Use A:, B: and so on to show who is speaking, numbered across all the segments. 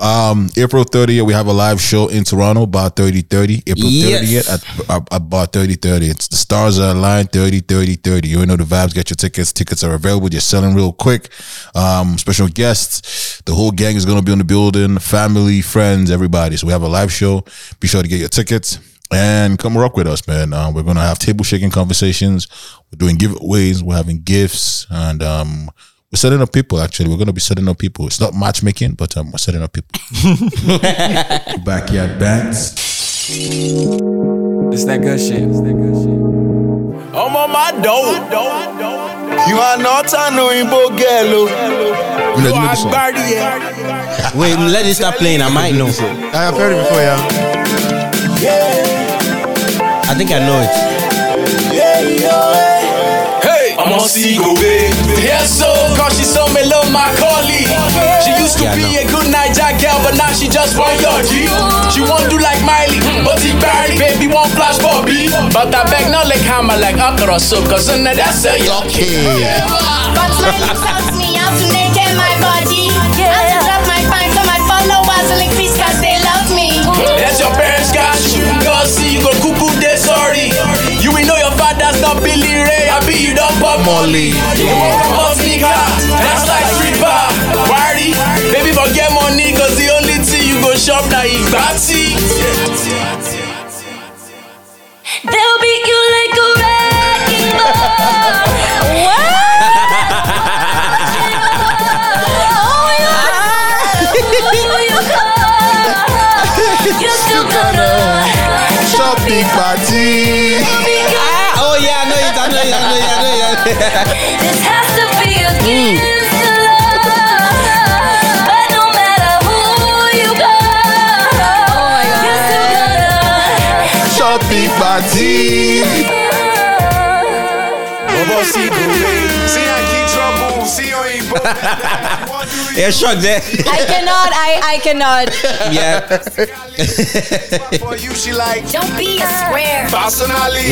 A: Um, April 30th, we have a live show in Toronto, Bar 3030. April
B: Yes.
A: 30th at, at, at Bar 3030. It's the stars are aligned 30 30 30. You already know the vibes. Get your tickets. Tickets are available. They're selling real quick. Um, special guests. The whole gang is going to be in the building. Family, friends, everybody. So we have a live show. Be sure to get your tickets and come rock with us, man. Uh, we're going to have table shaking conversations. We're doing giveaways. We're having gifts and, um, we're setting up people actually. We're going to be setting up people. It's not matchmaking, but um, we're setting up people. Backyard bands.
C: It's that good shit. It's that good shit.
D: I'm on my dope. You are not a new Igbo girl. oh.
A: You know-
D: You
A: you know
D: are
A: this one.
D: guardian.
B: Wait, let it start playing. I might know.
E: I've heard it before, yeah.
B: I think I know it.
D: Hey, I'm on Seagull, babe. Yes, so, cause she so me love my colleague. She used to
B: Yeah, I
D: be
B: know.
D: a good night jack girl, but now she just want your G. She won't do like Miley, but he barely, baby, won't flash for me. But I beg no like hammer, like up or so, cause in that's a yucky.
F: But my lips ask me how to naked my body. How to drop my pants so my followers will increase cause they love me.
D: That's your parents got you. Go see, go cuckoo, they sorry. You will know your father's not Billy Ray. I be you don't pop Molly. You walk up on sneaker. That's like stripper. Party. Baby, forget money, cause the only thing you go shop now is batty.
F: They'll beat you like a wrecking ball. Oh, you are who you are. You're still gonna
A: Shopping party.
F: be
B: Ah, oh yeah, I know it. I know it. I know it. I know it. I know it.
F: This has to be against the law. But no matter who you are, you're still gonna.
A: Shopping party.
D: See, I keep trouble. See, I ain't
B: Yeah, shocked there.
G: I cannot. I I cannot.
B: yeah.
D: for you, she like.
F: Don't be a square.
D: Personally,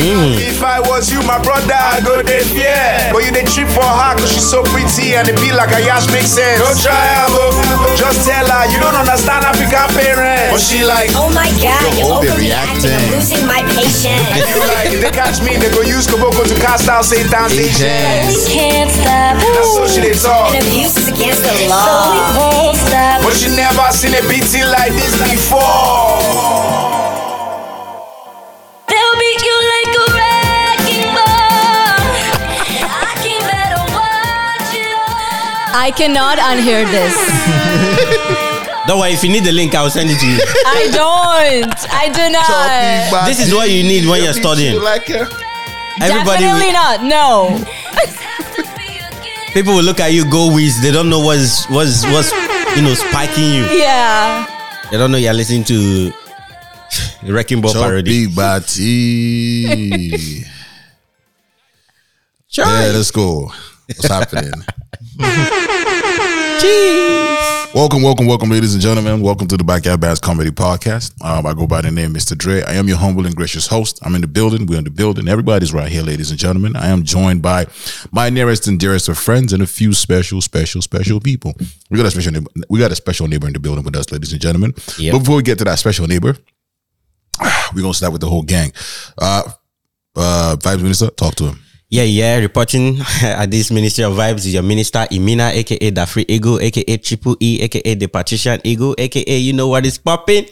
D: if I was you, my brother, I go there fear. But you they trip for her cause she's so pretty and it be like a yash make sense. Don't try her, bro. Just tell her you don't understand African parents. But she like,
F: Oh my god, you're overreacting.
A: overreacting.
F: I'm losing my patience.
D: you like, if they catch me, they go use Koboko to cast out Satan's agent.
F: we can't stop.
D: That's so she they talk.
F: And abuse is against the law. So we won't stop.
D: But she never seen a beating like this before.
F: They'll beat you like a wrecking ball. I can better watch it all.
G: I cannot unhear this.
B: Don't worry. If you need the link, I will send it to you.
G: I don't. I do not.
B: This is what you need when you're studying.
E: Like it.
B: Everybody,
G: Definitely
B: will,
G: not. No.
B: people will look at you, go whiz. They don't know what's what's what's you know spiking you.
G: Yeah.
B: They don't know you're listening to Wrecking Ball parody.
A: Shopping party. Yeah, let's go. What's happening? Welcome, welcome, welcome, ladies and gentlemen. Welcome to the Backyard Bands Comedy Podcast. Um, I go by the name Mr. Dre. I am your humble and gracious host. I'm in the building. We're in the building. Everybody's right here, ladies and gentlemen. I am joined by my nearest and dearest of friends and a few special, special, special people. We got a special neighbor. We got a special neighbor in the building with us, ladies and gentlemen.
B: Yep.
A: But before we get to that special neighbor, we're gonna start with the whole gang. Uh, uh, Vibes Minister, talk to him.
B: Yeah, yeah, reporting at this Ministry of Vibes is your minister Imina, aka Dafri Ego, aka Triple E, aka the Partition Ego, aka you know what is popping.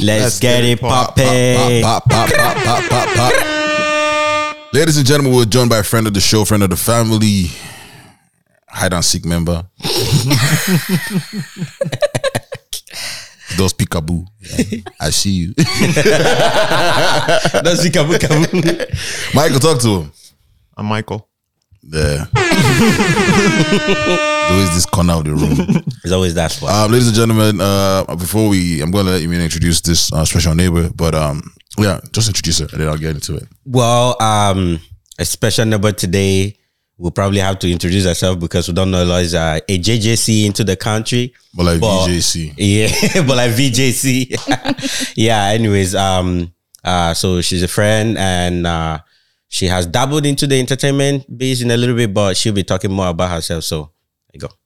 B: Let's, get, it popping.
A: Pop, pop, pop, pop, pop, pop, pop. Ladies and gentlemen, we're joined by a friend of the show, friend of the family, hide and seek member. Those peekaboo. I see you.
B: That's it, kabu, kabu.
A: Michael, talk to him.
E: I'm Michael.
A: There. There is this corner of the room.
B: It's always that spot.
A: Um, ladies and gentlemen, uh, before we, I'm going to let you introduce this uh, special neighbor, but um, yeah, just introduce her and then I'll get into it.
B: Well, um, a special number today. We'll probably have to introduce ourselves because we don't know Eliza uh, a JJC into the country.
A: But like VJC.
B: Yeah, but like VJC. yeah, anyways, um uh so she's a friend and uh she has dabbled into the entertainment business a little bit, but she'll be talking more about herself. So there you go.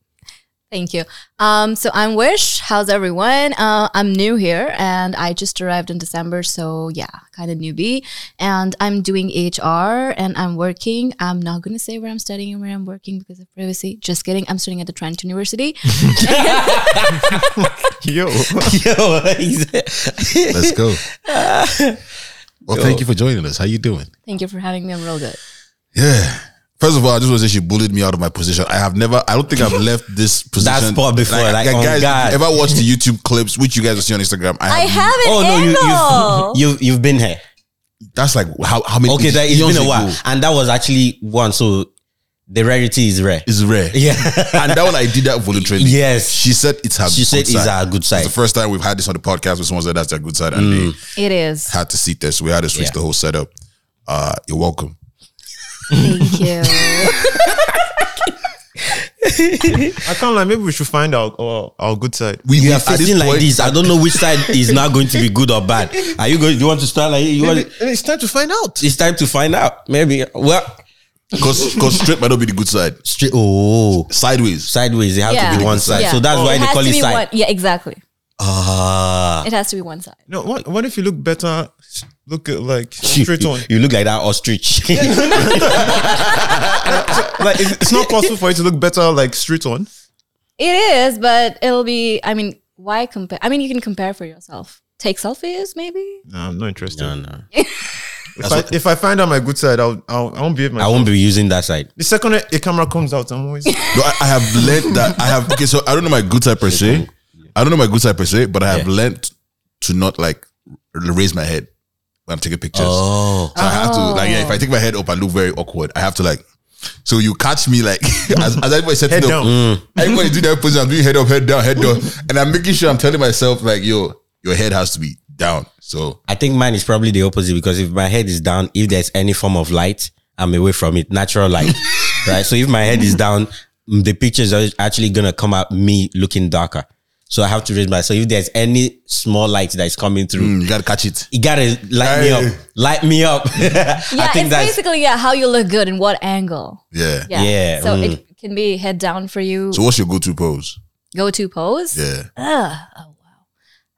G: Thank you. Um, so I'm Wish. How's everyone? Uh, I'm new here and I just arrived in December. So yeah, kind of newbie. And I'm doing HR and I'm working. I'm not going to say where I'm studying and where I'm working because of privacy. Just kidding. I'm studying at the Trent University.
E: Yo.
B: Yo, he's-
A: Let's go. Well, thank you for joining us. How you doing?
G: Thank you for having me. I'm real good.
A: Yeah. First of all, I just want to say she bullied me out of my position. I have never, I don't think I've left this position.
B: spot before, like, on
A: guys,
B: God.
A: if I watch the YouTube clips, which you guys will see on Instagram, I,
G: I
A: have,
G: have an
B: oh no, you
G: angle.
B: you've, you've you've been here.
A: That's like how how many?
B: Okay, that, it's
A: eons
B: been a
A: ago.
B: while, and that was actually one. So the rarity is rare.
A: It's rare.
B: Yeah,
A: and that one I did that voluntarily.
B: Yes.
A: she said it's her.
B: She
A: good
B: said it's
A: side.
B: her good side. Mm.
A: It's the first time we've had this on the podcast where someone said that's their good side, and they
G: it is.
A: had to seat this. We had to switch
B: Yeah.
A: the whole setup. Uh, you're welcome.
G: Thank you.
E: I can't lie. Maybe we should find our our, our good side.
A: We,
B: you
A: we-
B: are
A: at this
B: facing like
A: point-
B: this. I don't know which side is not going to be good or bad. Are you going? You want to start like you want?
E: it's time to find out.
B: It's time to find out. Maybe well,
A: Cause, cause straight might not be the good side.
B: straight. Oh,
A: Sideways.
B: sideways. It has to be one side.
G: Yeah. Oh.
B: So that's why they
G: has
B: call
G: to
B: it
G: be
B: side.
G: one- yeah, exactly.
B: Ah,
G: It has to be one side.
E: No, what what if you look better? Look uh, like
B: you,
E: straight on.
B: you look like that ostrich.
E: like it's, it's not possible for you to look better like straight on.
G: It is, but it'll be. I mean, why compare? I mean, you can compare for yourself. Take selfies, maybe.
E: No, I'm not interested.
B: no, no.
E: If, I, if I find out my good side, I'll I'll I won't behave
B: I
E: myself.
B: won't be using that side.
E: the second a camera comes out, I'm always
A: No, I, I have learned that I have. Okay, so I don't know my good side per se. I don't know my good side per se, but I have
B: Yeah.
A: learned to not like raise my head when I'm taking pictures.
B: Oh,
A: So I have to like yeah, if I take my head up, I look very awkward. I have to like so you catch me like as, as everybody said
E: head
A: no,
E: down. Mm.
A: Everybody do that position. I'm doing head up, head down, head down, and I'm making sure I'm telling myself like, yo, your head has to be down. So
B: I think mine is probably the opposite because if my head is down, if there's any form of light, I'm away from it. Natural light, right? So if my head is down, mm, the pictures are actually gonna come out me looking darker. So I have to raise my. So if there's any small light that is coming through,
A: mm, you gotta catch it.
B: you gotta light me
A: Hey.
B: up. Light me up.
G: Yeah, it's basically yeah how you look good and what angle.
A: Yeah.
G: Yeah.
B: Yeah,
G: So it can be head down for you.
A: So what's your go-to pose?
G: go to pose.
A: Yeah.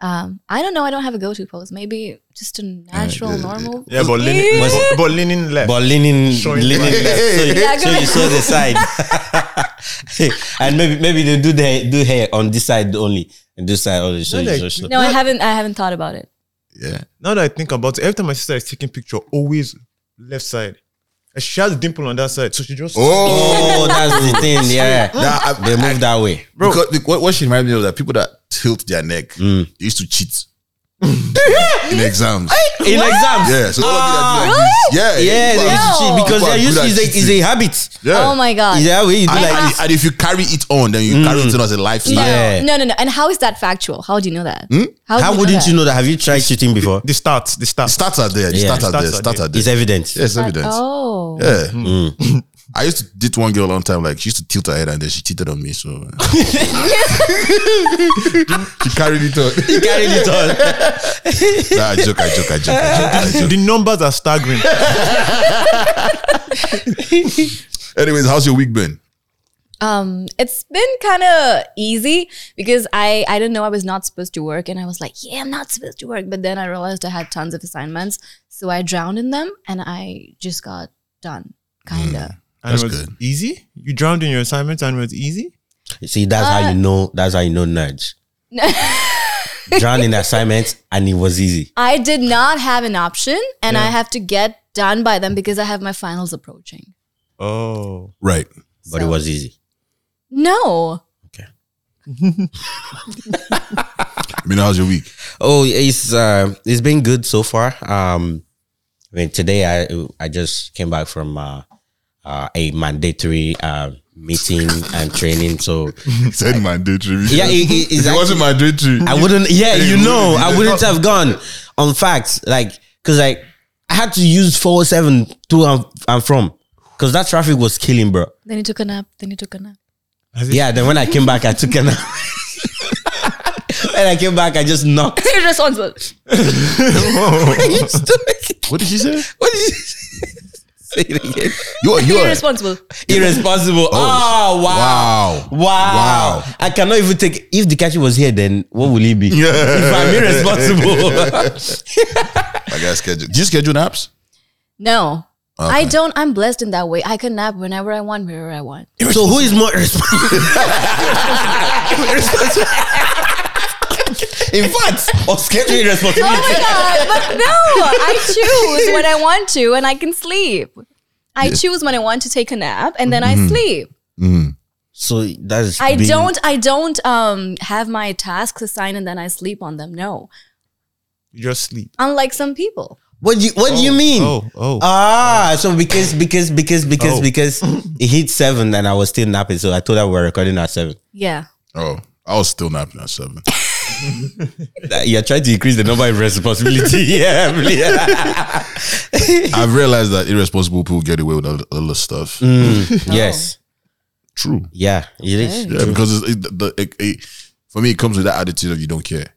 G: Um, I don't know. I don't have a go to pose. Maybe just a natural, normal.
E: Yeah, but leaning, but, but leaning left.
B: but leaning,
E: Showing
B: leaning
E: the-
B: left. So, you-
G: Yeah,
B: so you
G: good.
B: saw the side, and maybe maybe they do the do hair on this side only, and this side only. So,
E: No,
B: you
E: like-
B: so, so.
G: No, I haven't. I haven't thought about it.
A: Yeah.
E: now that I think about it, every time my sister is taking picture, always left side. And she has a dimple on that side, so she just
A: Oh
B: Oh, that's the thing. Yeah,
A: Nah, I-
B: they move that way.
A: bro. Because, the- what, what she reminded me of that people that tilt their neck
B: Hmm.
A: they used to cheat in exams.
B: In exams,
A: Yeah. So all
G: Ah,
A: of you that do like this. Yeah.
B: yeah, they used to cheat because
A: People are
B: they're used.
A: good at
B: It's a, it's a
A: cheating.
B: habit.
A: Yeah.
G: Oh my god.
B: Is that way you do
A: And,
B: like
A: and-
B: this?
A: and if you carry it on, then
B: Hmm.
A: you carry it on as a lifestyle.
B: Yeah.
G: No, no, no. And how is that factual? How do you know that?
B: How
G: do
B: wouldn't
G: that?
B: you know that? Have you tried cheating before?
E: the start, the start.
A: Starts are there. The
B: Yeah.
A: starts are there.
E: Starts are
A: Starts are there.
B: It's evident.
A: Yes, evidence.
G: Oh.
A: Yeah. I used to date one girl a long time. Like she used to tilt her head and then she cheated on me. So uh. she carried it on.
B: Carried it on.
A: Nah, I joke. I joke. I joke. I joke. I joke.
E: The numbers are staggering.
A: Anyways, how's your week been?
G: Um, it's been kind of easy because I I didn't know I was not supposed to work, and I was like, yeah, I'm not supposed to work. But then I realized I had tons of assignments, so I drowned in them, and I just got done, kinda.
E: And
A: That's
E: it was
A: good.
E: easy. You drowned in your assignments and it was easy.
B: See, that's how you know. That's how you know nudge. Drown in assignments, and it was easy.
G: I did not have an option, and I have to get done by them because I have my finals approaching.
E: Oh.
A: Right.
B: But it was easy.
G: No,
A: I mean, how's your week?
B: Oh, it's uh, it's been good so far. Um, I mean, today I I just came back from uh, uh, a mandatory uh, meeting and training. So
A: It's said mandatory.
B: yeah,
G: e-
B: it, it,
A: If
B: it's
A: it wasn't mandatory.
B: I wouldn't. Yeah, you know, I wouldn't have gone. On fact, like, cause like I had to use four oh seven to and, and from, cause that traffic was killing, bro.
G: then he took a nap. Then he took a nap.
B: Yeah. Then when I came back, I took a nap. when I came back, I just knocked.
G: You're responsible.
B: what
A: What did she say?
B: is Say it again.
A: You are you are
G: Irresponsible.
B: Irresponsible. Oh, wow.
A: wow.
B: Wow.
A: Wow.
B: I cannot even take if the catchy was here, then what will he be? If I'm irresponsible.
A: I got schedule. Do you schedule naps?
G: No. I don't. I'm blessed in that way. I can nap whenever I want, wherever I want.
B: so who is more irresponsible? In fact, or schedule irresponsibility.
G: Oh my god! But no, I choose when I want to, and I can sleep. I choose when I want to take a nap, and then
E: Mm-hmm.
G: I sleep.
B: So that's
G: I
B: being-
G: don't. I don't um have my tasks assigned, and then I sleep on them. No,
E: You just sleep.
G: unlike some people.
B: What do you What do you mean?
E: Oh, oh.
B: Ah, so because because because because
E: Oh.
B: because it hit seven and I was still napping, so I told her we're recording at seven.
G: Yeah.
A: Oh, I was still napping at seven.
B: That- You're trying to increase the number of responsibility. yeah, really.
A: I've realized that irresponsible people get away with a a lot of stuff.
G: Mm.
B: yes,
A: True.
B: yeah, it is.
A: Yeah, because it's, it, the, it, it, for me, it comes with that attitude of you don't care.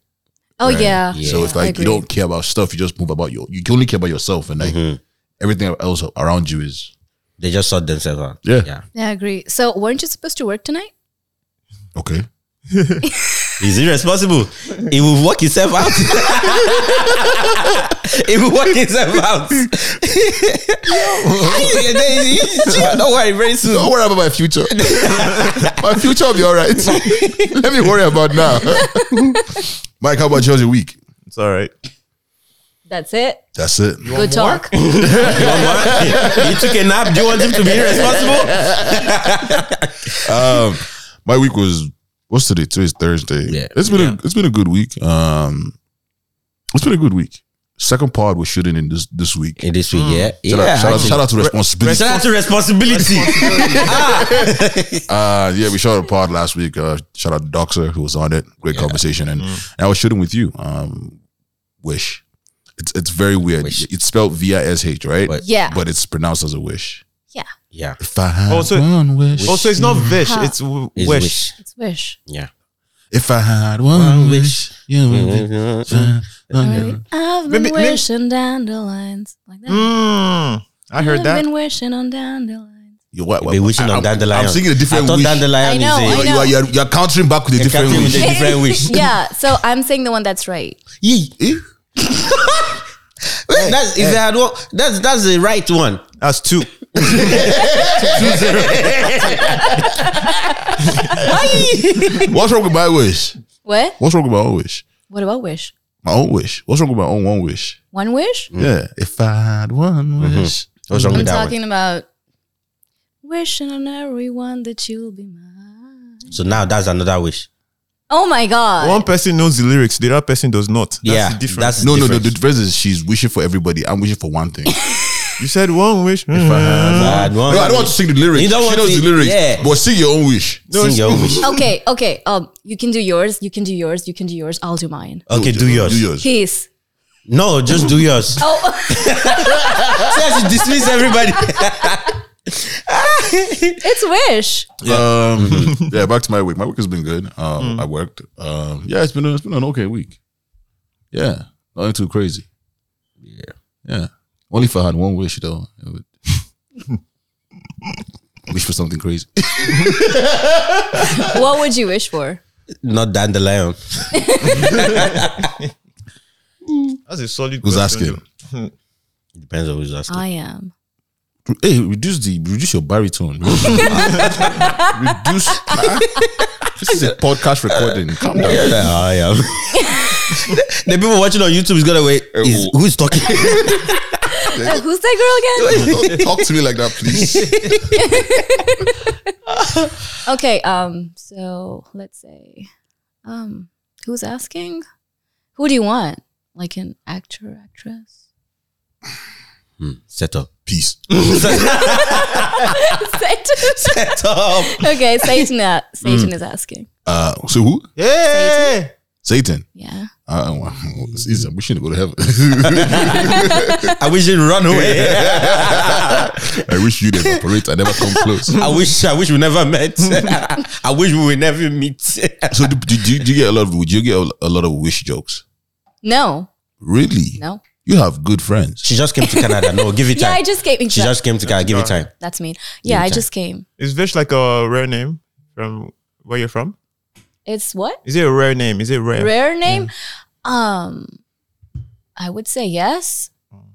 G: Oh yeah.
A: so it's
G: I
A: like you
G: agree.
A: don't care about stuff. You just move about your. You only care about yourself, and like everything else around you is
B: They just sort themselves out.
A: Yeah.
B: yeah.
G: Yeah, I agree. So weren't you supposed to work tonight?
A: okay.
B: He's irresponsible. It will work itself out. it will work itself out. Don't worry, very soon.
A: Don't worry about my future. my future will be all right. Let me worry about now. Mike, how about yours your week?
E: It's all right.
G: That's it.
A: That's it.
G: Good talk.
B: he took a nap. Do you want him to be irresponsible?
A: Um, my week was what's today? Today's Thursday.
B: Yeah.
A: It's been a it's been a good week. Um it's been a good week. Second pod was shooting in this this week.
B: In this week, yeah.
A: Shout, out, shout, out, shout out to responsibility.
B: Shout out to responsibility.
A: Uh, yeah, we shot a pod last week. Uh, shout out to Doxer who was on it. Great conversation, and,
B: Mm.
A: and I was shooting with you. Um, wish it's it's very weird.
B: Wish.
A: It's spelled V I S H, right?
B: But-
G: Yeah.
A: but it's pronounced as a wish.
G: yeah.
B: yeah.
A: If I
B: Oh,
A: had
E: Also-
A: one wish,
E: Also, it's not Vish.
G: Huh.
E: It's w-
B: It's
E: Wesh.
B: wish.
G: It's wish.
B: Yeah.
A: if I had one,
B: One
A: wish,
B: wish.
A: you would be-
B: Mm.
G: Right? I've been
E: Maybe- maybe-
G: wishing dandelions like that.
E: Mm, I heard
G: I've
E: that.
G: been wishing on dandelions.
A: You what? what-
B: Be wishing
A: I-
B: on
A: I'm-
B: dandelion.
A: I'm singing a
B: I
A: different
B: thought
A: wish.
B: dandelion
G: I know,
B: is
A: You
B: a
G: I
A: are, you are you are countering back with a
B: You're
A: different
B: counting
A: wish.
B: with a different wish.
G: yeah. So I'm saying the one that's right.
B: Yee.
A: Eh?
B: that's is that one? That's that's the right one.
E: That's two.
A: What's wrong with my wish?
G: What?
A: What's wrong with my own wish?
G: What about wish?
A: My own wish. What's wrong with my own one wish?
G: One wish?
B: Mm.
A: Yeah. If I had one
B: Mm-hmm.
A: wish.
B: What's wrong
G: I'm
B: with that
G: talking about wishing on everyone that you'll be mine.
B: one? So now that's another wish.
G: Oh my god.
E: One person knows the lyrics, the other person does not. That's
B: yeah,
E: the difference.
B: that's
A: No, no, no.
B: different.
A: The difference is she's wishing for everybody. I'm wishing for one thing. no,
E: you said one wish. Hmm.
B: Bad one.
A: I don't want to sing the lyrics.
B: Mm. You Uh, don't
A: she
B: want
A: knows
B: to-
A: the lyrics.
B: yeah.
A: But sing your own wish.
B: Sing your own wish.
G: Okay, okay. Um, you can do yours. You can do yours. You can do yours. I'll do mine.
B: Okay, do yours.
A: Do yours.
G: Peace.
B: No, just do yours.
G: Oh,
B: See how she dismiss everybody.
G: it's wish.
A: Um,
B: Mm-hmm.
A: yeah, back to my week. My week has been good.
B: Mm.
A: Um, I worked. Um, yeah, it's been a, it's been an okay week. Yeah, nothing too crazy. Yeah, yeah. Only if I had one wish though, I would wish for something crazy.
G: What would you wish for?
B: Not dandelion.
E: That's a solid
A: Who's
E: question.
A: asking?
B: It depends on who's asking.
G: I am.
A: Hey, reduce the reduce your baritone. bro. reduce. this is a podcast recording. Calm down.
B: Yeah, I am. the people watching on YouTube is gonna wait. Is, who's talking?
G: Uh, who's that girl again?
A: Don't talk to me like that, please.
G: Okay. Um. So let's say, um, who's asking? Who do you want? Like an actor, actress?
B: Set up.
A: Peace.
G: Satan.
B: Set up.
G: okay. Satan. uh,
B: Mm.
G: Satan is asking.
A: Uh, so who?
E: Hey!
A: Satan. Ah,
G: Yeah.
A: I don't want. It's easy. We shouldn't go to heaven.
B: I wish it run away.
A: I wish you'd evaporate. I never come close.
B: I wish. I wish we never met. I wish we will never meet.
A: So do, do, do, you- do you get a lot of? Would you get a lot of wish jokes?
G: No.
A: Really?
G: No.
A: You have good friends.
B: She just came to Canada. No, give it
G: Yeah,
B: time.
G: I just came.
B: she
G: Exactly.
B: just came to Canada. Give it time.
G: That's mean. Yeah, I just came.
E: Is Vish like a rare name from where you're from?
G: It's what?
E: Is it a rare name? Is it rare?
G: Rare name? Um I would say yes.
E: Mm.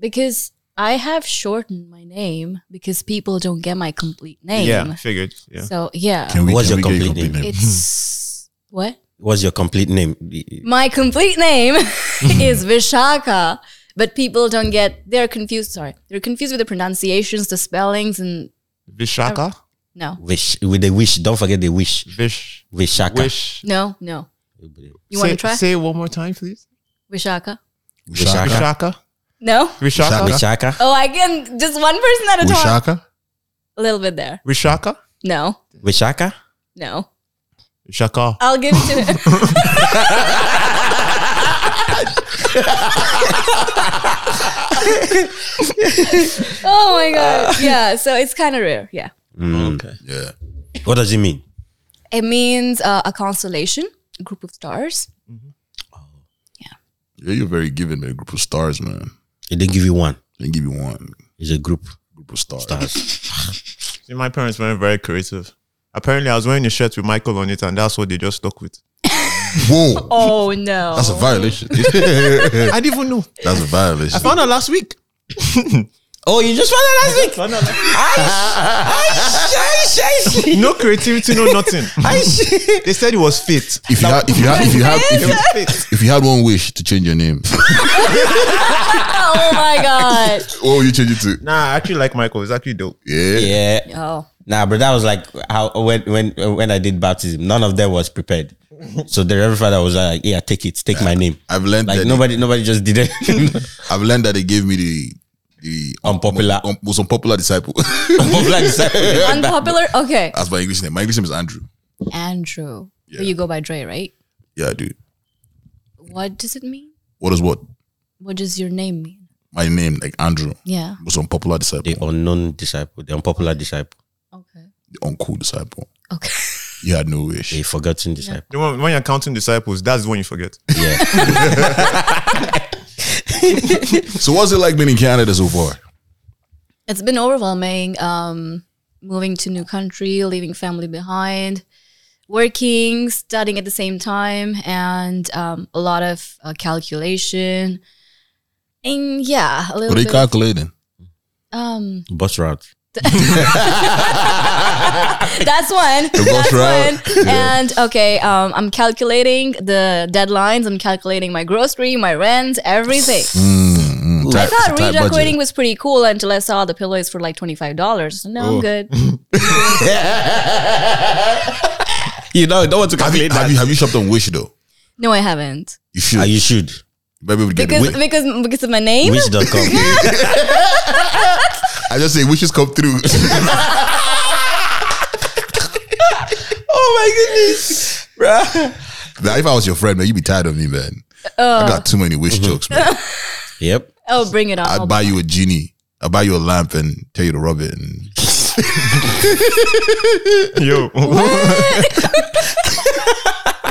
G: Because I have shortened my name because people don't get my complete name.
E: Yeah, figured. Yeah.
G: So yeah.
A: Can we,
B: What's
A: can
B: your
A: we get
B: complete name?
G: it's
E: Hmm.
G: what?
B: What's your complete name?
G: My complete name is Vishaka. But people don't get they're confused, sorry. They're confused with the pronunciations, the spellings and
E: Vishaka?
G: no.
B: Wish with the wish. Don't forget the wish.
E: Vish.
B: Wishaka.
E: Wish.
G: No, no. You
E: say,
G: want to try?
E: Say it one more time, please.
G: Vishaka?
B: Wishaka.
E: Vishaka.
G: No?
E: Vishaka.
B: Wishaka.
G: Oh, I can just one person at a time.
A: Wishaka?
G: A little bit there.
E: Vishaka.
G: No.
B: Wishaka.
G: No.
E: Vishaka.
G: I'll give it to him. oh my god. Yeah, so it's kind of rare. Yeah.
A: Yeah.
B: What does it mean?
G: It means uh, a constellation, a group of stars.
A: Yeah, you're very given to a group of stars, man.
B: It didn't give you one.
A: They give you one
B: It's a group.
A: group of stars.
E: See, my parents weren't very creative. Apparently, I was wearing a shirt with Michael on it, and that's what they just stuck with.
A: Whoa.
G: Oh no.
A: That's a violation.
E: I didn't even know.
A: That's a violation.
E: I found out last week.
B: Oh, you just found out last week.
E: Found out last
B: Aish, aish, aish.
E: week. No creativity, no nothing. they said it was fit.
A: If you, had, if you had, if you had, if
E: It
A: you,
E: was fit.
A: if you had one wish to change your name,
G: oh my god.
A: what would you change it to?
E: Nah, I actually like Michael. It's actually dope.
A: Yeah.
B: Yeah.
G: Oh.
B: Nah, but that was like how when when when I did baptism, none of them was prepared. So the reverend father was like, "Yeah, take it, take my name."
A: I've learned
B: Like
A: that.
B: nobody, nobody just did it.
A: I've learned that they gave me the the
B: Unpopular.
A: um, most unpopular disciple.
B: Unpopular disciple.
G: Unpopular. Okay.
A: That's my English name. My English name is Andrew.
G: Andrew.
A: Yeah.
G: You go by Dre, right?
A: Yeah, dude.
G: What does it mean?
A: What is what?
G: What does your name mean?
A: My name, like Andrew,
G: Yeah.
A: most unpopular disciple,
B: The unknown disciple, the unpopular disciple,
G: Okay.
A: the uncool disciple.
G: Okay.
A: He had no wish.
B: the forgotten disciple.
E: The one- When you're counting disciples, that's the one you forget.
A: So, what's it like being in Canada so far?
G: It's been overwhelming. Um, moving to new country, leaving family behind, working, studying at the same time, and um, a lot of uh, calculation. And yeah, a little
A: What are you
G: bit.
A: calculating?
G: um,
B: Bus route.
G: that's one.
A: bus
G: That's
A: route.
G: one. And okay, um, I'm calculating the deadlines. I'm calculating my grocery, my rent, everything.
A: Mm,
G: I thought redecorating was pretty cool until I saw the pillows for like twenty five dollars. No,
A: Oh.
G: I'm good.
B: You know, don't want to
A: Have you,
B: calculate
A: have
B: that.
A: you have you shopped on Wish though?
G: No, I haven't.
A: You should.
B: Ah, you should.
A: You might be able to get
G: because
A: it. Wi-
G: because because of my name.
B: Wish.com.
A: I just say wishes come through.
B: oh my goodness.
A: Now, if I was your friend, man, you'd be tired of me, man. I got too many wish jokes, man.
B: Yep.
G: oh, bring it on!
A: I'd buy you a genie. I'd buy you a lamp and tell you to rub it. And
E: Yo.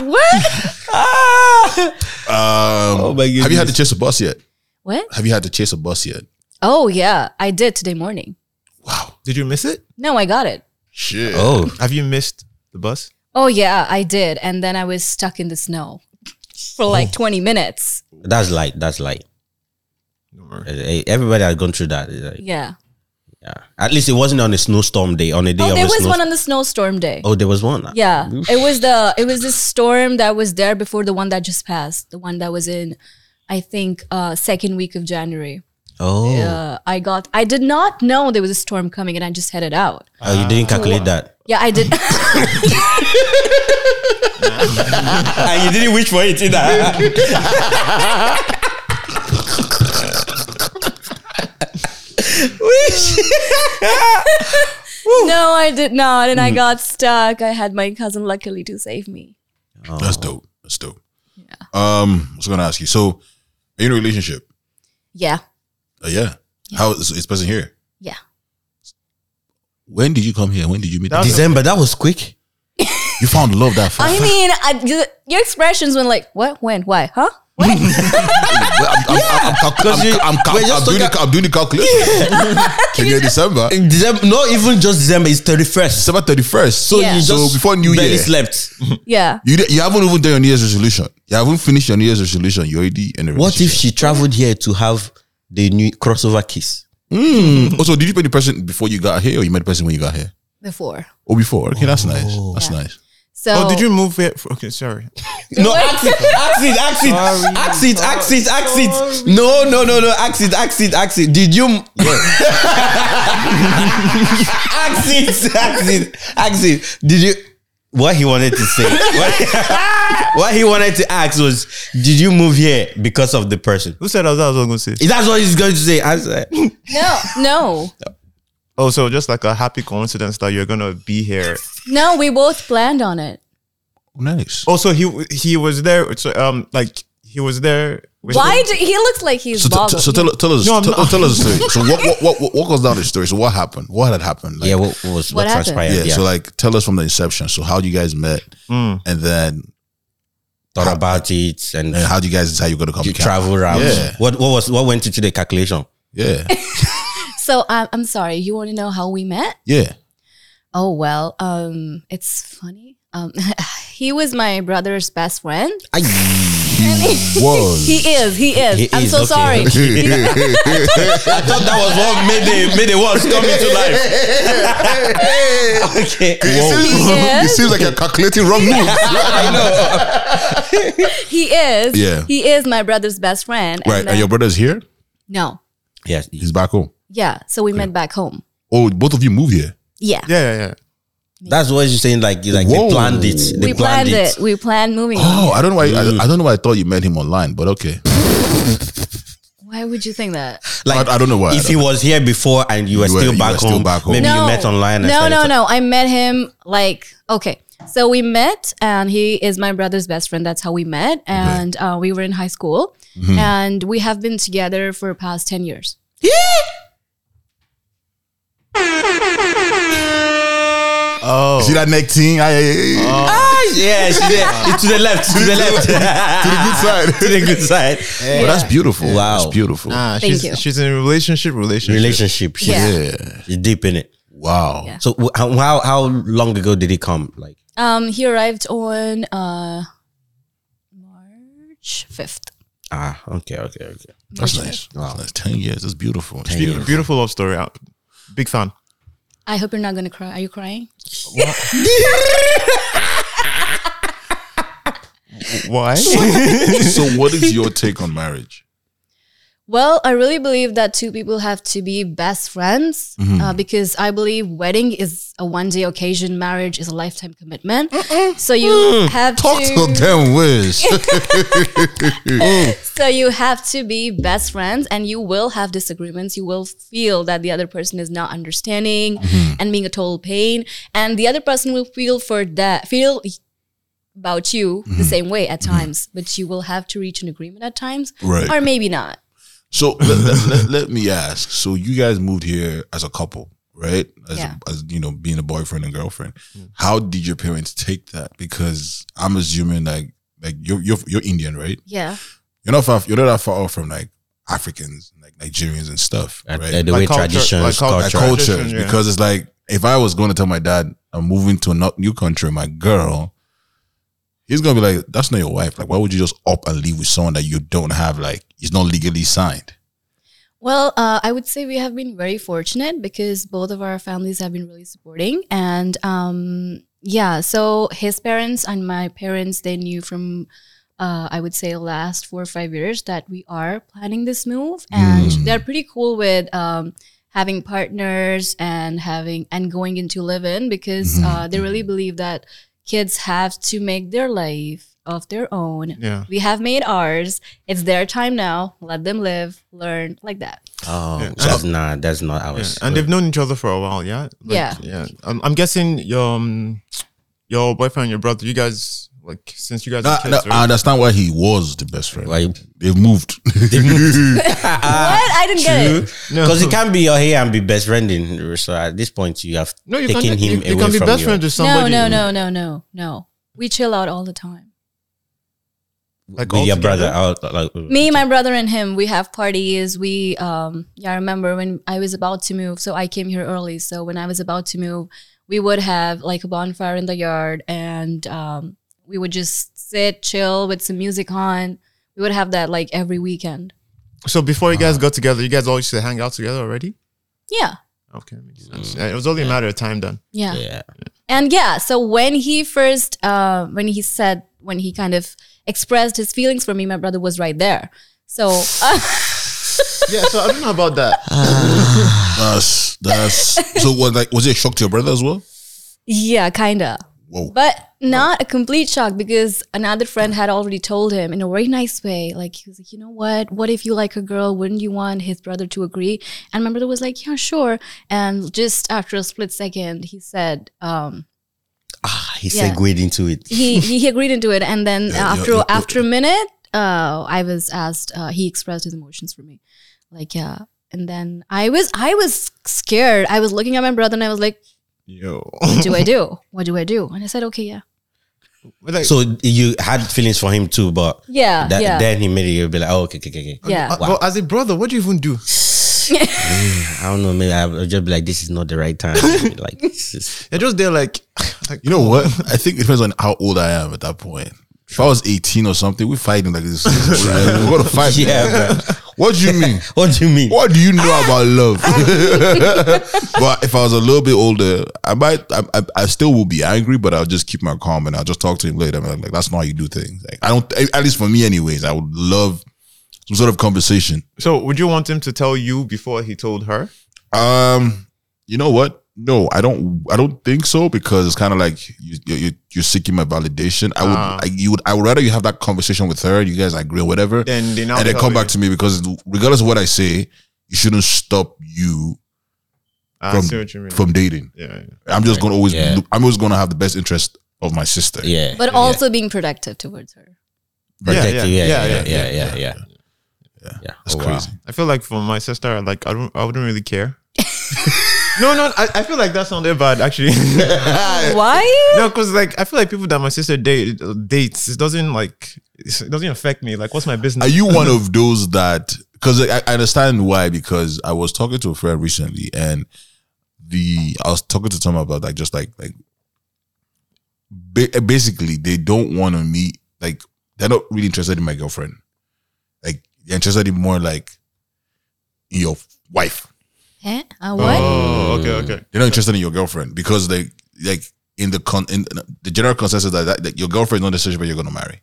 G: what?
A: um,
B: Oh my goodness.
A: have you had to chase a bus yet?
G: What?
A: Have you had to chase a bus yet?
G: Oh yeah, I did today morning.
A: Wow.
E: Did you miss it?
G: No, I got it.
A: Shit.
B: Oh,
E: Have you missed the bus?
G: Oh yeah, I did, and then I was stuck in the snow for like twenty minutes.
B: that's light. That's light. Eh, eh, Everybody has gone through that. It's like,
G: Yeah.
B: yeah. At least it wasn't on a snowstorm day. On a day
G: Oh,
B: of
G: there
B: a
G: was
B: snow.
G: one on the snowstorm day.
B: oh, there was one.
G: Yeah, it was the it was this storm that was there before the one that just passed. The one that was in, I think, uh, second week of January.
B: Oh.
G: Uh, I got I did not know there was a storm coming, and I just headed out.
B: Oh, you
G: Ah.
B: didn't calculate that.
G: Yeah, I did.
B: and you didn't wish for it either.
G: No, I did not. And I got stuck. I had my cousin luckily to save me.
A: That's dope. That's dope. Um, I was gonna ask you. So, are you in a relationship?
G: Yeah.
A: Uh, yeah. How is this person here?
G: Yeah.
A: When did you come here? When did you meet?
E: That
A: them?
E: was-
B: December, that was quick.
A: You found love that fast.
G: I mean, I, your expressions when like, what, when, why, huh?
A: Well, I'm, I'm, I'm, calc- I'm,
B: 'Cause you-
A: I'm, calc-
B: we're just
A: I'm doing the,
B: talking-
A: I'm doing the calculation. Figure December.
B: In December, not even just December, it's 31st.
A: December 31st. So,
G: Yeah.
A: you so before New
B: barely
A: Year,
B: slept.
G: Yeah.
A: you, di- you haven't even done your New Year's resolution. You haven't finished your New Year's resolution. You're already in a
B: What if
A: relationship.
B: she traveled here to have the new crossover kiss?
A: Also, did you meet the person before you got here or you met the person when you got here?
G: Before.
A: Or before? Okay, that's nice.
B: Oh.
A: That's
G: Yeah.
A: nice.
G: So
E: Oh, did you move here? f- Okay, sorry.
B: No, ax it, ax it, ax it, ax it, ax it, ax it. No, no, no, no, ax it, ax it, ax it. Did you? ax it, ax it, ax it. Did you? What he wanted to say, what, what he wanted to ask was, did you move here because of the person?
E: Who said that? That's what I was going to say.
B: That's what he's going to say. Answer.
G: No, no.
E: Oh, so just like a happy coincidence that you're going to be here.
G: No, we both planned on it.
A: Oh,
B: Oh,
A: Nice.
E: Also, Oh, he w- he was there. So, um, like he was there. with-
G: Why do he looks like he's
A: So, t-
G: boggled.
A: t- so tell, tell us,
E: No, I'm
A: tell,
E: not.
A: tell us the story. So what, what, what, what, what goes down the story? So what happened? What had happened? Like,
B: Yeah, what, what was what,
G: What happened?
B: transpired?
A: yeah, So like, tell us from the inception. So how you guys met,
B: Hmm.
A: and then
B: thought about it and
A: and how you guys decide you're gonna come
B: you
A: to Canada?
B: travel routes.
A: Yeah.
B: What what was what went into the calculation?
A: Yeah,
G: So I'm, I'm sorry. You want to know how we met?
A: yeah.
G: Oh well, um, it's funny. Um, he was my brother's best friend.
A: He was.
G: He is. He is.
B: He
G: I'm
B: is,
G: so
B: okay.
G: sorry.
B: I thought that was what made the made the words come into life. okay.
A: It seems, it seems like you're calculating wrong moves.
G: He is.
A: Yeah.
G: He is my brother's best friend. and
A: right,
G: then-
A: and your brother's here.
G: no.
B: Yes.
A: He's back home.
G: Yeah. So we met back home.
A: Oh, both of you moved here.
G: Yeah.
E: Yeah, yeah, yeah.
B: That's what you're saying, like like
A: Whoa.
B: they planned it. They
G: We planned it. We planned moving.
A: Oh, I don't know why. I, I don't know why I thought you met him online, but okay.
G: Why would you think that?
B: Like
A: I, I don't know why. I
B: if
A: don't
B: he was here before and you were,
A: uh, You were-
B: still,
A: you
B: back
A: were still
B: home,
A: back home.
B: maybe
G: no.
B: you met online. and
G: No,
B: started
G: no,
B: to-
G: no. I met him like okay. So we met, and he is my brother's best friend. That's how we met, and uh, we were in high school,
B: Mm-hmm.
G: and we have been together for past ten years.
E: Oh,
A: See that neck thing? I, I,
B: Ah, yeah, she did. to the left, to the left, to the good
A: side.
B: to the good side.
A: Well, that's beautiful.
B: Wow.
A: that's beautiful.
E: Nah,
G: Thank
E: she's
G: you.
E: she's in a relationship. Relationship.
B: Relationship, she's,
G: Yeah.
A: Yeah.
B: she's deep in it.
A: Wow.
G: Yeah.
B: So wh- how how how long ago did he come? Like
G: Um, he arrived on uh, March fifth.
B: ah, okay, okay, okay.
A: That's nice. Wow. That's ten years. That's beautiful. It's
E: Be- Beautiful love story. Uh, Big fan.
G: I hope you're not gonna cry. Are you crying?
E: Why?
A: so, what is your take on marriage?
G: Well, I really believe that two people have to be best friends uh,
A: Mm-hmm.
G: because I believe wedding is a one day occasion, marriage is a lifetime commitment. So you have
A: Mm. Talk to them, Wiz.
G: So you have to be best friends and you will have disagreements. You will feel that the other person is not understanding
A: Mm-hmm.
G: and being a total pain. And the other person will feel for that, feel about you the
A: Mm-hmm.
G: same way at times, but you will have to reach an agreement at times
A: Right.
G: or maybe not.
A: So let, let, let, let me ask. So you guys moved here as a couple, right? As,
G: Yeah.
A: as you know, being a boyfriend and girlfriend.
E: Mm.
A: How did your parents take that? Because I'm assuming like like you're you're, you're Indian, right?
G: Yeah.
A: You're not far, you're not that far off from like Africans, like Nigerians and stuff,
B: Uh,
A: right?
B: uh, the
E: Like
B: way
E: culture-
B: traditions,
E: like cul-
A: like
B: culture.
A: cultures
E: Tradition, yeah.
A: because it's like if I was going to tell my dad I'm moving to a not- new country, my girl, he's gonna be like, "That's not your wife. Like, why would you just up and leave with someone that you don't have? Like, it's not legally signed."
G: Well, uh, I would say we have been very fortunate because both of our families have been really supporting. And um, yeah, so his parents and my parents, they knew from, uh, I would say, last four or five years that we are planning this move. And they're pretty cool with um, having partners and having and going into live in because uh, they really believe that kids have to make their life of their own.
E: Yeah.
G: We have made ours. It's their time now. Let them live, learn, like that.
B: Oh, that's not that's not ours.
E: And they've known each other for a while, yeah.
G: Yeah.
E: yeah. I'm, I'm guessing your um, your boyfriend, your brother, you guys like since you guys
A: No,
E: are
A: no,
E: kids,
A: I
B: uh,
E: right?
A: understand why he was the best friend.
B: Why-
A: They've moved.
B: Ah,
G: What? I didn't get it.
E: No.
B: Because you can't be your here and be best friending. So at this point, you have
E: no, you
B: taken
E: can't.
B: him
E: You,
B: away
E: you can be
B: from
E: best
B: you.
E: friends with
G: No,
E: somebody.
G: no, no, no, no, no. We chill out all the time.
E: Like
B: with your
E: altogether?
B: brother out like
G: Me, my brother, and him, we have parties. We, um, yeah, I remember when I was about to move. So I came here early. So when I was about to move, we would have like a bonfire in the yard and um, we would just sit, chill with some music on. We would have that like every weekend.
E: So before you
B: Uh-huh.
E: guys got together, you guys all used to hang out together already.
G: Yeah.
E: Okay, makes
B: Mm.
E: sense. Yeah, it was only a matter of time then.
G: Yeah.
B: yeah
G: And yeah, so when he first, uh, when he said, when he kind of expressed his feelings for me, my brother was right there. So,
E: Yeah, so I don't know about that.
A: That's that's so. What like was it a shock to your brother as well?
G: yeah, kinda.
A: Whoa.
G: But not a complete shock because another friend had already told him in a very nice way. Like he was like, you know what? What if you like a girl? Wouldn't you want his brother to agree? And my brother was like, yeah, sure. And just after a split second, he said, um,
B: he
G: Yeah.
B: segued into it
G: he, he he agreed into it. And then
A: Yeah,
G: after
A: yeah, yeah, yeah.
G: after a minute, uh, I was asked. Uh, he expressed his emotions for me, like yeah. And then I was I was scared. I was looking at my brother and I was like,
E: Yo.
G: what do I do? What do I do? And I said, okay, yeah,
E: like,
B: so you had feelings for him too but
G: yeah,
B: that,
G: yeah,
B: then he made it you'll be like oh, okay okay okay okay.
G: yeah.
E: uh, well, as a brother, what do you even do?
B: I don't know maybe I'll just be like this is not the right time like this is
E: You're just there, like, like
A: You know what? I think it depends on how old I am at that point. If I was 18 or something, we're fighting like this. We're gonna fight.
B: yeah bro.
A: What do you mean?
B: what do you mean
A: What do you know about love? but if I was a little bit older, I might, I, I, I still will be angry, but I'll just keep my calm and I'll just talk to him later. I'm like, like, that's not how you do things. Like, I don't, at least for me, anyways, I would love some sort of conversation.
E: So would you want him to tell you before he told her?
A: Um, you know what? No, I don't. I don't think so because it's kind of like you, you, you- you're seeking my validation. I would,
E: Ah.
A: I, you would, I would rather you have that conversation with her. You guys agree or whatever,
E: Then they now
A: and then
E: tell
A: come
E: you.
A: back to me because regardless of what I say, you shouldn't stop you
E: Ah, I
A: from-
E: see what you mean.
A: from dating.
E: yeah, yeah.
A: I'm just gonna always,
B: Yeah.
A: I'm always gonna have the best interest of my sister.
B: yeah
G: but also being protective towards her.
B: protective yeah yeah yeah yeah yeah
E: yeah,
B: yeah, yeah.
A: That's
B: Oh, wow.
A: crazy.
E: I feel like for my sister, like I don't, I wouldn't really care. no, no, I, I feel like that sounded bad actually.
G: Why?
E: no, because like I feel like people that my sister date dates, it doesn't like it doesn't affect me. Like, what's my business?
A: Are you one of those that? Because I, I understand why. Because I was talking to a friend recently, and the I was talking to someone about like just like like ba- basically they don't want to meet. Like they're not really interested in my girlfriend. Like they're interested in more like in your wife.
G: Eh? Uh, what?
E: Oh, okay, okay.
A: They're not interested in your girlfriend because they like in the con in the general consensus that, that, that your girlfriend is not necessarily but you're gonna marry.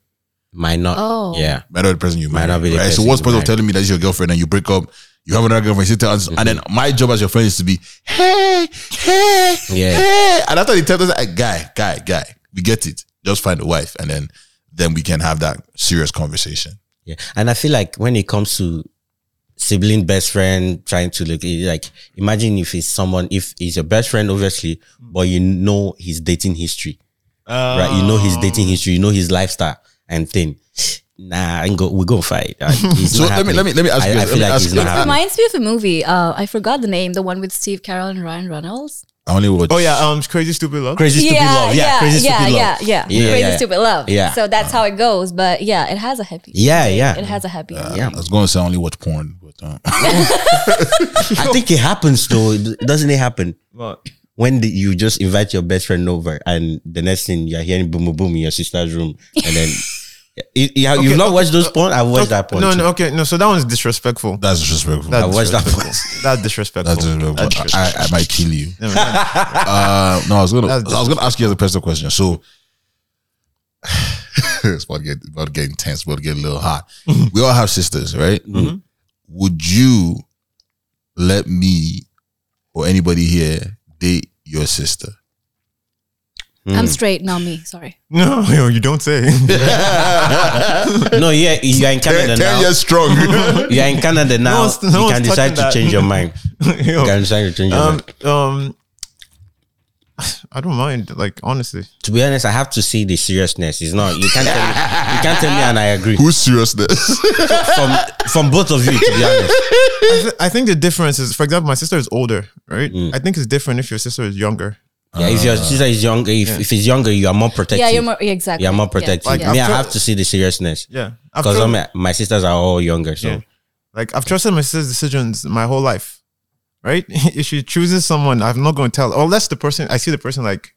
B: might not
G: Oh.
B: yeah
A: might not be the person you
B: Might
A: marry.
B: not be the
A: right? So
B: person
A: what's the point
B: you
A: of
B: marry. Mm-hmm.
A: telling me that's your girlfriend and you break up? You have another girlfriend, sit down, and then my job as your friend is to be, hey, hey,
B: Yeah.
A: hey. And after they tell us, like, guy, guy, guy, we get it. Just find a wife, and then then we can have that serious conversation.
B: Yeah, and I feel like when it comes to sibling best friend trying to look it- like imagine if it's someone if he's your best friend obviously but you know his dating history right you know his dating history you know his lifestyle and thing nah and go we go fight Uh, it's
A: So
B: not
A: let me-
B: happening.
A: let me- let me ask
B: I,
A: you
B: I
A: this.
B: feel
A: Let me
B: like
A: ask
B: it's
A: you
B: not
A: this.
B: happening
G: Reminds me of a movie. Uh, I forgot the name. The one with Steve Carell and Ryan Reynolds.
A: I only watch.
E: Oh yeah, um, crazy stupid love.
B: crazy stupid love yeah, crazy
G: yeah,
B: stupid
G: yeah,
B: love
G: yeah,
B: Yeah,
G: Crazy
B: yeah.
G: stupid love.
B: Yeah.
G: So that's how it goes. But yeah, it has a happy.
B: Yeah,
G: ending.
B: yeah.
G: It has a happy. ending.
A: I was going to say I only watch porn, but um,
B: I think it happens though doesn't it happen
E: But
B: when the, you just invite your best friend over and the next thing you're hearing boom boom boom in your sister's room and then you, you, have- you've
E: Okay,
B: not watched those porn I've watched that porn
E: no,
B: too.
E: no, okay, no. So that one's disrespectful.
A: that's disrespectful.
E: That's
B: I watched that
E: disrespectful.
B: porn
E: That's disrespectful.
A: That's disrespectful.
E: That's
A: I, I, I might kill you. uh, no, I was gonna.
E: That's
A: I was gonna ask you as a personal question. So it's about to get about to get intense. About to get a little hot. we all have sisters, right? Would you let me or anybody here date your sister?
B: Mm.
G: I'm straight, not me. Sorry.
E: No, yo, you don't say.
B: No, yeah, you're in Canada
A: Ten,
B: now.
A: years strong.
B: You're in Canada now.
E: one's- no
B: you
E: one's
B: can decide
E: touching
B: to
E: that.
B: change your mind.
E: Yo.
B: You can decide to change your
E: um,
B: mind.
E: um, I don't mind. Like honestly,
B: To be honest, I have to see the seriousness. It's not you can't tell me, you can't tell me, and I agree
A: Who's seriousness?
B: from from both of you. To be honest, Mm.
E: I, th- I think the difference is, for example, my sister is older, right? I think it's different if your sister is younger.
B: Yeah, if
E: Ah.
B: your sister is younger, if, if it's younger, you are more protective.
G: Yeah, you're more yeah, exactly.
B: You are more
G: Yeah.
B: protective.
E: Like,
B: Me, I
E: after-
B: have to see the seriousness.
E: Yeah. I've
B: Because
E: tried-
B: my, my sisters are all younger. So
E: Yeah. Like I've trusted my sister's decisions my whole life, right? if she chooses someone, I'm not going to tell. Unless the person, I see the person like,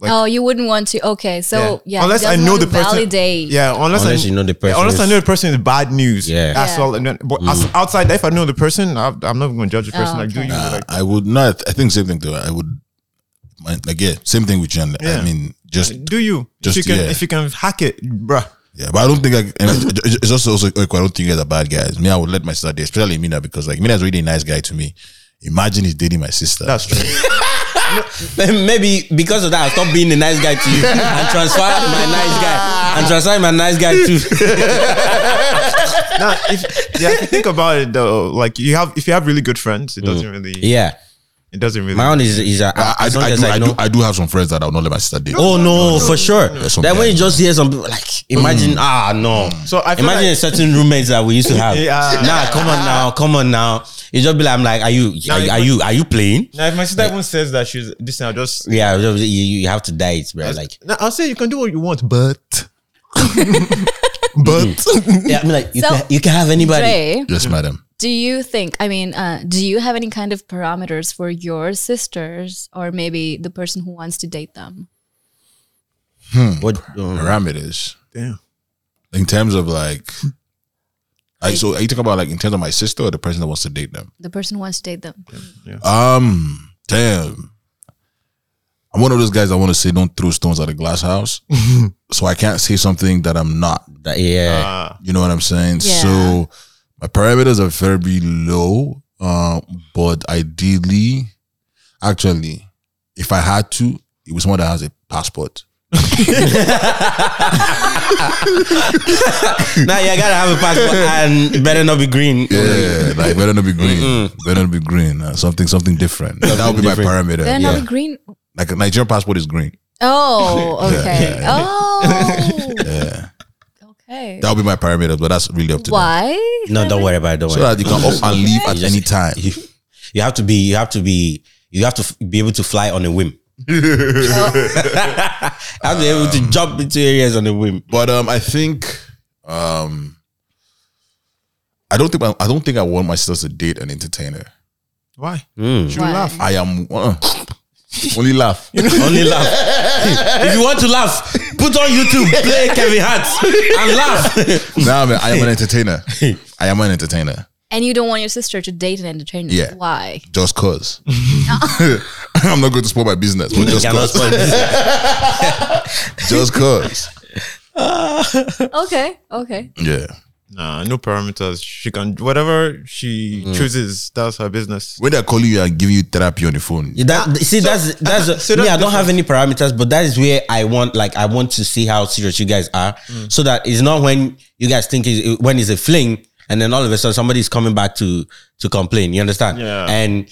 E: like-
G: oh, you wouldn't want to. Okay, so Oh, yeah, he
E: unless I
G: doesn't
E: know
G: want
E: the
G: to
E: person,
G: Validate.
E: yeah. Unless,
B: Unless
E: I,
B: you know the person
E: unless I
B: is-
E: know the person is bad news.
B: Yeah. Mm.
E: That's
G: Yeah.
E: all. And then, but as, outside, that, if I know the person, I, I'm not going to judge the person. like, do
G: Oh, okay.
E: you? like,
A: I would not. I think same thing though. I would my- again same thing with gender. I
E: Yeah.
A: mean, just
E: do you?
A: Just-
E: if you can,
A: yeah.
E: if you can hack it, bruh.
A: yeah. But I don't think I. And it's it's also also equal. I don't think you guys are bad guys. Me, I would let my sister date, especially Mina, because like Mina's really a nice guy to me. Imagine he's dating my sister.
E: That's true.
B: maybe because of that, I'll stop being a nice guy to you and transfer my nice guy and transfer my nice guy to.
E: now, if, yeah, if you think about it though, like you have, if you have really good friends, it doesn't really,
B: Mm. yeah,
E: it doesn't really.
B: my own is is a,
A: I, I,
B: as long
A: I,
B: as
A: do,
B: I
A: I,
B: know.
A: do, I do have some friends that I would not let my sister date.
B: Oh no, for sure.
A: There's some Mm.
B: Then when
A: guys,
B: you just hear some people like, imagine ah no.
E: So I feel
B: imagine a
E: like-
B: certain roommates that we used to have.
E: Yeah.
B: Nah, come on now, come on now. You just be like, I'm like, are you are,
E: you
B: are you are you playing?
E: now, if my sister even says that she's this, I'll just.
B: Yeah, you, you you have to die it, bro. Like,
E: Now, I'll say you can do what you want, but. but
B: yeah, I'm like, you,
G: So-
B: can, you can have anybody.
G: Dre,
A: Yes, madam.
G: do you think? I mean, uh, do you have any kind of parameters for your sisters, or maybe the person who wants to date them?
B: What, um,
A: Parameters
E: Damn.
A: in terms of like. I, so are you talking about like in terms of my sister or the person that wants to date them?
G: The person who wants to date them.
A: Um, damn. I'm one of those guys that want to say don't throw stones at a glass house. so I can't say something that I'm not.
B: that- yeah,
A: You know what I'm saying?
G: Yeah.
A: So my parameters are very low. Uh, but ideally, actually, if I had to, it was someone that has a passport.
E: Uh.
B: now you gotta have a passport and it better not be green.
A: Yeah, like better not be green. Better not be green. Uh, something, something different. that would be my parameter.
G: Then I'll
A: Yeah.
G: be green.
A: Like a Nigerian passport is green.
G: Oh, okay. Oh, okay.
A: That would be my parameters, but that's really up to them.
G: Why?
B: No, don't worry about it. Don't
A: So
B: worry.
A: that you can up and leave at any time.
B: you have to be. You have to be. You have to f- be able to fly on a whim. I have to be able to jump into areas on a whim.
A: But um, I think um, I don't think I don't think I want my sister to date an entertainer.
E: why?
B: Mm.
G: Why?
A: I am uh, only laugh.
B: Only laugh. if you want to laugh, put on YouTube, play Kevin Hart, and laugh.
A: nah, man, I am an entertainer. I am an entertainer.
G: And you don't want your sister to date an entertainer.
A: Yeah.
G: Why?
A: Just cause I'm not going to spoil my business, but just
B: Cannot
A: cause,
B: spoil this.
A: just cause,
G: Okay. Okay.
A: yeah.
E: Nah, no parameters. She can whatever she
B: Mm.
E: chooses. That's her business.
A: When they're calling you and giving you therapy on the phone,
B: That, see, that's that's
E: Ah, so
B: me. I
E: that's
B: don't have any parameters, but that is where I want. Like, I want to see how serious you guys are,
E: Mm.
B: so that it's not when you guys think it's, when it's a fling, and then all of a sudden somebody's coming back to to complain. You understand?
E: Yeah.
B: And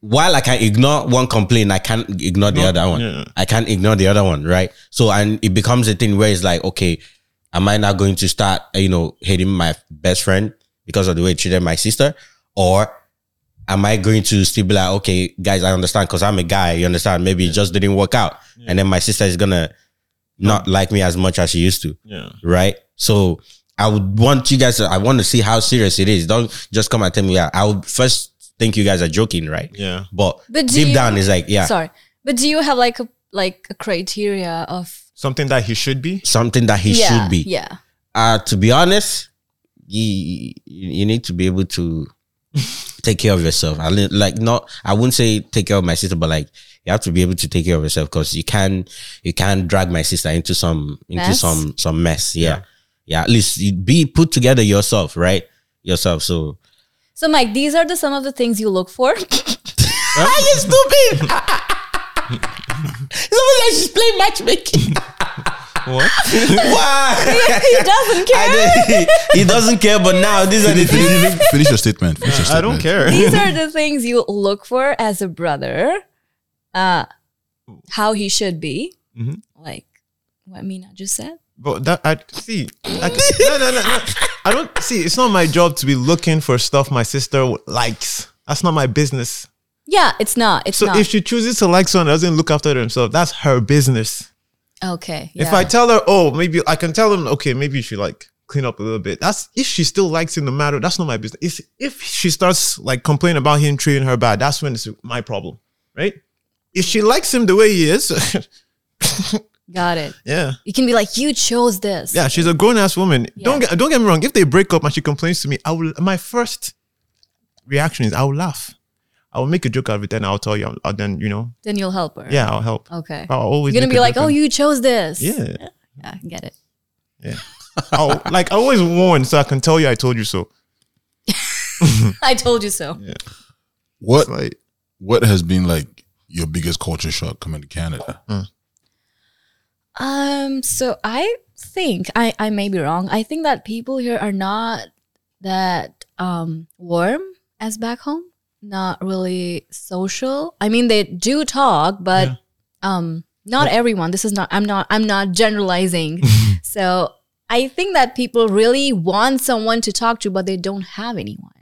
B: while I can ignore one complaint, I can't ignore the other one.
E: yeah.
B: I can't ignore the other one, right? So, and it becomes a thing where it's like, okay, am I now going to start, you know, hating my best friend because of the way he treated my sister, or am I going to still be like, okay, guys, I understand because I'm a guy, you understand? Maybe it just didn't work out. And then my sister is gonna not like me as much as she used to.
E: Yeah.
B: Right? So I would want you guys to, I want to see how serious it is. Don't just come and tell me, yeah, I would first think you guys are joking, right?
E: Yeah.
B: But,
G: But do
B: deep
G: you-
B: down it's like, yeah,
G: Sorry. But do you have like a like a criteria of
E: Something that he should be.
B: something that he
G: yeah,
B: should be.
G: Yeah.
B: Uh to be honest, you, you you need to be able to take care of yourself. I li- like not I wouldn't say take care of my sister, but like you have to be able to take care of yourself because you can you can drag my sister into some into
G: Mess?
B: some some mess. Yeah. yeah. At least you be put together yourself, right? Yourself. So
G: So Mike, these are the some of the things you look for.
B: Are you stupid? Someone like she's playing matchmaking.
E: What?
B: Why?
G: he doesn't
B: I
G: care.
B: didn't- he doesn't care, but now these are the things.
A: finish, finish your statement. Finish your
E: I
A: statement.
E: don't care.
G: These are the things you look for as a brother. Uh how he should be.
B: Mm-hmm.
G: Like what Mina just said.
E: But that I see. I, can- no, no, no, no. I don't see. It's not my job to be looking for stuff my sister likes. That's not my business.
G: Yeah, it's not. It's
E: So
G: not.
E: if she chooses to like someone that doesn't look after themselves, that's her business.
G: okay.
E: If
G: yeah.
E: I tell her, oh, maybe I can tell them, okay, maybe you should like clean up a little bit. That's if she still likes him no matter. That's not my business. If if she starts like complaining about him treating her bad, that's when it's my problem, right? If she likes him the way he is,
G: Got it.
E: yeah,
G: You can be like, you chose this.
E: yeah, she's a grown ass woman. Don't get, don't get me wrong. If they break up and she complains to me, I will. My first reaction is I will laugh. I will make a joke out of it, and I'll tell you. I'll, then you know,
G: Then you'll help her.
E: yeah, I'll help.
G: Okay.
E: I'll always
G: You're gonna
E: make
G: be
E: a
G: like,
E: joke
G: oh,
E: out-
G: you chose this.
E: yeah.
G: Yeah, I get it.
E: Yeah. oh, like I always warn, so I can tell you I told you so.
G: I told you so.
A: What
E: Like,
A: what has been like your biggest culture shock coming to Canada?
G: Um, so I think I, I may be wrong. I think that people here are not that um warm as back home. Not really social. I mean they do talk, but um not everyone. This is not I'm not I'm not generalizing. so I think that people really want someone to talk to, but they don't have anyone.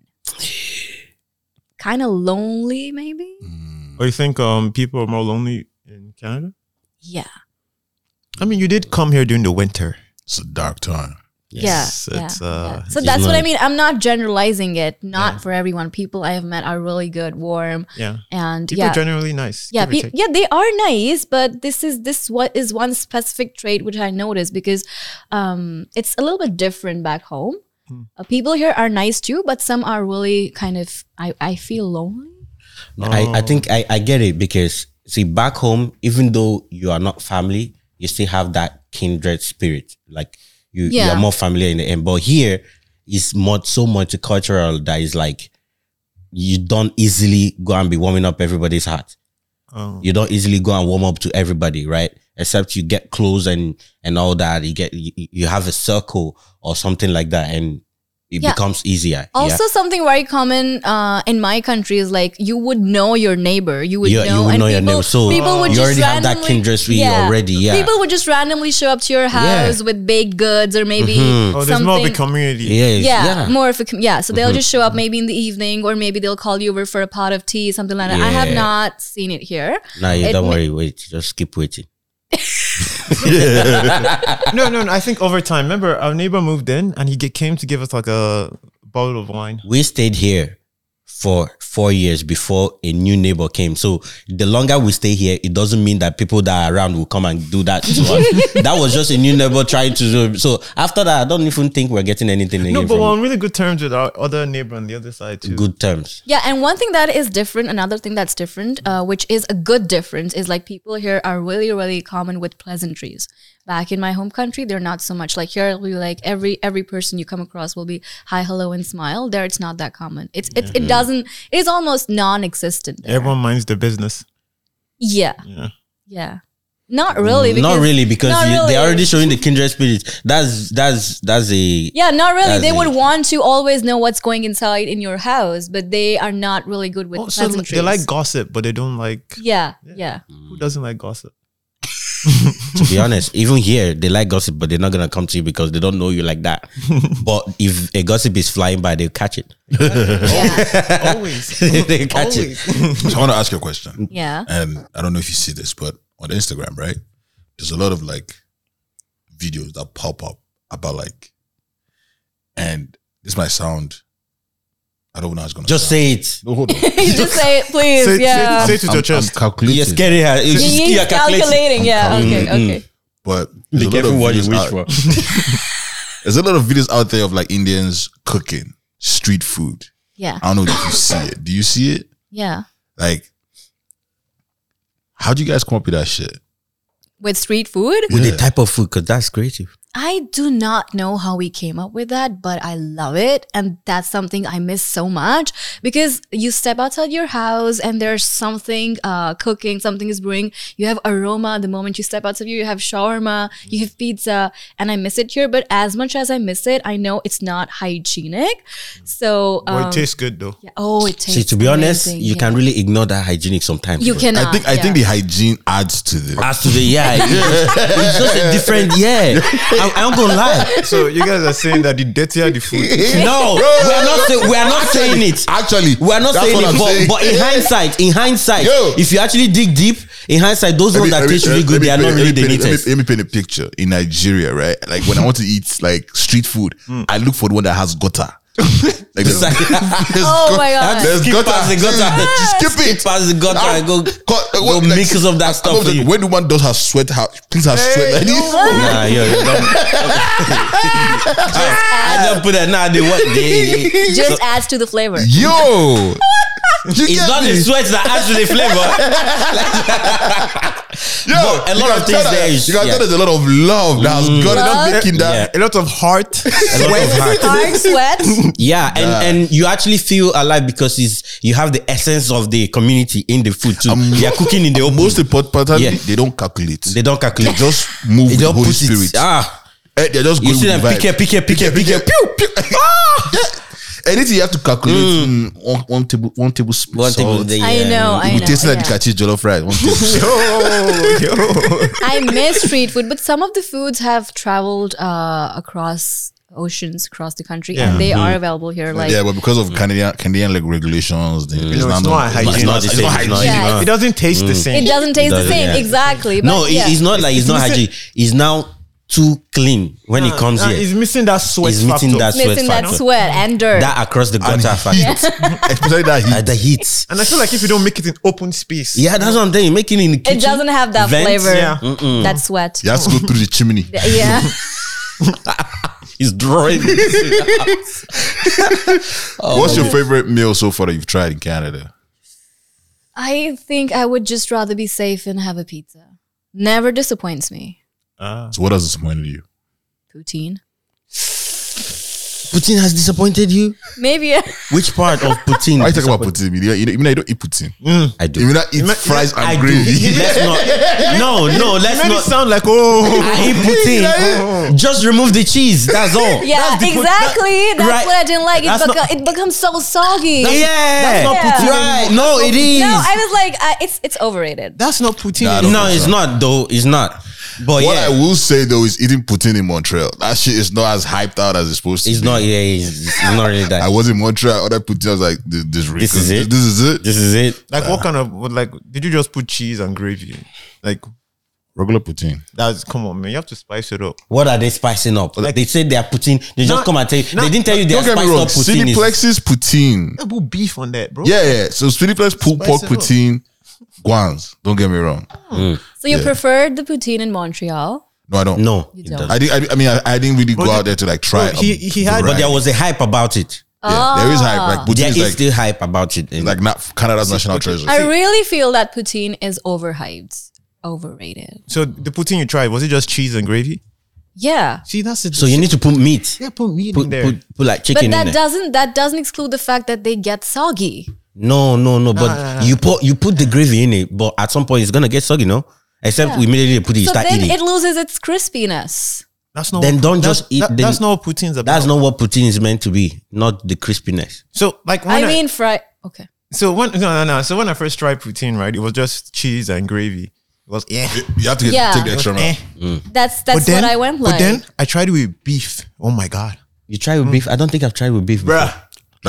G: kind of lonely, maybe?
E: or you think um people are more lonely in Canada?
G: Yeah.
E: I mean, you did come here during the winter.
A: It's a dark time.
E: Yes,
G: yeah,
E: it's,
G: yeah,
E: uh,
G: yeah. so that's what I
B: like-
G: mean. I'm not generalizing it. Not for everyone. People I have met are really good, warm,
E: Yeah.
G: and
E: People
G: yeah,
E: are generally nice.
G: yeah,
E: give or
G: pe-
E: take.
G: yeah. They are nice, but this is this what is one specific trait which I noticed because um, it's a little bit different back home.
E: Hmm.
G: Uh, people here are nice too, but some are really kind of. I I feel lonely.
B: I, I think I, I get it because see back home, even though you are not family, you still have that kindred spirit. Like you, you
G: Yeah.
B: are more familiar in the end. But here it's much so multicultural that is like you don't easily go and be warming up everybody's heart.
E: Um,
B: You don't easily go and warm up to everybody, right? Except you get close and and all that. You get you, you have a circle or something like that, and it
G: Yeah.
B: becomes easier. yeah?
G: Also, something very common uh, in my country is like you would know your neighbor. You would
B: Yeah, you
G: know,
B: would
G: and
B: know your neighbor.
G: people,
B: So
G: people would
B: you
G: just
B: already have that
G: randomly-
B: kindred spirit already, yeah.
G: people would just randomly show up to your house with baked goods or maybe
E: Oh, there's
G: something.
E: more of a community.
B: Yes,
G: yeah,
B: Mm-hmm. yeah. Mm-hmm.
G: more of a com- yeah. So they'll just show up maybe in the evening, or maybe they'll call you over for a pot of tea, something like that. I have
B: Yeah.
G: not seen it here.
B: No, you
G: It
B: don't
G: ma-
B: worry. Wait, just keep waiting.
E: no, no, no. I think over time, remember our neighbor moved in and he ge- came to give us like a bottle of wine.
B: We stayed here for four years before a new neighbor came. So the longer we stay here, it doesn't mean that people that are around will come and do that to us. that was just a new neighbor trying to. do- So after that, I don't even think we're getting anything again
E: No, but
B: from
E: we're on really good terms with our other neighbor on the other side too.
B: good terms.
G: Yeah, and one thing that is different, another thing that's different, uh, which is a good difference, is like people here are really, really common with pleasantries. Back in my home country, they're not so much. Like here, we like every every person you come across will be hi, hello, and smile. There, it's not that common. It's it,
B: Mm-hmm.
G: it doesn't. It is almost non-existent. there.
E: Everyone minds their business.
G: Yeah.
E: Yeah.
G: Yeah. Not really. Because,
B: not really, because
G: not
B: you,
G: really.
B: they're already showing the kindred spirit. That's that's that's a
G: Yeah, not really.
B: That's
G: They would
B: it.
G: want to always know what's going inside in your house, but they are not really good with
E: Oh, so
G: pleasantries.
E: they like gossip, but they don't like.
G: yeah, yeah.
E: Who doesn't like gossip?
B: to be honest, even here, they like gossip, but they're not gonna come to you because they don't know you like that. but if a gossip is flying by, they'll catch it.
E: Always.
B: they catch it.
A: So I want to ask you a question.
G: Yeah.
A: And Um, I don't know if you see this, but on Instagram, right? There's a lot of like videos that pop up about like, and this might sound, I don't know how it's going to
B: Just say it.
A: No, hold on.
G: Just say it, please.
E: Say- say-
G: yeah.
E: say- it to your chest.
A: calculating.
B: You're scaring her. You're,
G: He- He's
B: you're
G: calculating. Yeah. Okay. Okay.
A: But there's a
B: Be
A: lot
B: careful
A: of
B: what you
A: videos
B: wish
A: out-
B: for.
A: There's a lot of videos out there of like Indians cooking street food.
G: Yeah.
A: I don't know if you see it. Do you see it?
G: Yeah.
A: Like, how'd you guys come up with that shit?
G: With street food,
B: With
A: Yeah.
B: the type of food, because that's creative.
G: I do not know how we came up with that, but I love it. And that's something I miss so much because you step outside your house and there's something uh, cooking, something is brewing. You have aroma the moment you step outside, you you have shawarma, you have pizza, and I miss it here. But as much as I miss it, I know it's not hygienic. So,
E: Well,
G: um,
E: it tastes good though.
G: yeah. oh, it tastes
B: See, to be honest,
G: amazing,
B: you
G: yeah.
B: can really ignore that hygienic sometimes.
G: You
B: bro.
G: cannot.
A: I think I
G: yeah.
A: think the hygiene adds to this.
B: As to the yeah, it's just a different yeah. I, I don't go lie.
E: So you guys are saying that the dirtier the food.
B: No, we are not. Say, we are not saying it.
A: Actually,
B: We are not
A: that's
B: saying
A: what
B: it,
A: I'm
B: but,
A: saying.
B: but in hindsight, in hindsight,
A: Yo.
B: if you actually dig deep, in hindsight, those ones that taste really good, they are not really the
A: paint, let, me,
B: neatest.
A: let me paint a picture in Nigeria, right? Like when I want to eat like street food, I look for the one that has gutter. Like there's,
B: like-
A: there's
G: Oh my
A: gut-
G: God.
A: there's
B: Skip
A: gutter.
B: past the gutter.
A: Just skip it.
B: Pass the gutter
A: Ah,
B: and go,
A: cut- uh,
B: go
A: what, like,
B: mix up that
A: I
B: stuff. eh?
A: was
B: for
A: like,
B: you.
A: when the one does her sweat, her please her sweat. Like this.
B: Nah, yo, yo, don't- I just put that. Nah, they what? They,
G: Just adds to the flavor.
A: Yo, you
B: it's
A: get
B: not
A: me?
B: the sweat that adds to the flavor.
A: Yo,
B: but a
A: you
B: lot
A: can tell
B: of things
A: that-
B: there is-
A: You can
B: yeah.
A: tell there's a lot of love that has gone
G: Love.
A: into making
B: Yeah.
A: that.
E: A lot of heart.
B: A lot of heart.
G: Hard sweat.
B: Yeah, and and you actually feel alive because it's you have the essence of the community in the food too.
A: Um,
B: They are cooking in the open.
A: Most important,
B: Yeah.
A: they don't calculate.
B: they don't
A: They
B: calculate.
A: just move
B: They
A: with the
B: just
A: Holy
B: put
A: Spirit.
B: it. Ah,
A: Eh, they're just
B: you
A: going
B: see them
A: with the
B: pick it,
A: vibe.
B: pick it, pick it, pick it.
A: pew, pew. Ah! Yeah. Anything you have to calculate, mm. one, one table, one tablespoon.
B: One
A: salt.
B: table, yeah.
G: I know. I
A: You
G: know.
A: taste like
G: yeah.
A: the Kachi jollof rice. One tablespoon.
E: oh, yo.
G: I miss street food, but some of the foods have traveled uh, across oceans, across the country, and they
B: Mm-hmm.
G: are available here. Like
A: yeah, but because of Canadian Canadian like regulations, the-
E: No, it's not hygienic.
B: It's not the
A: it's not
B: same. It's not Mm.
A: hygienic.
G: Yeah.
E: It doesn't taste the
G: it
E: same.
G: doesn't taste the
B: doesn't,
G: same
B: yeah.
G: exactly. But
B: No, it-
G: yeah.
B: it's not like it's not
E: missing-
B: hygiene. It's now too clean when it comes
E: Ah,
B: here.
E: It's missing that sweat
B: It's missing
E: factor.
B: that sweat
G: missing that
B: factor.
G: sweat and dirt.
B: That across the
A: And
B: gutter factor.
A: heat. Especially that
B: Uh,
A: heat.
B: the heat.
E: And I feel like if you don't make it in open space,
B: Yeah, Mm. that's what I'm saying. Making in the kitchen.
G: it doesn't have that
B: Vents,
G: flavor.
E: yeah.
G: That sweat.
A: You have to go through the chimney.
G: Yeah.
B: It's drawing.
A: What's
G: Oh.
A: your favorite meal so far that you've tried in Canada?
G: I think I would just rather be safe and have a pizza. Never disappoints me.
A: So what has disappointed you?
G: Poutine.
B: Putin has disappointed you.
G: Maybe
B: Which part of Putin?
A: Why you talk about poutine? You know, you know, you don't eat poutine.
B: I
A: You
B: do.
A: may not eat fries
B: I
A: and
B: do.
A: gravy.
B: Let's not. No, no. Let's
E: It made it
B: not.
E: sound like oh.
B: I eat poutine. Just remove the cheese. That's all.
G: Yeah,
B: That's the-
G: exactly. that's
B: right.
G: what I didn't like. It,
B: That's
G: beco- it becomes so soggy.
B: yeah. That's
G: not poutine
B: Right. No, it is.
G: No, I was like, uh, it's it's overrated.
E: That's not poutine.
A: Nah, I don't
B: no,
A: think
B: it's
A: so.
B: not though. It's not. But
A: What I
B: yeah,
A: will say though is eating poutine in Montreal. That shit is not as hyped out as it's supposed to.
B: it's
A: be.
B: not. Yeah, it's, it's not really that.
A: I was in Montreal. Other poutine, I was like, this, this,
B: This is it?
A: This is it.
B: this is it.
E: like what kind of what, like? Did you just put cheese and gravy? Like
A: Regular poutine.
E: that's come on, man. You have to spice it up.
B: What are they spicing up? Like, they say they are putting. They just
E: Nah,
B: come and tell you.
E: nah,
B: they didn't tell you they are
A: Don't get
B: spiced
A: me wrong.
B: up poutine. is-
A: Cineplex's poutine.
E: I put beef on that, bro.
A: Yeah, yeah. So Cineplex pulled
E: Spice
A: pork
E: it up.
A: poutine, guans. Don't get me wrong.
G: So you preferred the poutine in Montreal?
A: No, I don't.
B: No,
G: You
B: it
G: don't.
B: doesn't.
A: I didn't. I, I mean, I, I didn't really go
E: the-
A: out there to like try.
E: bro, he-
A: a
E: he had-
B: But
A: variety.
B: there was a hype about it.
G: Ah.
A: Yeah, there is hype. Like
B: There
A: poutine
B: is
A: Uh, is like
B: still hype about it. in-
A: like not Canada's national treasure.
G: I really feel that poutine is overhyped, overrated.
E: So the poutine you tried was it just cheese and gravy?
G: Yeah.
E: See, that's it.
B: so you need to put meat.
E: yeah, put meat
B: Put,
E: in there.
B: put, put like
G: But
B: chicken in
G: that
B: there.
G: doesn't that doesn't exclude the fact that they get soggy.
B: No, no, no. But
A: Ah.
B: you put you put the gravy in it, but at some point it's gonna get soggy, no? Except we immediately put it, you
G: So
B: start
G: then
B: eating.
G: it loses its crispiness.
E: that's not.
B: then
E: what-
B: don't
E: that's-
B: just eat
E: that-
B: the-
E: that's not what poutine's about.
B: That's not what poutine is meant to be, not the crispiness.
E: So like when
G: I mean, fry. Okay.
E: so when no no no. So when I first tried poutine, right, it was just cheese and gravy. It was yeah.
A: You have to get,
G: Yeah.
A: take the extra
E: Eh.
A: mile.
G: That's that's what I went like.
E: But then I tried it with beef. Oh my god,
B: You try
A: Hmm.
B: with beef. I don't think I've tried with beef. Before.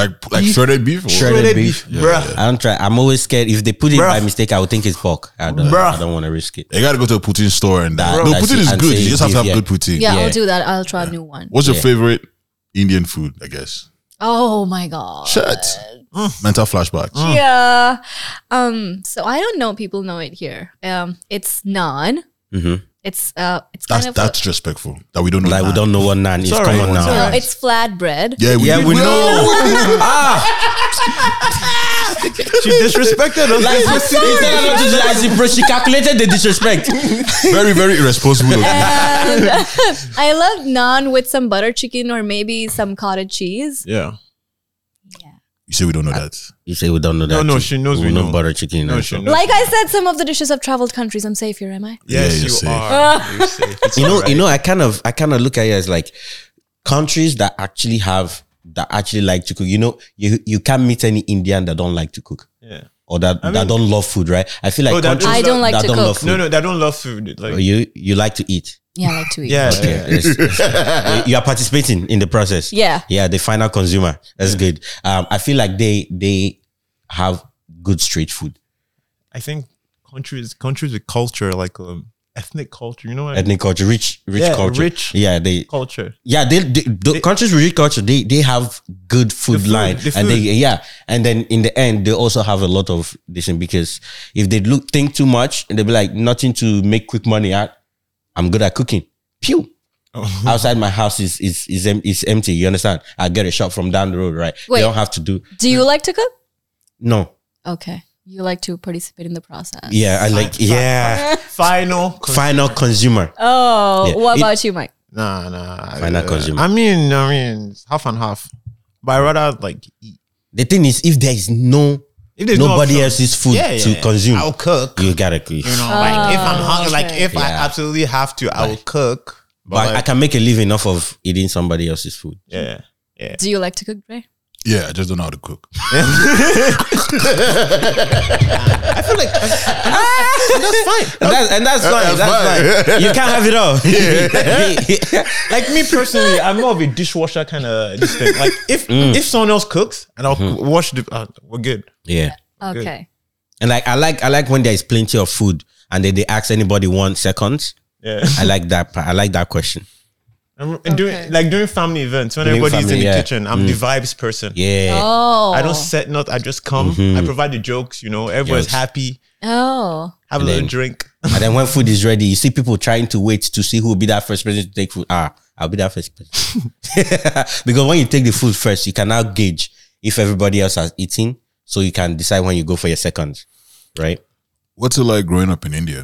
A: Like like shredded beef. or-
B: Shredded
E: Shredded
B: beef.
E: beef, bruh.
B: I don't try. I'm always scared if they put it
E: Bruh.
B: by mistake. I would think it's pork. I don't.
E: Bruh.
B: I don't want to risk it.
A: You gotta go to a poutine store and
B: That-
A: no
B: that's
A: poutine
B: it.
A: is
B: And
A: good.
B: say
A: You just have to have
B: beef, yeah.
A: good poutine.
G: yeah,
B: yeah.
G: I'll do that. I'll try a new one.
A: What's your favorite Indian food? I guess.
G: Oh my god.
A: Shit. Mental flashbacks.
G: Uh, mm. Yeah. Um. So I don't know. People know it here. Um. It's naan. It's uh. It's
A: That's
G: kind
A: that's
G: of.
A: disrespectful that we don't know.
B: Like we
A: that.
B: don't know what naan is.
E: all
B: Come
E: right.
B: on
E: It's
B: now.
E: all
G: no, it's flatbread.
A: Yeah, we,
B: Yeah, we know. ah,
E: she disrespected us.
B: like she said I don't do that. She pro- she calculated the disrespect.
A: Very very irresponsible. of you.
G: And Um, I love naan with some butter chicken or maybe some cottage cheese.
E: yeah.
A: You say we don't know that.
B: You say we don't know that.
E: no,
B: too.
E: she knows we
B: know
E: know.
B: butter chicken. eh?
E: No,
B: and
E: she
B: stuff.
E: knows.
G: Like I said, some of the dishes have traveled countries. I'm safe here, am I?
A: Yeah,
E: Yes,
A: you're
E: you
A: safe.
E: are. You're safe. It's
B: you know,
E: alright.
B: you know, I kind of, I kind of look at it as like countries that actually have that actually like to cook. You know, you you can't meet any Indian that don't like to cook
E: Yeah.
B: or that that
E: mean-
B: don't love food, right? I feel like
E: Oh, that
B: countries
E: don't- I
G: don't like
B: that
G: to
B: don't
G: cook.
B: love food.
E: No, no, they don't love food. Like
B: You you like to eat.
G: Yeah, like two weeks.
E: Yeah.
B: Oh, Yeah, it's- it's- you are participating in the process.
G: Yeah.
B: Yeah, the final consumer. That's good. Um, I feel like they they have good street food,
E: I think countries countries with culture like um, ethnic culture. You know what I mean?
B: ethnic culture, rich rich
E: Yeah,
B: culture.
E: rich.
B: Yeah, they
E: Culture.
B: yeah they, they, the countries with rich culture they they have good food
E: food,
B: line
E: the
B: and they
E: food.
B: yeah and then in the end they also have a lot of this thing because if they look think too much and they'll be like nothing to make quick money at I'm good at cooking pew.
E: Oh.
B: Outside my house is is is, em- is empty. You understand? I get a shop from down the road, right?
G: Wait.
B: They don't have to do
G: Do you like to cook?
B: no.
G: Okay. You like to participate in the process.
B: Yeah, I like yeah.
E: Final.
B: Final consumer.
G: Oh,
B: Yeah.
G: what
B: It-
G: about you, Mike?
E: Nah, nah. Uh,
B: Final consumer.
E: I mean, I mean, it's half and half. But I rather like eat.
B: The thing is, if there is no
E: If there's no
B: nobody
E: option.
B: else's food
E: Yeah, yeah,
B: to
E: yeah.
B: consume,
E: I'll cook.
B: you gotta cook.
E: You know, like if I'm hungry, like
G: okay.
E: if I
B: Yeah.
E: absolutely have to, I will cook. But,
B: but I
E: like,
B: can make a living off of eating somebody else's food.
E: yeah, yeah.
G: Do you like to cook, Dre?
A: Yeah, I just don't know how to cook.
B: And that's, and
E: Uh,
B: that's fine. That's, fine. you can't have it all.
E: Like me personally, I'm more of a dishwasher kind of this thing. Like if if someone else cooks and I'll wash the, uh, we're good.
B: yeah.
G: Okay.
B: And like I like I like when there is plenty of food and then they ask anybody one seconds.
E: Yeah,
B: I like that part. I like that question.
E: and, and
G: Okay.
E: doing like during family events when
B: During
E: everybody's in
B: family,
E: the
B: yeah. Mm.
E: kitchen, I'm the vibes person.
B: Yeah. Mm-hmm.
G: Oh.
E: I don't set not. I just come. I provide the jokes. You know, everyone's
B: Yes.
E: happy.
G: Oh.
E: Have a
B: And
E: little
B: then-
E: drink.
B: And then when food is ready, you see people trying to wait to see who will be that first person to take food. Ah, I'll be that first person. because when you take the food first, you can now gauge if everybody else has eaten. So you can decide when you go for your second. Right?
A: What's it like growing up in India?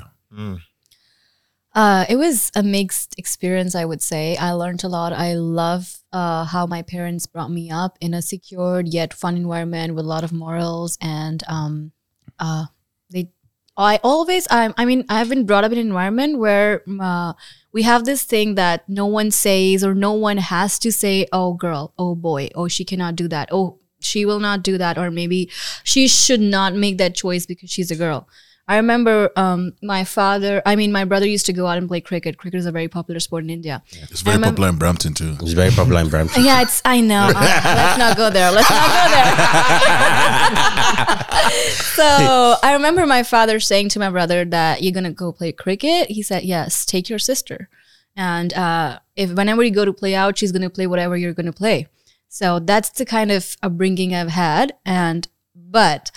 G: Uh, it was a mixed experience, I would say. I learned a lot. I love uh, how my parents brought me up in a secured yet fun environment with a lot of morals and um, uh, they. I always, I, I mean, I've been brought up in an environment where uh, we have this thing that no one says or no one has to say, oh, girl, oh, boy, oh, she cannot do that. Oh, she will not do that. Or maybe she should not make that choice because she's a girl. I remember um, my father, I mean, my brother used to go out and play cricket. Cricket is a very popular sport in India.
A: It's very
G: remember-
A: popular in Brampton too.
B: It's very popular in Brampton.
G: Yeah, it's. I know. Uh, let's not go there. Let's not go there. so I remember my father saying to my brother that you're gonna go play cricket. He said, "Yes, take your sister, and uh, if whenever you go to play out, she's gonna play whatever you're gonna play." So that's the kind of upbringing I've had, and but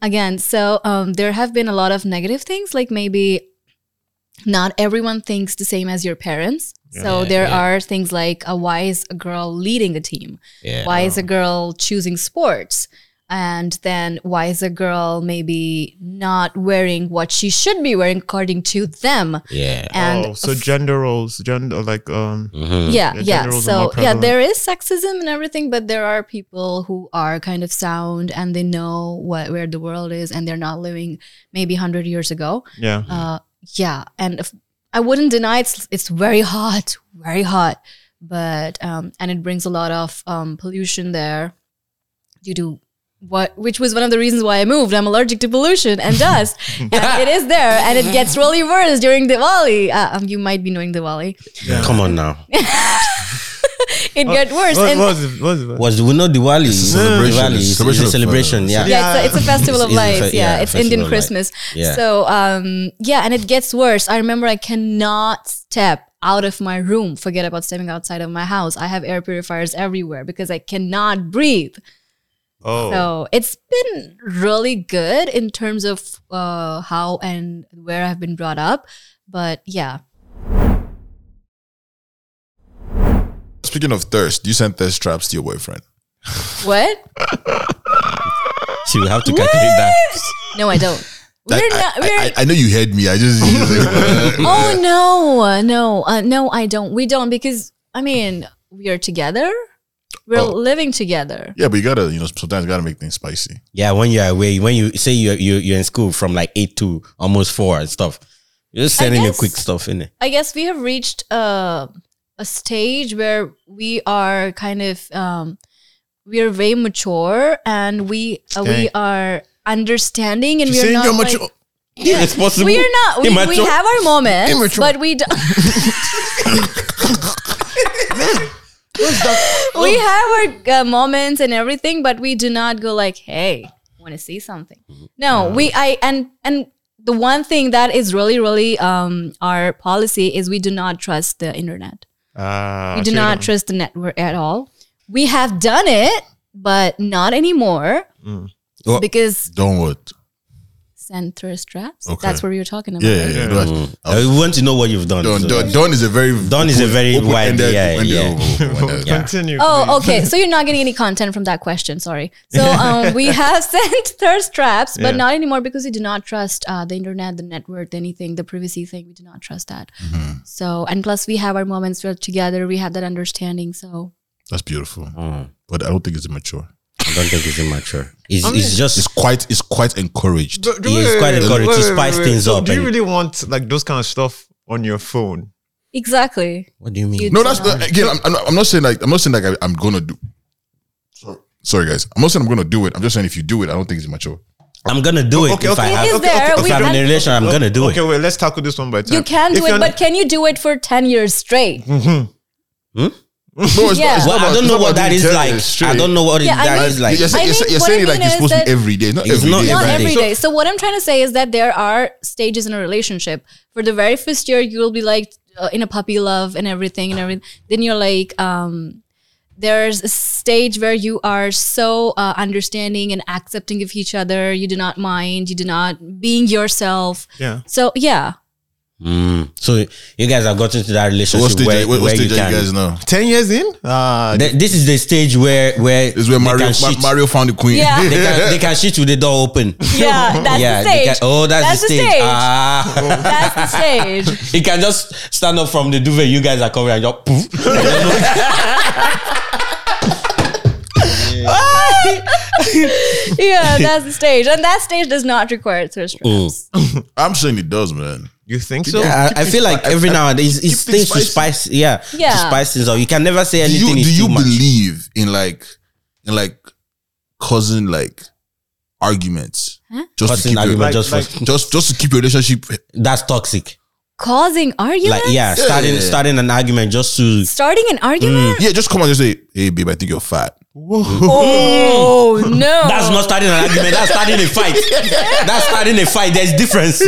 G: again, so um, there have been a lot of negative things, like maybe not everyone thinks the same as your parents. So there are things like uh, why is a girl leading a team? Why is a
E: Uh-huh.
G: girl choosing sports? And then why is a girl maybe not wearing what she should be wearing according to them?
B: Yeah.
G: And
E: oh, so gender roles, gender like um.
B: Mm. Mm-hmm.
G: yeah,
E: Yeah,
G: yeah.
E: gender roles are
G: So
E: more
G: yeah,
E: prevalent.
G: there is sexism and everything, but there are people who are kind of sound and they know what where the world is and they're not living maybe 100 years ago.
E: Yeah.
G: Uh, yeah, and if, I wouldn't deny it's it's very hot, very hot, but um, and it brings a lot of um, pollution there due to what, which was one of the reasons why I moved. I'm allergic to pollution and dust, and it is there, and it gets really worse during Diwali. Uh, um, you might be knowing Diwali.
B: Come on now.
G: It gets worse.
E: What,
G: and-
E: what was it? What was it?
B: Was we know Diwali? It's a
A: celebration.
B: Diwali.
A: It's
B: It's,
A: celebration
B: it's a
A: of,
B: celebration.
A: uh,
B: Yeah.
G: yeah, it's a, it's a festival of
B: It's- it's a
G: lights.
B: fe-
G: yeah,
B: yeah,
G: it's
B: festival
G: Indian
B: of light.
G: Christmas.
B: Yeah.
G: So um, yeah, and it gets worse. I remember I cannot step out of my room. Forget about stepping outside of my house. I have air purifiers everywhere because I cannot breathe.
E: Oh,
G: So it's been really good in terms of uh, how and where I've been brought up. But yeah,
A: Speaking of thirst, you sent thirst traps to your boyfriend.
G: what?
B: So you have to calculate that.
G: No, I don't.
A: I,
G: We're
A: I-
G: not. We're,
A: I, I, I know you heard me. I just
G: oh no no uh, no i don't we don't because i mean we are together we're
A: Oh.
G: living together
A: yeah, but you gotta you know sometimes you gotta make things spicy.
B: Yeah, when you're away, when you say you you you're in school from like eight to almost four and stuff, you're just
G: I
B: sending a
G: guess-
B: quick stuff in it.
G: i guess we have reached uh, a stage where we are kind of um, we are very mature and we uh, we
E: Dang.
G: are understanding and
A: She's
G: we are
A: saying
G: not
A: you're
G: like-
A: mature.
B: Irresponsible.
G: We are not. We, we
B: immature.
G: have our moments,
A: Immature.
G: but we don't. we
A: oh.
G: have our uh, moments and everything, but we do not go like, "Hey, want to see something?"
A: Mm-hmm.
G: No, we. I and and the one thing that is really, really um our policy is we do not trust the internet.
E: Uh,
G: We do not trust the network at all. We have done it, but not anymore
B: Well-
G: because
A: Don't what?
G: send thirst traps.
A: Okay.
G: That's what we were talking about.
A: Yeah, yeah,
G: right?
A: yeah. Don't-
B: Uh, we want to know what you've done.
A: Don,
B: So
A: Don, Don is a very
B: Don is a very
A: open-
B: wide-
A: open-ended-
B: yeah,
A: open-ended-
B: yeah.
A: open-ended.
B: Yeah.
E: Continue.
G: Oh,
E: please.
G: okay. So you're not getting any content from that question. Sorry. So um, we have sent thirst traps, but
E: Yeah.
G: not anymore because we do not trust uh, the internet, the network, anything, the privacy thing. We do not trust that.
E: Mm-hmm.
G: So, and plus we have our moments where together. We have that understanding. So
A: That's beautiful,
B: Mm.
A: but I don't think it's immature.
B: I don't think it's immature. It's, it's just
A: It's quite, it's quite encouraged.
E: Do- do-
B: He is
E: wait,
B: quite
E: wait,
B: encouraged
E: wait,
B: to
E: wait,
B: spice
E: wait.
B: things
E: So
B: up eh?
E: Do you
B: and-
E: really want like those kind of stuff on your phone?
G: exactly.
B: what do you mean?
G: You-
A: No, that's the, again. I'm, I'm, not, I'm not saying like I'm not saying like I, I'm gonna do. Sorry, sorry guys. I'm not saying I'm gonna do it. I'm just saying if you do it, I don't think it's immature.
B: I'm gonna do it
E: okay,
B: if I
E: okay,
B: have.
G: It is there.
B: if
G: We
B: I'm in a
G: can-
B: relation, I'm gonna do
E: Okay,
B: it.
E: wait. Let's tackle this one by time.
G: You can do
E: If you're
G: it,
E: not-
G: but can you do it for 10 years straight?
A: No, it's
G: Yeah.
A: not, it's not
B: Well,
A: about-
B: I don't
A: it's
B: know
A: not
B: what
A: about
B: that
A: being
B: is
A: jealous,
B: like.
A: straight.
B: I don't know what it,
G: Yeah, I
B: that
G: mean-
B: is like.
A: You're,
G: I
A: saying- you're
G: mean,
A: saying- you're
G: what I
A: saying it like
G: mean
A: you're supposed to
G: is
A: be every day. It's not
B: It's
A: every
B: not
A: day,
B: every
A: right?
G: Not every
B: So-
G: day. So what I'm trying to say is that there are stages in a relationship. For the very first year, you will be like uh, in a puppy love and everything and everything. Then you're like, um, there's a stage where you are so uh, understanding and accepting of each other. You do not mind. You do not being yourself.
E: Yeah.
G: So yeah,
B: So you guys have gotten to that
A: So
B: relationship
A: what stage?
B: where,
A: are you- what, what
B: where
A: stage
B: you
A: are
B: can.
A: you guys now?
E: Ten years in? Uh,
B: Th- this is the stage where where
A: This is where
B: they
A: Mario
B: can
A: Ma-
B: shit.
A: Mario found the queen.
G: Yeah.
B: They can, they can shit with the door open.
G: yeah, that's
B: yeah.
G: the
B: they
G: stage.
B: can- oh, that's, the stage. Ah.
G: That's the stage.
B: He can just stand up from the duvet. You guys are covering and just poof.
G: yeah, that's the stage, and that stage does not require thirst traps.
A: I'm saying it does, man.
E: you think so?
B: Yeah, I, I feel like every now and then it's, it's
A: keep it
B: things to spice. Yeah,
G: Yeah.
B: To spice things up. You can never say
A: Do
B: anything.
A: you do
B: is
A: you
B: too much.
A: believe in like in like causing like arguments just
B: Causing
A: to keep your,
B: argument
A: like,
B: just for-
A: just just to keep your relationship
B: that's toxic.
G: Causing
B: Like
G: arguments.
B: yeah, starting
A: Yeah.
B: starting an argument just to
G: Starting an argument.
A: yeah just come and just say hey babe I think you're fat
G: Oh no.
B: that's not starting an argument. That's starting a fight. that's starting a fight. There's difference.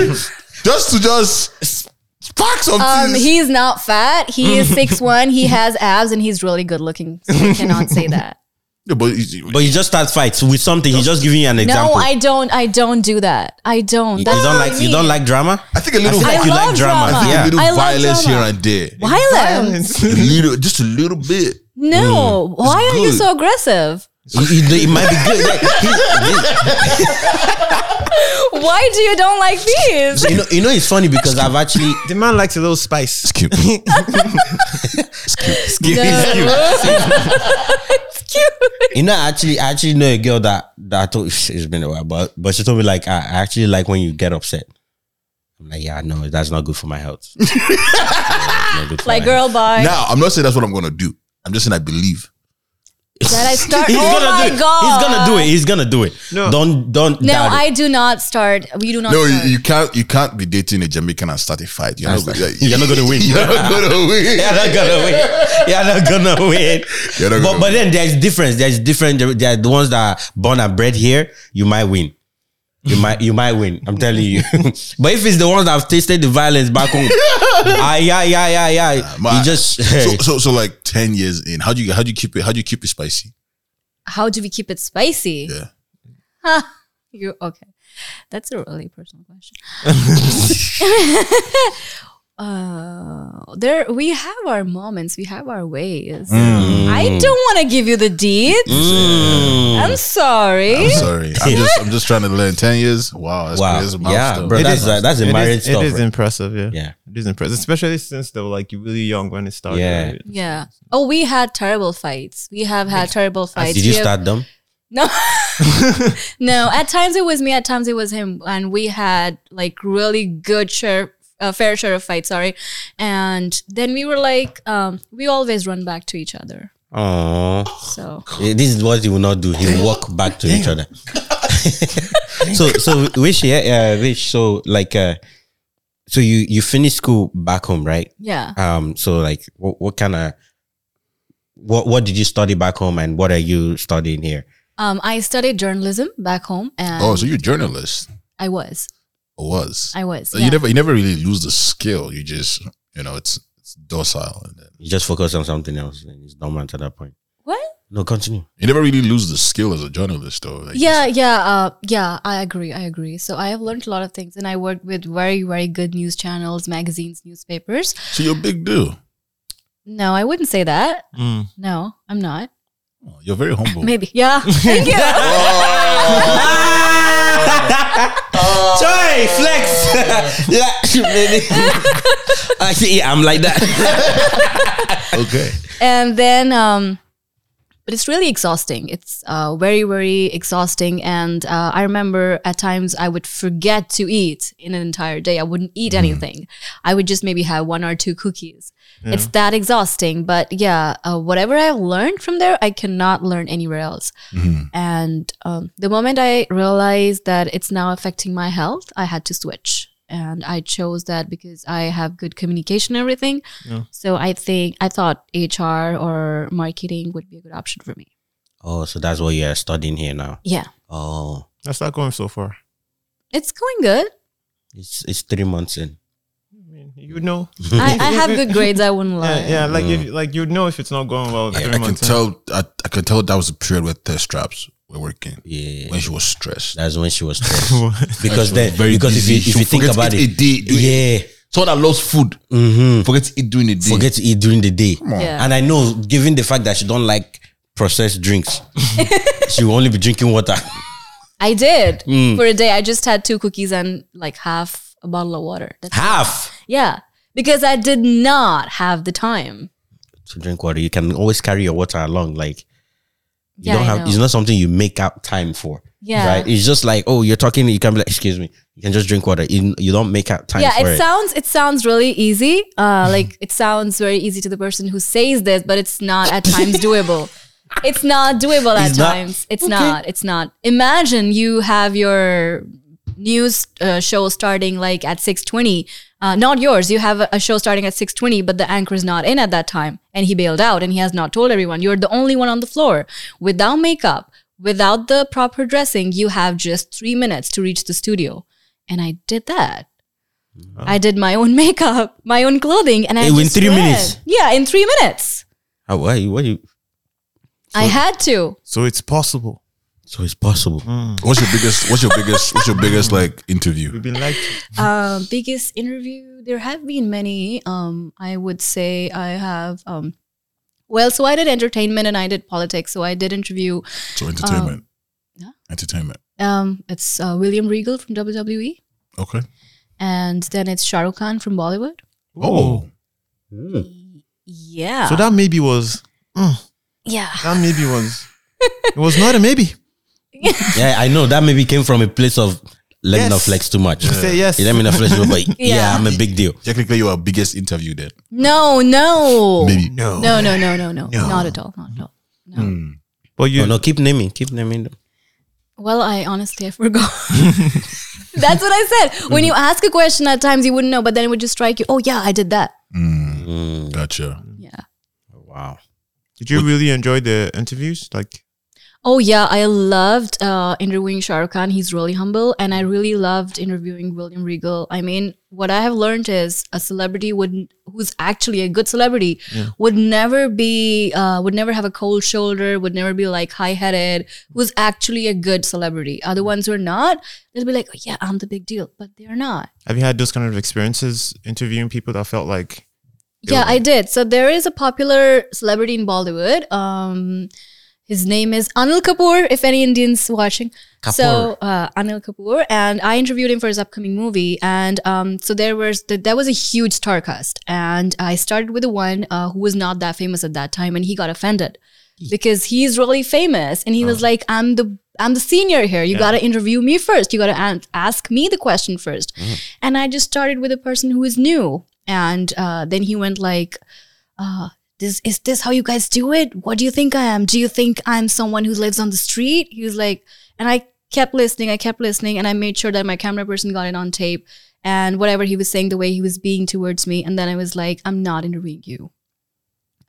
A: just to just spark something
G: Um, he's not fat. He is six one. He has abs, and he's really good looking. So I cannot say that.
A: Yeah, but, it's-
B: But you just start fights with something. He's just giving you an example.
G: No, I don't. I don't do that. I don't.
B: you
G: That's
B: don't
G: not
B: like you
G: me.
B: don't like drama.
A: I think a little
B: I feel
G: I
B: like you
G: love
B: like drama.
G: drama.
B: Yeah.
A: a little
G: I love
A: violence
G: drama.
A: here and there
G: violence.
A: a little just a little bit
B: Mm.
G: No. Why are you
A: good.
G: so aggressive?
B: You- you- it might be good. Like,
G: Why do you don't like these?
B: you know, you know, it's funny because I've actually
E: The man likes a little spice.
A: it's cute
B: you know, I actually, I actually know a girl that that I told it's been a while, but but she told me like I I actually like when you get upset. I'm like, yeah, no, that's not good for my health. It's not good for
G: Like
B: my
G: girl, bye.
A: now I'm not saying that's what I'm gonna do I'm just saying I believe
G: That I start.
B: health. He's
G: oh
B: gonna
G: my
B: do it.
G: god.
B: He's gonna do it. He's gonna do it.
E: No.
B: Don't don't.
G: No,
B: doubt it.
G: I do not start. We do not.
A: no
G: start.
A: you, you can't you can't be dating a Jamaican and start a fight you're, not,
B: That's
A: gonna-
B: like- you're not gonna win.
A: you're not gonna win
B: You're not gonna win. You're not gonna win.
A: You're not
B: but
A: gonna
B: but then there's difference. There's different. There, there are the ones that are born and bred here. You might win. You might you might win. I'm telling you. but if it's the ones that have tasted the violence back home, ah yeah yeah yeah yeah.
A: My-
B: you just
A: Ah, so, so so like ten years in, how do you how do you keep it how do you keep it spicy?
G: How do we keep it spicy?
A: Yeah.
G: You okay? That's a really personal question. uh, there we have our moments, we have our ways.
B: Mm.
G: I don't want to give you the deeds. I'm sorry.
A: I'm sorry, I'm just I'm just trying to learn. Ten years, wow, that's,
B: wow
A: that's a
B: yeah,
A: milestone.
B: bro.
E: It
B: That's
E: is-
B: a, that's a
E: It
B: marriage
E: is, it
B: stuff.
E: is
B: right?
E: impressive. Yeah.
B: Yeah.
E: It is impressive, especially since they were like really young when it started.
B: Yeah.
E: right?
G: yeah. Oh, we had terrible fights. We have had terrible fights.
B: Did you
G: We have-
B: start them?
G: No. no, at times it was me, at times it was him. And we had like really good share, uh, fair share of fights, sorry. And then we were like, um, we always run back to each other.
B: Oh,
G: So
B: Eh, this is what he will not do. He will walk back to each other. so so wish yeah uh, wish so like uh so you you finished school back home right
G: Yeah.
B: um so like what, what kind of what what did you study back home and what are you studying here
G: Um, I studied journalism back home, and
A: Oh, so you're a journalist
G: I was,
A: or was?
G: I was.
A: Uh, You
G: yeah.
A: never you never really lose the skill. You just you know it's it's docile and then
B: you just focus on something else and it's dormant at that point
G: what?
B: no continue
A: you never really lose the skill as a journalist though. Like,
G: Yeah, yeah, uh, yeah. I agree. I agree. So I have learned a lot of things, and I worked with very, very good news channels, magazines, newspapers.
A: So you're a big dude.
G: No, I wouldn't say that.
E: Mm.
G: No, I'm not.
A: Oh, You're very humble.
G: Maybe. Yeah. Thank you.
B: Sorry, flex. yeah, baby. I see, I'm like that.
A: Okay.
G: and then um but it's really exhausting it's uh, very very exhausting and uh, i remember at times i would forget to eat in an entire day i wouldn't eat anything i would just maybe have one or two cookies it's that exhausting but yeah uh, whatever i've learned from there i cannot learn anywhere else and um, the moment i realized that it's now affecting my health i had to switch and i chose that because i have good communication and everything so I think I thought HR or marketing would be a good option for me.
B: Oh, so that's what you're studying here now.
G: Yeah.
B: Oh,
E: That's not going so far.
G: It's going good.
B: it's it's three months in.
E: I mean, you know.
G: I, I have good grades, I wouldn't lie.
E: Yeah, yeah like
B: Mm.
E: if, like you know if it's not going well. three
A: I can
E: months in.
A: tell. I, I can tell that was a period where test traps were working
B: Yeah,
A: when she was stressed.
B: that's when she was stressed because then
A: very
B: because if you
A: busy.
B: if
A: She
B: you think
A: forgets
B: about
A: to eat
B: it,
A: a day during-
B: yeah,
A: So that lost food.
E: Mm-hmm.
B: hmm
A: Forget to eat during the day.
B: forget to eat during the day.
G: Yeah.
B: And I know, given the fact that she don't like processed drinks, she will only be drinking water.
G: I did
B: Mm.
G: for a day. I just had two cookies and like half a bottle of water. That's
B: Half
G: yeah. Because I did not have the time.
B: to drink water. You can always carry your water along, like. you
G: yeah,
B: don't
G: I
B: have
G: know.
B: it's not something you make out time for
G: Yeah.
B: right it's just like oh you're talking you can be like excuse me you can just drink water you, you don't make out time
G: yeah,
B: for
G: it
B: it
G: sounds it sounds really easy. Uh, like it sounds very easy to the person who says this, but it's not at times doable. It's not doable at
B: It's not-
G: times. It's not. It's not. Imagine you have your news uh, show starting like at six twenty. Uh, not yours. You have a, a show starting at six twenty, but the anchor is not in at that time, and he bailed out, and he has not told everyone. You're the only one on the floor without makeup, without the proper dressing. You have just three minutes to reach the studio, and I did that. I did my own makeup, my own clothing, and I
B: In
G: just
B: three
G: went.
B: minutes?
G: Yeah, in three minutes,
B: How- why you- why you-
G: I had to.
E: So it's possible.
B: so it's possible
A: What's your biggest? What's your biggest? What's your biggest like interview?
E: We've been like
G: Um, biggest interview. There have been many. Um, I would say I have. Um, well, so I did entertainment and I did politics. So I did interview.
A: So entertainment. Entertainment.
G: Um, it's uh, William Regal from WWE,
A: Okay.
G: and then it's Shah Rukh Khan from Bollywood.
A: Oh,
G: Yeah.
E: So that maybe was
G: yeah.
E: that maybe was it was not a maybe.
B: yeah i know that maybe came from a place of let me not
E: Yes.
B: flex too much
E: say yes.
B: You let me not flex too much, but yeah.
G: Yeah.
B: i'm a big deal
A: technically, you are biggest interview then.
G: No,
B: Oh,
G: no.
A: Maybe.
E: No.
G: No, no, no, no, no, Not at all. Not at all. No.
E: But you
B: no, no keep naming keep naming them
G: Well, I honestly I forgot. That's what I said. When you ask a question, at times you wouldn't know, but then it would just strike you. Oh yeah, I did that.
A: Gotcha.
G: Yeah.
B: wow
E: did you really enjoy the interviews? Like
G: Oh yeah, I loved uh, interviewing Shah Rukh Khan. He's really humble, and I really loved interviewing William Regal. I mean, what I have learned is a celebrity would who's actually a good celebrity would never be uh, would never have a cold shoulder, would never be like high headed. Who's actually a good celebrity? Other ones who are not, they'll be like, oh, yeah, I'm the big deal, but they're not.
E: have you had those kind of experiences interviewing people that felt like
G: Yeah, I did. So there is a popular celebrity in Bollywood. Um, his name is Anil Kapoor. If any Indians watching, so uh, Anil Kapoor, and I interviewed him for his upcoming movie, and um, so there was th- there was a huge star cast, and I started with the one uh, who was not that famous at that time, and he got offended because he's really famous, and he was like, "I'm the." I'm the senior here. You got to interview me first. You got to an- ask me the question first. And I just started with a person who is new. And uh, then he went like, uh, this is this how you guys do it? What do you think I am? Do you think I'm someone who lives on the street? He was like, and I kept listening. I kept listening, and I made sure that my camera person got it on tape and whatever he was saying, the way he was being towards me. And then I was like, I'm not interviewing you.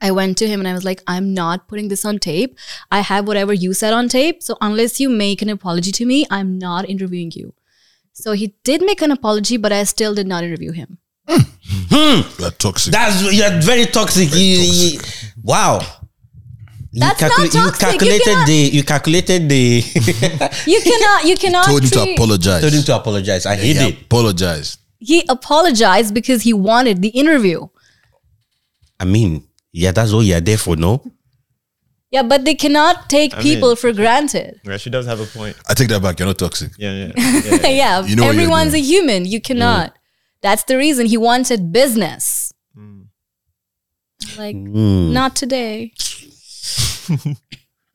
G: I went to him and I was like, I'm not putting this on tape. I have whatever you said on tape. So unless you make an apology to me, I'm not interviewing you. So he did make an apology, but I still did not interview him.
A: You're toxic.
B: That's you're very toxic. You- you- wow. You
G: That's not
B: you
G: toxic. You
B: calculated
G: cannot-
B: the you calculated the
G: You cannot, you cannot.
A: Told you to
G: treat-
A: apologize.
B: told him to apologize. I hid
A: Yeah,
B: it.
A: apologize.
G: He apologized because he wanted the interview.
B: I mean, yeah, that's what you're there for, no?
G: Yeah, but they cannot take
E: mean-
G: people for granted.
E: Yeah, she does have a point.
A: I take that back. You're not toxic.
E: Yeah, yeah. yeah.
G: yeah,
A: You know what you're
G: everyone's a
A: doing.
G: human. You cannot. That's the reason he wanted business.
E: Mm.
G: Like, not today.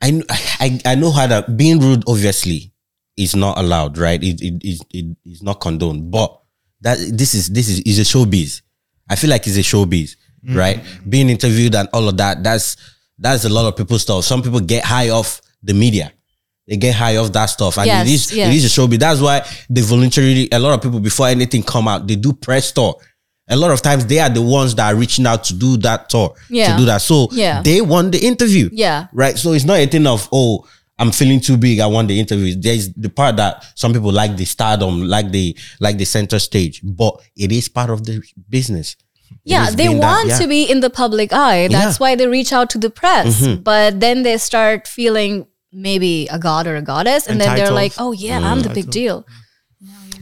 B: I kn- I I know how that being rude obviously is not allowed, right? It it it, it is not condoned. But that this is this is is a showbiz. I feel like it's a showbiz, right? Being interviewed and all of that. That's that's a lot of people's stuff. Some people get high off the media. They get high off that stuff, and
G: Yes,
B: it is
G: yes.
B: it is a showbiz. That's why they voluntarily. A lot of people before anything come out, they do press tour. A lot of times they are the ones that are reaching out to do that tour,
G: Yeah.
B: to do that. So
G: Yeah.
B: they want the interview,
G: Yeah.
B: right? So it's not a thing of oh, I'm feeling too big. I want the interview. There's the part that some people like the stardom, like the like the center stage, but it is part of the business. It
G: Yeah,
B: is
G: they
B: being that-
G: want
B: yeah.
G: to be in the public eye. That's
B: Yeah.
G: why they reach out to the press. But then they start feeling maybe a god or a goddess. And then they're
E: Entitled.
G: like, oh, yeah, I'm the big deal.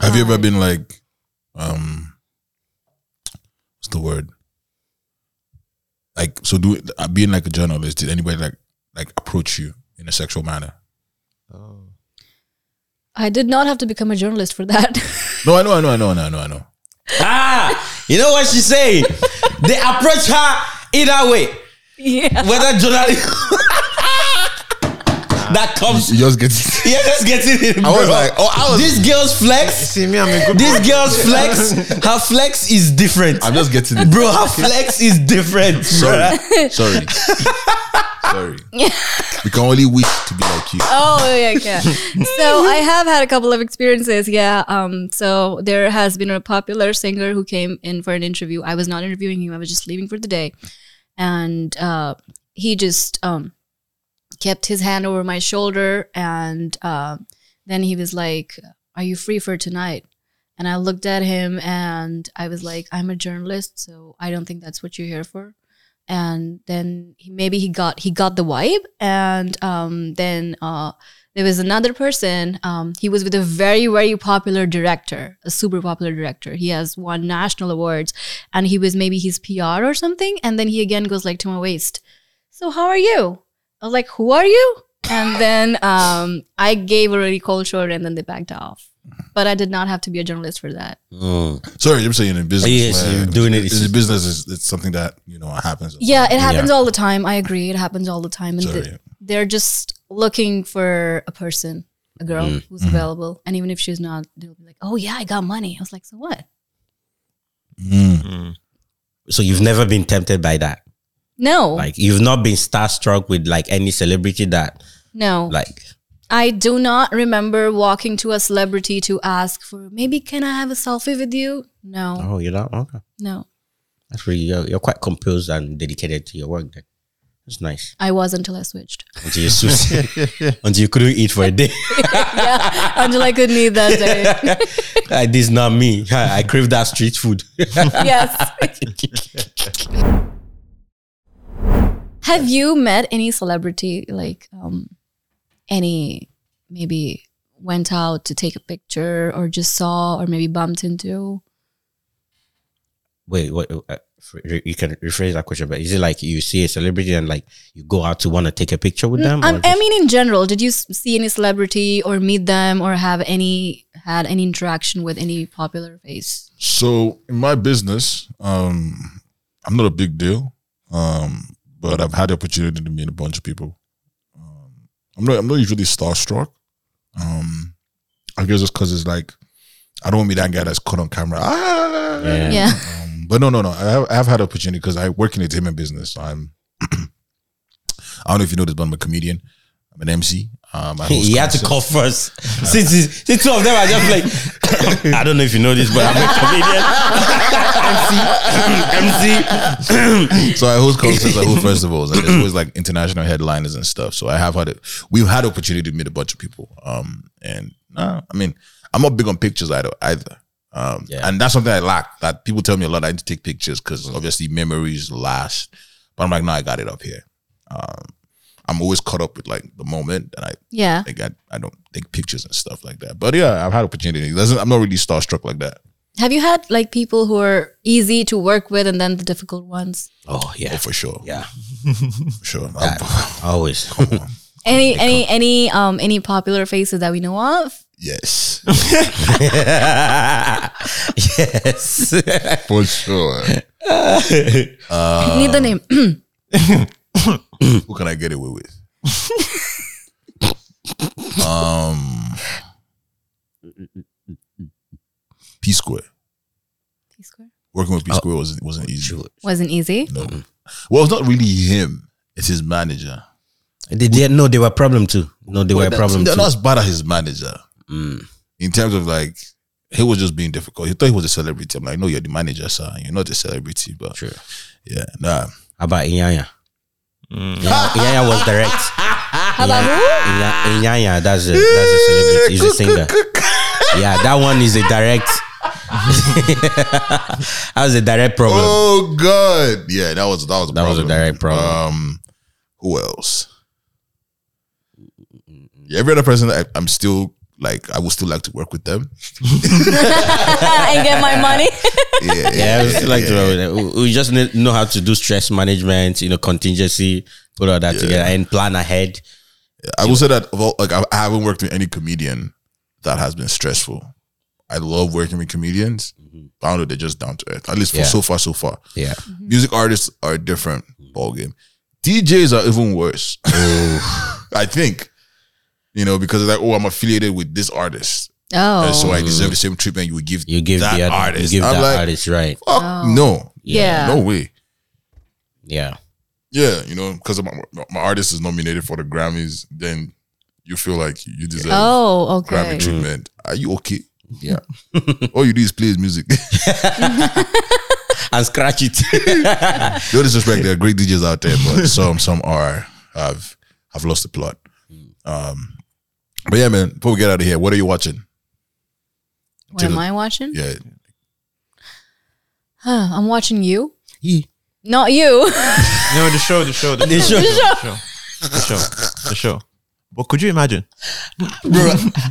A: Have you ever been like, um, what's the word? Like, so do uh, being like a journalist. Did anybody like like approach you in a sexual manner?
G: I did not have to become a journalist for that.
A: No, I know, I know, I know, I know, I know, I know.
B: Ah, you know what she's saying? they approach her either way,
G: yeah.
B: whether journalist that comes.
A: You just get. it.
B: Yeah, just get it. In,
A: I was
B: bro.
A: like, oh, I was.
B: this girl's flex.
E: See me, I'm a good.
B: This girl's flex. Her flex is different.
A: I'm just getting it.
B: Bro, her flex is different.
A: Sorry,
B: bruh.
A: sorry, sorry. We can only wish to be like you.
G: Oh yeah, yeah. so I have had a couple of experiences. Yeah. Um. So there has been a popular singer who came in for an interview. I was not interviewing him. I was just leaving for the day, and uh, he just um kept his hand over my shoulder, and uh, then he was like, "Are you free for tonight?" And I looked at him, and I was like, "I'm a journalist, so I don't think that's what you're here for." and then he, maybe he got he got the vibe and um, then uh, there was another person um, he was with a very very popular director a super popular director he has won national awards and he was maybe his pr or something and then he again goes like to my waist so how are you i was like who are you and then um, i gave a really cold shoulder and then they backed off but i did not have to be a journalist for that
A: Sorry, I'm saying in business.
B: Yes,
A: where-
B: you're doing it.
A: In business, is it's something that you know happens.
G: Yeah, it happens all the time. I agree. It happens all the time. And th-
A: Sorry.
G: they're just looking for a person, a girl
B: Mm.
G: who's
B: Mm-hmm.
G: available. And even if she's not, they'll be like, oh, yeah, I got money. I was like, so what?
B: So you've never been tempted by that.
G: No,
B: Like you've not been starstruck with like any celebrity that
G: no.
B: like
G: I do not remember walking to a celebrity to ask for, maybe can I have a selfie with you? No,
B: oh you're not okay.
G: no.
B: That's really you're, you're quite composed and dedicated to your work then. That's nice.
G: I was until I switched.
B: Until you until you couldn't eat for a day.
G: until I couldn't eat that day.
B: like, this is not me. I crave that street food.
G: yes. Have you met any celebrity, like um, any maybe went out to take a picture or just saw or maybe bumped into?
B: Wait, what? Uh, re- you can rephrase that question, but is it like you see a celebrity and like you go out to want to take a picture with them?
G: I'm,
B: or
G: Um, I
B: just-
G: mean, in general, did you s- see any celebrity or meet them or have any had any interaction with any popular face?
A: So in my business, um, I'm not a big deal, um, but I've had the opportunity to meet a bunch of people. Um, I'm not. I'm not usually starstruck. Um, I guess it's because it's like I don't want to be that guy that's caught on camera. Ah,
B: Yeah.
G: Yeah,
A: but no, no, no. I have, I have had opportunity because I work in entertainment business. I'm. I don't know if you know this, but I'm a comedian. I'm an MC. Um, I host
B: He had to
A: concerts.
B: call first. Since since the two of them are just like, I don't know if you know this, but I'm a comedian. MC, MC.
A: So I host concerts, I host festivals, and there's always like international headliners and stuff. So I have had it. We've had opportunity to meet a bunch of people. Um, and nah, I mean, I'm not big on pictures either. either. Um,
B: Yeah.
A: and that's something I lack. That people tell me a lot. I need to take pictures because obviously memories last. But I'm like, no, I got it up here. Um, I'm always caught up with like the moment, and I
G: Yeah.
A: like I, I don't take pictures and stuff like that. But yeah, I've had opportunity. It doesn't I'm not really starstruck like that.
G: Have you had like people who are easy to work with and then the difficult ones?
B: Oh yeah,
A: Oh, for sure.
B: yeah,
A: for sure.
B: always.
G: Any any any um any popular faces that we know of?
A: yes,
B: yes.
A: for sure.
G: Need the name.
A: Who can I get away with? um, Um, P Square. Working with P Square wasn't wasn't easy.
G: Wasn't easy.
A: No. Well, it's not really him. It's his manager.
B: They, they, no, they were problem too. No, they were a
A: But
B: problem
A: that's-
B: too. Mm.
A: Not as bad as his manager. In terms of like, he was just being difficult. He thought he was a celebrity. I'm like, no, you're the manager, sir. You're not a celebrity, but
B: True.
A: yeah, nah.
B: How about Inyanya?
A: Mm.
B: Inyanya, Inyanya was direct. How
G: about
B: Inyanya, Inyanya that's, a, that's a celebrity. He's a singer. Yeah, that one is a direct. that was a direct problem.
A: Oh God, yeah, that was that was a
B: That was a
A: problem.
B: direct problem.
A: Um, who else? Yeah, every other person, I, I'm still like, I would still like to work with them.
G: and get my money.
A: Yeah,
B: yeah, I was like we- we just need, know how to do stress management, you know, contingency, put all that together, and plan ahead.
A: I will say that of all, like I, I haven't worked with any comedian that has been stressful. I love working with comedians. I don't know, they're just down to earth. At least for
B: Mm-hmm.
A: so
B: Yeah.
A: far, so far.
B: Yeah,
A: Music artists are a different ballgame. DJs are even worse. I think. You know, because it's like, oh, I'm affiliated with this artist.
G: Oh.
A: And so I deserve the same treatment you would give,
B: you give
A: that
B: the other-
A: artist.
B: you give
A: I'm
B: that
A: like,
B: artist right.
A: fuck no.
G: Oh. Yeah.
A: No way.
B: Yeah,
A: Yeah, you know, because my, my artist is nominated for the Grammys, then you feel like you deserve
G: Oh, okay.
A: Grammy treatment. Are you okay? Yeah. All you do is play his music.
B: and scratch it.
A: no disrespect, there are great DJs out there, but some some are have have lost the plot. Um, but yeah, man. Before we get out of here, what are you watching?
G: What am I watching?
A: Yeah,
G: Huh, I'm watching you. Not you.
E: No, the show, the show, the, show, the show, the show, the show. But could you imagine?
B: bro.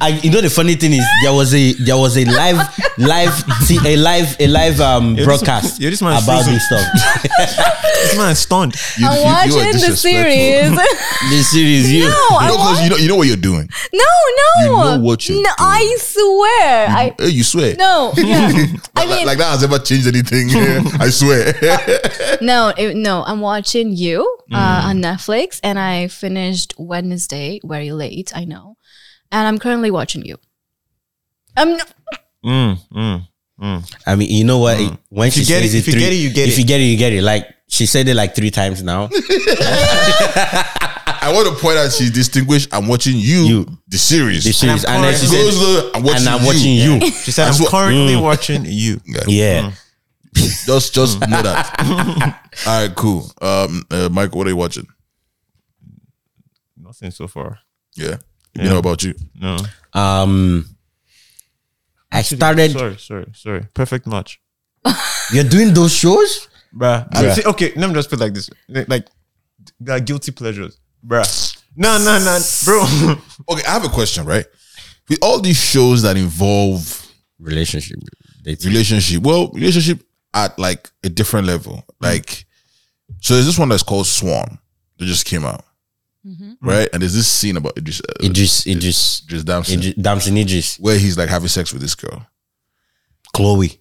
B: I, you know the funny thing is there was a there was a live live t- a live a live um
E: this-
B: broadcast
E: yo, this man is
B: about
E: freezing.
B: this stuff.
E: This man is stunned.
A: you,
G: I'm
A: you- you are
G: watching the
A: disrespectful.
G: series. no,
B: this series, you.
G: I
A: No, because
G: wa-
A: you know you know what you're doing.
G: no, no.
A: You know what you're
G: no, I swear. I
A: Hey, you swear.
G: no. Yeah. I
A: like,
G: mean,
A: like that has ever changed anything. I swear.
G: no, it- no. I'm watching you
A: Mm.
G: uh, on Netflix, and I finished Wednesday very late. I know, and I'm currently watching you. I'm
E: Mm, mm.
B: I mean, you know what? When she
E: you get
B: says
E: it-
B: it,
E: Mm. if you
B: three,
E: get it, you get
B: if
E: it.
B: you get it, you get it. Like she said it like three times now.
A: I want to point out she distinguished. I'm watching you,
B: You.
A: the series.
B: The series, and, then she
A: Those
B: said,
A: are- I'm watching
B: and I'm watching
A: you.
B: you.
E: She said, "Mm." "I'm currently watching you."
B: Yeah.
A: Just just know that. All right, cool. Um, uh, Mike, what are you watching?
E: Nothing so far.
A: Yeah, you know about you.
E: No.
B: Um, I started.
E: Sorry, sorry, sorry. Perfect match.
B: You're doing those shows?
E: bruh. I see, okay, let me just put it like this: like, like, they are guilty pleasures, bruh. No, no, no, bro.
A: Okay, I have a question. Right, with all these shows that involve
B: Relationship. dating.
A: relationship, well, relationship at like a different level. Like, so there's this one that's called Swarm that just came out, right? And there's this scene about Idris, uh,
B: Idris, Idris,
A: Idris Damson
B: Idris, Damson Idris,
A: where he's like having sex with this girl.
B: Chloe.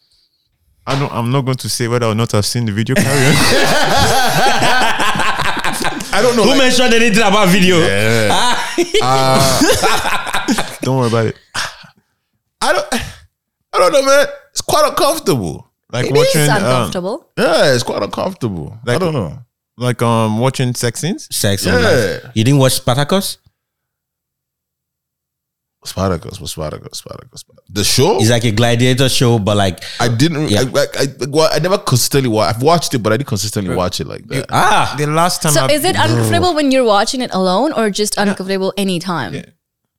E: I don't. I'm not going to say whether or not I've seen the video. Carry on.
A: I don't know.
B: Who
A: like-
B: mentioned anything about video?
A: Yeah.
E: don't worry about it.
A: I don't. I don't know, man. It's quite uncomfortable.
E: Like
G: it is
E: watching. um,
G: uncomfortable.
A: Yeah, it's quite uncomfortable. I don't know.
E: Like um watching sex scenes?
B: Sex
A: Yeah.
B: and life. You didn't watch Spartacus?
A: Spartacus, was Spartacus, Spartacus, Spartacus. The show?
B: It's like a gladiator show, but like
A: I didn't.
B: Yeah.
A: I, I, I, well, I never consistently watch. I've watched it, but I didn't consistently watch it like that.
B: ah
E: The last time
G: So
E: I
G: is it uncomfortable when you're watching it alone or just uncomfortable anytime?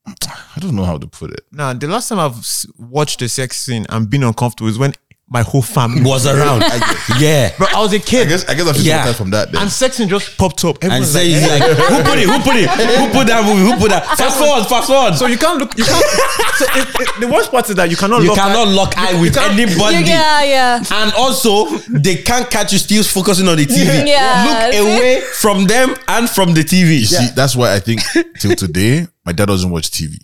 A: I don't know how to put it.
E: Nah, the last time I've s- watched a sex scene and been uncomfortable is when my whole family
B: was around. yeah.
E: But I was a
A: I
E: kid.
A: guess I guess I'm just
B: Yeah.
A: yeah. from that. Then.
E: and sex scene just popped up.
B: And
E: Everyone's
B: so
E: like,
B: he's like, who put it? Who put it? Who put that movie? Who put that? Fast forward, fast forward.
E: so you can't look. You can't. so if, if- the worst part is that you cannot.
B: you
E: look at-
B: cannot lock eye with
E: can't-
G: You-
B: anybody.
G: yeah, yeah.
B: And also, they can't catch you still focusing on the TV.
G: Yeah.
B: Look
G: Yeah.
B: away from them and from the TV.
A: You See, that's why I think till today, my dad doesn't watch TV.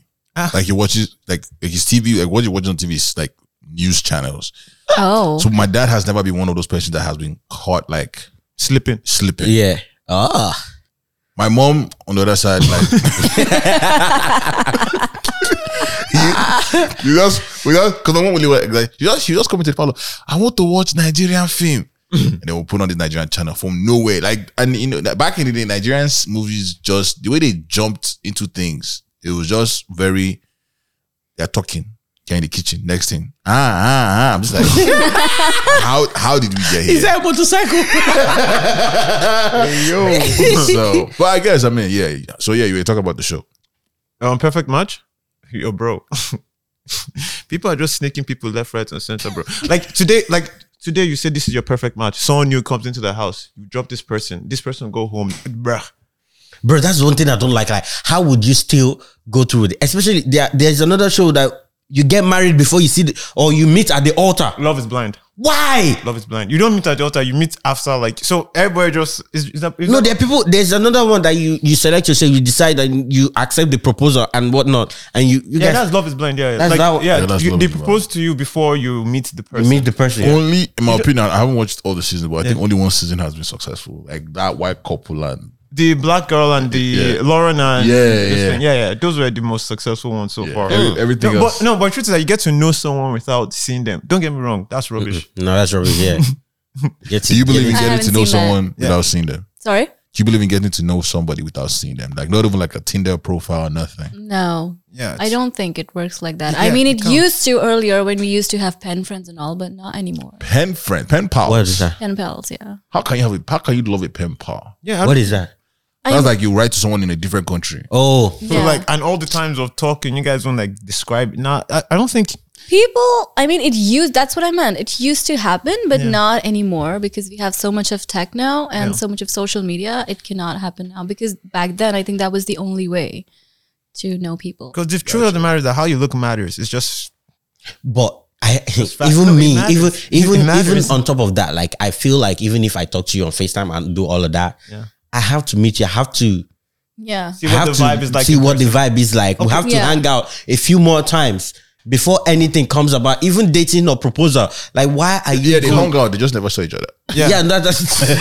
A: Like he watches like, like his TV, like what you watch on TV is like news channels.
G: Oh.
A: So my dad has never been one of those persons that has been caught like
E: slipping.
A: slipping.
B: Yeah. Ah.
A: My mom on the other side, like you just we just because my mom really like, like she just she just commented, Paulo, I want to watch Nigerian film. and they will put on this Nigerian channel from nowhere. Like and you know that back in the day, Nigerian s- movies just the way they jumped into things, it was just very they're talking. They're in the kitchen. Next thing. Ah, ah, ah. I'm just like, how how did we get here?
B: that a motorcycle?
A: so, but I guess I mean, yeah. So yeah, you were talking about the show.
E: Um, perfect match. Yo, bro. people are just sneaking people left, right, and center, bro. Like today, like today, you say this is your perfect match. Someone new comes into the house. You drop this person. This person go home, bruh.
B: Bro, that's one thing I don't like. Like, how would you still go through with it? Especially there, there's another show that you get married before you see the, or you meet at the altar.
E: Love is blind.
B: Why?
E: Love is blind. You don't meet at the altar. You meet after, like so. Everybody just is, is that, is
B: No,
E: that-
B: there are people. There's another one that you you select yourself, you decide, and you accept the proposal and whatnot, and you you
E: Yeah,
B: guys
E: that's love is blind. Yeah, yeah.
B: That's
E: like,
B: that-
E: yeah.
A: Yeah, that's
E: you-
A: Love
E: they
A: is Blind.
E: propose to you before you meet the person.
B: meet the person.
A: Only, in my opinion, I haven't watched all the seasons, but I think only one season has been successful. Like that white couple and
E: the black girl and the
A: Yeah.
E: Lauren and
A: Yeah,
E: this
A: yeah.
E: thing. yeah, yeah. Those were the most successful ones so far.
A: every- everything
E: no,
A: else.
E: But no, but truth is that you get to know someone without seeing them. Don't get me wrong, that's rubbish.
B: No, that's rubbish. Yeah. Get
A: Do you believe in
G: I
A: getting
G: haven't
A: to know
G: seen that.
A: someone without seeing them?
G: Sorry?
A: Do you believe in getting to know somebody without seeing them? Like not even like a Tinder profile or nothing.
G: No.
E: Yeah,
G: I don't think it works like that. I
E: Yeah,
G: mean,
E: it
G: it
E: can't.
G: used to earlier when we used to have pen friends and all, but not anymore.
A: Pen friend, pen pal.
B: What is that?
G: Pen pals, yeah.
A: How can you have a how can you love a pen pal?
E: Yeah,
B: What is that?
G: I
A: That's
G: am-
A: like you write to someone in a different country.
B: Oh,
E: so
G: Yeah.
E: like, and all the times of talking, you guys don't like describe. Nah, I, I don't think.
G: people i mean it used that's what i meant it used to happen but not anymore because we have so much of tech now and so much of social media it cannot happen now because back then i think that was the only way to know people
E: Because the truth of the matter is that how you look matters. It's just
B: but I
E: fact.
B: even
E: No, it
B: me,
E: matters.
B: even
E: It
B: even even
E: matters.
B: on top of that, like I feel like even if I talk to you on Facetime and do all of that, I have to meet you. I have to
G: yeah
E: see what
B: have
E: the
B: to
E: vibe is like.
B: see
E: in
B: what the
E: person.
B: vibe is like. We have to
G: Yeah.
B: hang out a few more times before anything comes about, even dating or proposal. Like, why are you?
A: Yeah, they
B: going-
A: hung out. They just never saw each other.
B: yeah. that, that's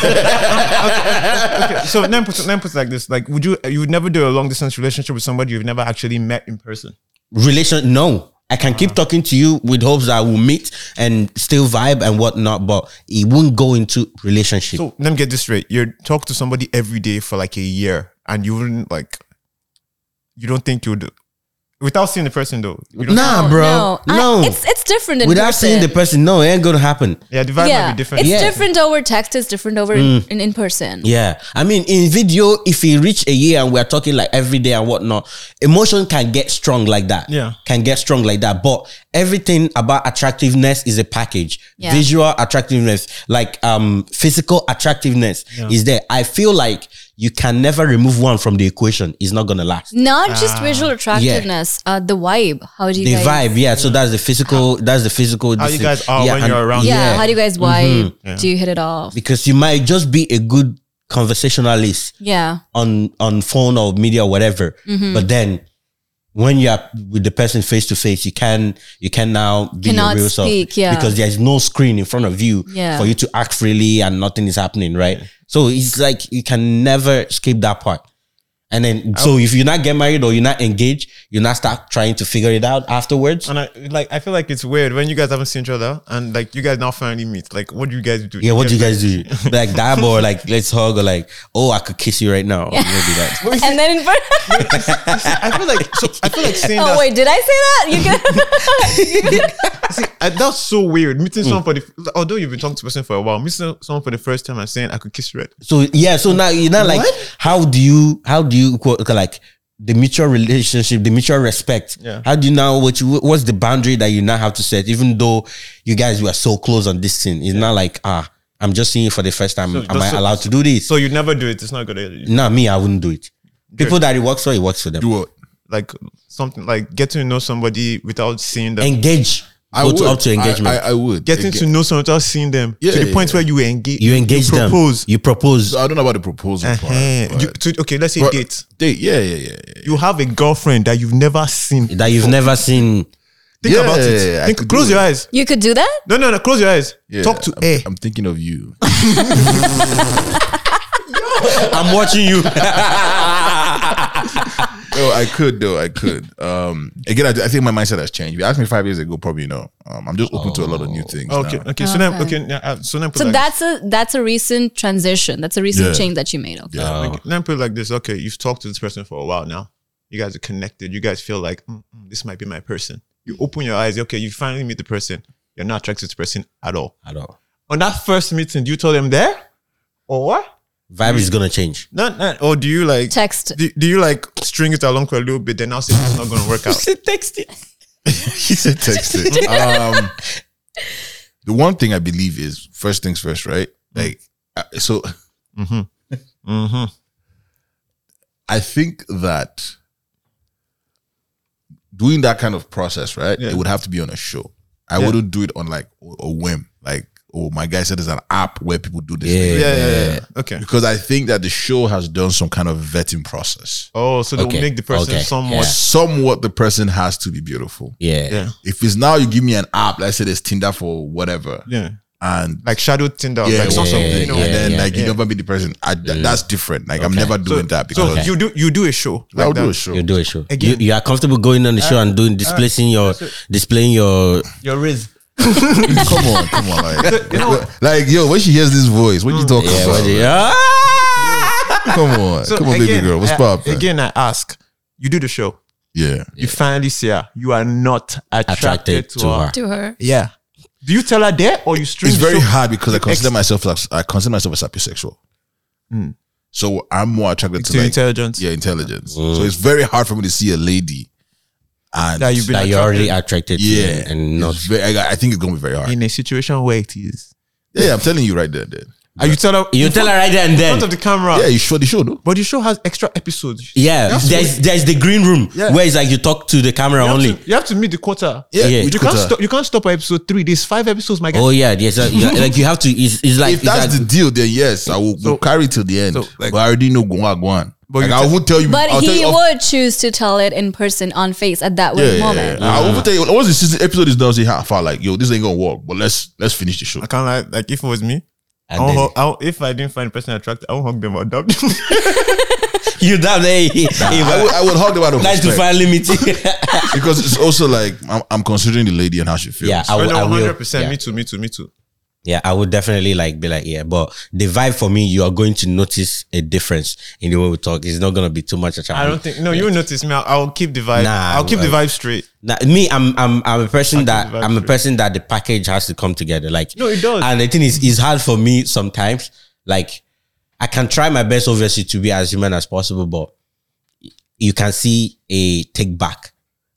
E: Okay, so then put then put it like this: like, would you you would never do a long distance relationship with somebody you've never actually met in person?
B: relation. No, I can keep talking to you with hopes that we'll meet and still vibe and whatnot, but it won't go into relationship.
E: So let me get this straight. You talk to somebody every day for like a year and you wouldn't like you don't think you would without seeing the person though. You don't-
B: nah,
G: No,
B: bro,
G: no, I-
B: no.
G: it's it's different in
B: Without
G: person.
B: seeing the person, no, it ain't gonna happen.
E: yeah, the vibe might
G: yeah
E: be different.
G: it's
B: Yeah. Mm.
G: different over text it's different over in, in person
B: Yeah, I mean, in video, if we reach a year and we're talking like every day and whatnot, emotion can get strong like that.
E: Yeah.
B: can get strong like that. But everything about attractiveness is a package.
G: Yeah.
B: Visual attractiveness, like um physical attractiveness, is there. I feel like you can never remove one from the equation. It's not gonna last.
G: not
A: Ah.
G: just visual attractiveness uh the vibe how do you
B: The
G: guys
B: vibe, yeah. So that's the physical. That's the physical.
E: How you
B: this-
E: guys are when
B: and-
E: you're around.
G: yeah, how do you guys
B: Mm-hmm.
G: vibe
E: Yeah.
G: do you hit it off
B: because you might just be a good conversationalist.
G: yeah
B: on on phone or media or whatever.
G: Mm-hmm.
B: But then when you are with the person face to face, you can you can now be
G: Cannot
B: your real
G: speak,
B: self
G: yeah.
B: because there is no screen in front of you
G: Yeah.
B: for you to act freely and nothing is happening, right? So it's like you can never skip that part. And then, so if you not get married or you're not engaged, you now start trying to figure it out afterwards.
E: And I like I feel like it's weird when you guys haven't seen each other and like you guys now finally meet. Like what do you guys do?
B: Yeah, what do you guys do? Like dab or like let's hug or like oh I could kiss you right now. Maybe that.
G: and then in front.
E: I feel like so I feel like saying
G: oh
E: that
G: wait, did I say that? You can.
E: see, I, that's so weird. Meeting
B: Mm.
E: someone for the although you've been talking to a person for a while, meeting someone for the first time and saying I could kiss red.
B: So yeah, so now you know like
E: What?
B: how do you how do you quote, okay, like the mutual relationship, the mutual respect.
E: Yeah.
B: How do you now what you what's the boundary that you now have to set? Even though you guys were so close on this thing, it's not like ah, I'm just seeing you for the first time.
E: So
B: Am
E: just
B: I
E: so-
B: allowed to do this?
E: So you never do it. It's not good.
B: nah, me, I wouldn't do it. People that it works for, it works for them.
A: Do what?
E: Like something like getting to know somebody without seeing them.
B: engage.
A: I
B: go
A: would.
B: to, up to
A: I-
B: engagement.
A: I, I would.
E: getting to
A: Enga-
E: know someone without seeing them
A: Yeah,
E: to the
A: yeah,
E: point where you engage.
B: you engage them.
E: propose.
B: You propose.
A: I don't know Uh-huh. about the proposal part.
E: Eh,
A: but-
E: you- to- okay, let's say
A: but-
E: date.
A: Date. Yeah, yeah, yeah. yeah.
E: You have a girlfriend that you've never seen. Think
B: that you've never seen.
A: Yeah,
E: about
A: I
E: it.
A: could
E: Think, close
A: do
E: your
A: it.
E: eyes.
G: you could do that.
E: No, no, no. Close your eyes.
A: Yeah,
E: Talk to Eh,
A: I'm,
E: her.
A: I'm thinking of you.
B: I'm watching you.
A: Oh, I could though. I could. Um, again, I, I think my mindset has changed. If you asked me five years ago, probably no. Um, I'm just open to a lot of new things.
E: Oh. Okay,
A: now.
E: okay. So now, okay, yeah, uh, so now put
G: So
E: like
G: that's a that's a recent transition. That's a recent
A: Yeah.
G: change that you made. Okay.
A: Yeah.
E: Okay, let me uh, put it like this. Okay, you've talked to this person for a while now. You guys are connected. You guys feel like "Mm, mm, this might be my person. You open your eyes. Okay, you finally meet the person. You're not attracted to the person at all.
B: I don't.
E: On that first meeting, do you tell them there, or what?
B: Vibe is gonna change.
E: No, no. Or do you like
G: Text.
E: Do, do you like string it along for a little bit? Then I'll say it's not going to work out.
B: Text it.
A: he said text it. Um, the one thing I believe is first things first, right? Like, uh, so
E: Mm-hmm.
A: I think that doing that kind of process, right?
E: Yeah.
A: It would have to be on a show. I wouldn't do it on like a a whim. Like, oh, my guy said there's an app where people do this. thing.
E: Yeah, yeah, yeah, yeah. Okay.
A: Because I think that the show has done some kind of vetting process.
E: Oh, so they'll
B: Okay,
E: make the person
B: okay,
E: somewhat.
B: yeah.
A: Somewhat the person has to be beautiful.
B: Yeah.
E: Yeah.
A: If it's now you give me an app, let's say there's Tinder for whatever,
E: Yeah.
A: and
E: Like shadow Tinder.
A: yeah,
E: like something,
B: yeah,
E: you know.
B: yeah,
A: and then
B: yeah, Mm.
A: like you
E: yeah.
A: never meet the person. I, th- That's different. Like I'm
B: Okay.
A: never doing that because
E: so you do you do a show.
A: I'll
E: like
A: do
E: that.
A: a show.
B: You do a show. You,
E: Again. Uh,
B: you are comfortable going on the show and doing displacing your displaying your
E: Your riz.
A: come on, come on, like, like yo, when she hears this voice, what you
E: Mm.
A: talking
B: yeah,
A: about?
B: what you- Ah!
A: Come on,
E: So
A: come on, baby
E: again,
A: girl, what's
E: I-
A: up? man?
E: Again, I ask, you do the show.
A: yeah,
E: You finally see her. You are not attracted,
B: attracted
E: to, her.
G: To her.
E: Yeah. Do you tell her there or you string
A: it's
E: the
A: very
E: show?
A: hard because I consider
E: ex- Mm.
A: myself like I consider myself as sapiosexual. So I'm more attracted to,
E: To
A: like,
E: intelligence.
A: Yeah, intelligence.
B: Mm.
A: So it's very hard for me to see a lady and
E: That you've been
B: That you're already attracted to
A: yeah,
B: and- and not
A: It's very, I, I think it's gonna be very hard.
E: in a situation where it is.
A: yeah, I'm telling you right there, then.
E: And you tell her
B: you
E: in
B: tell her
E: front-
B: right there and
E: in front
B: then.
E: of the camera.
A: Yeah, you sure the show, no?
E: But the show has extra episodes.
B: Yeah,
E: That's
B: there's there's the green room
E: Yeah.
B: where it's like you talk to the camera
E: You have
B: only.
E: to- you have to meet the quota.
A: Yeah,
B: Yeah.
A: which
E: You can't
A: quota?
E: stop. You can't stop at episode three. There's five episodes, my guy.
B: Oh yeah, yes, uh, yeah, like you have to. It's, it's like
A: if that's
B: it's
A: the
B: like,
A: deal, then yes, I will we'll carry till the end.
E: so, like-
A: but I already know go on, go on.
E: But
A: like,
E: you
A: I
E: tell-
A: will tell you.
G: But
A: I'll tell
G: he
A: you off-
G: would choose to tell it in person on face at that
A: Yeah,
G: very
A: yeah,
G: moment.
A: yeah. I will tell you. Once the season episode is done, I'll say how far like yo, this ain't gonna work. But let's let's finish the show.
E: I can't lie. Like if it was me, I
B: And
E: won't
B: then-
E: hug, I won't- if I didn't find a person attractive, I won't hug them or dump them.
B: you down there.
A: I would, I would hug them out of
B: nice to
A: respect.
B: finally meet you.
A: because it's also like I'm, I'm considering the lady and how she feels.
B: yeah, I, would- I
E: One
B: will.
E: hundred percent.
B: Yeah.
E: Me too. Me too. Me too.
B: Yeah, I would definitely like be like, yeah, but the vibe for me, you are going to notice a difference in the way we talk. It's not gonna be too much attractive.
E: I don't think. No, you notice me. I'll, I'll keep the vibe.
B: Nah,
E: I'll keep the
B: well-
E: vibe straight.
B: Nah, me, I'm I'm I'm a person that
E: the vibe
B: I'm a
E: through.
B: person that the package has to come together. Like
E: No, it does.
B: And the thing is, it's hard for me sometimes. Like I can try my best, obviously, to be as human as possible, but you can see a take back,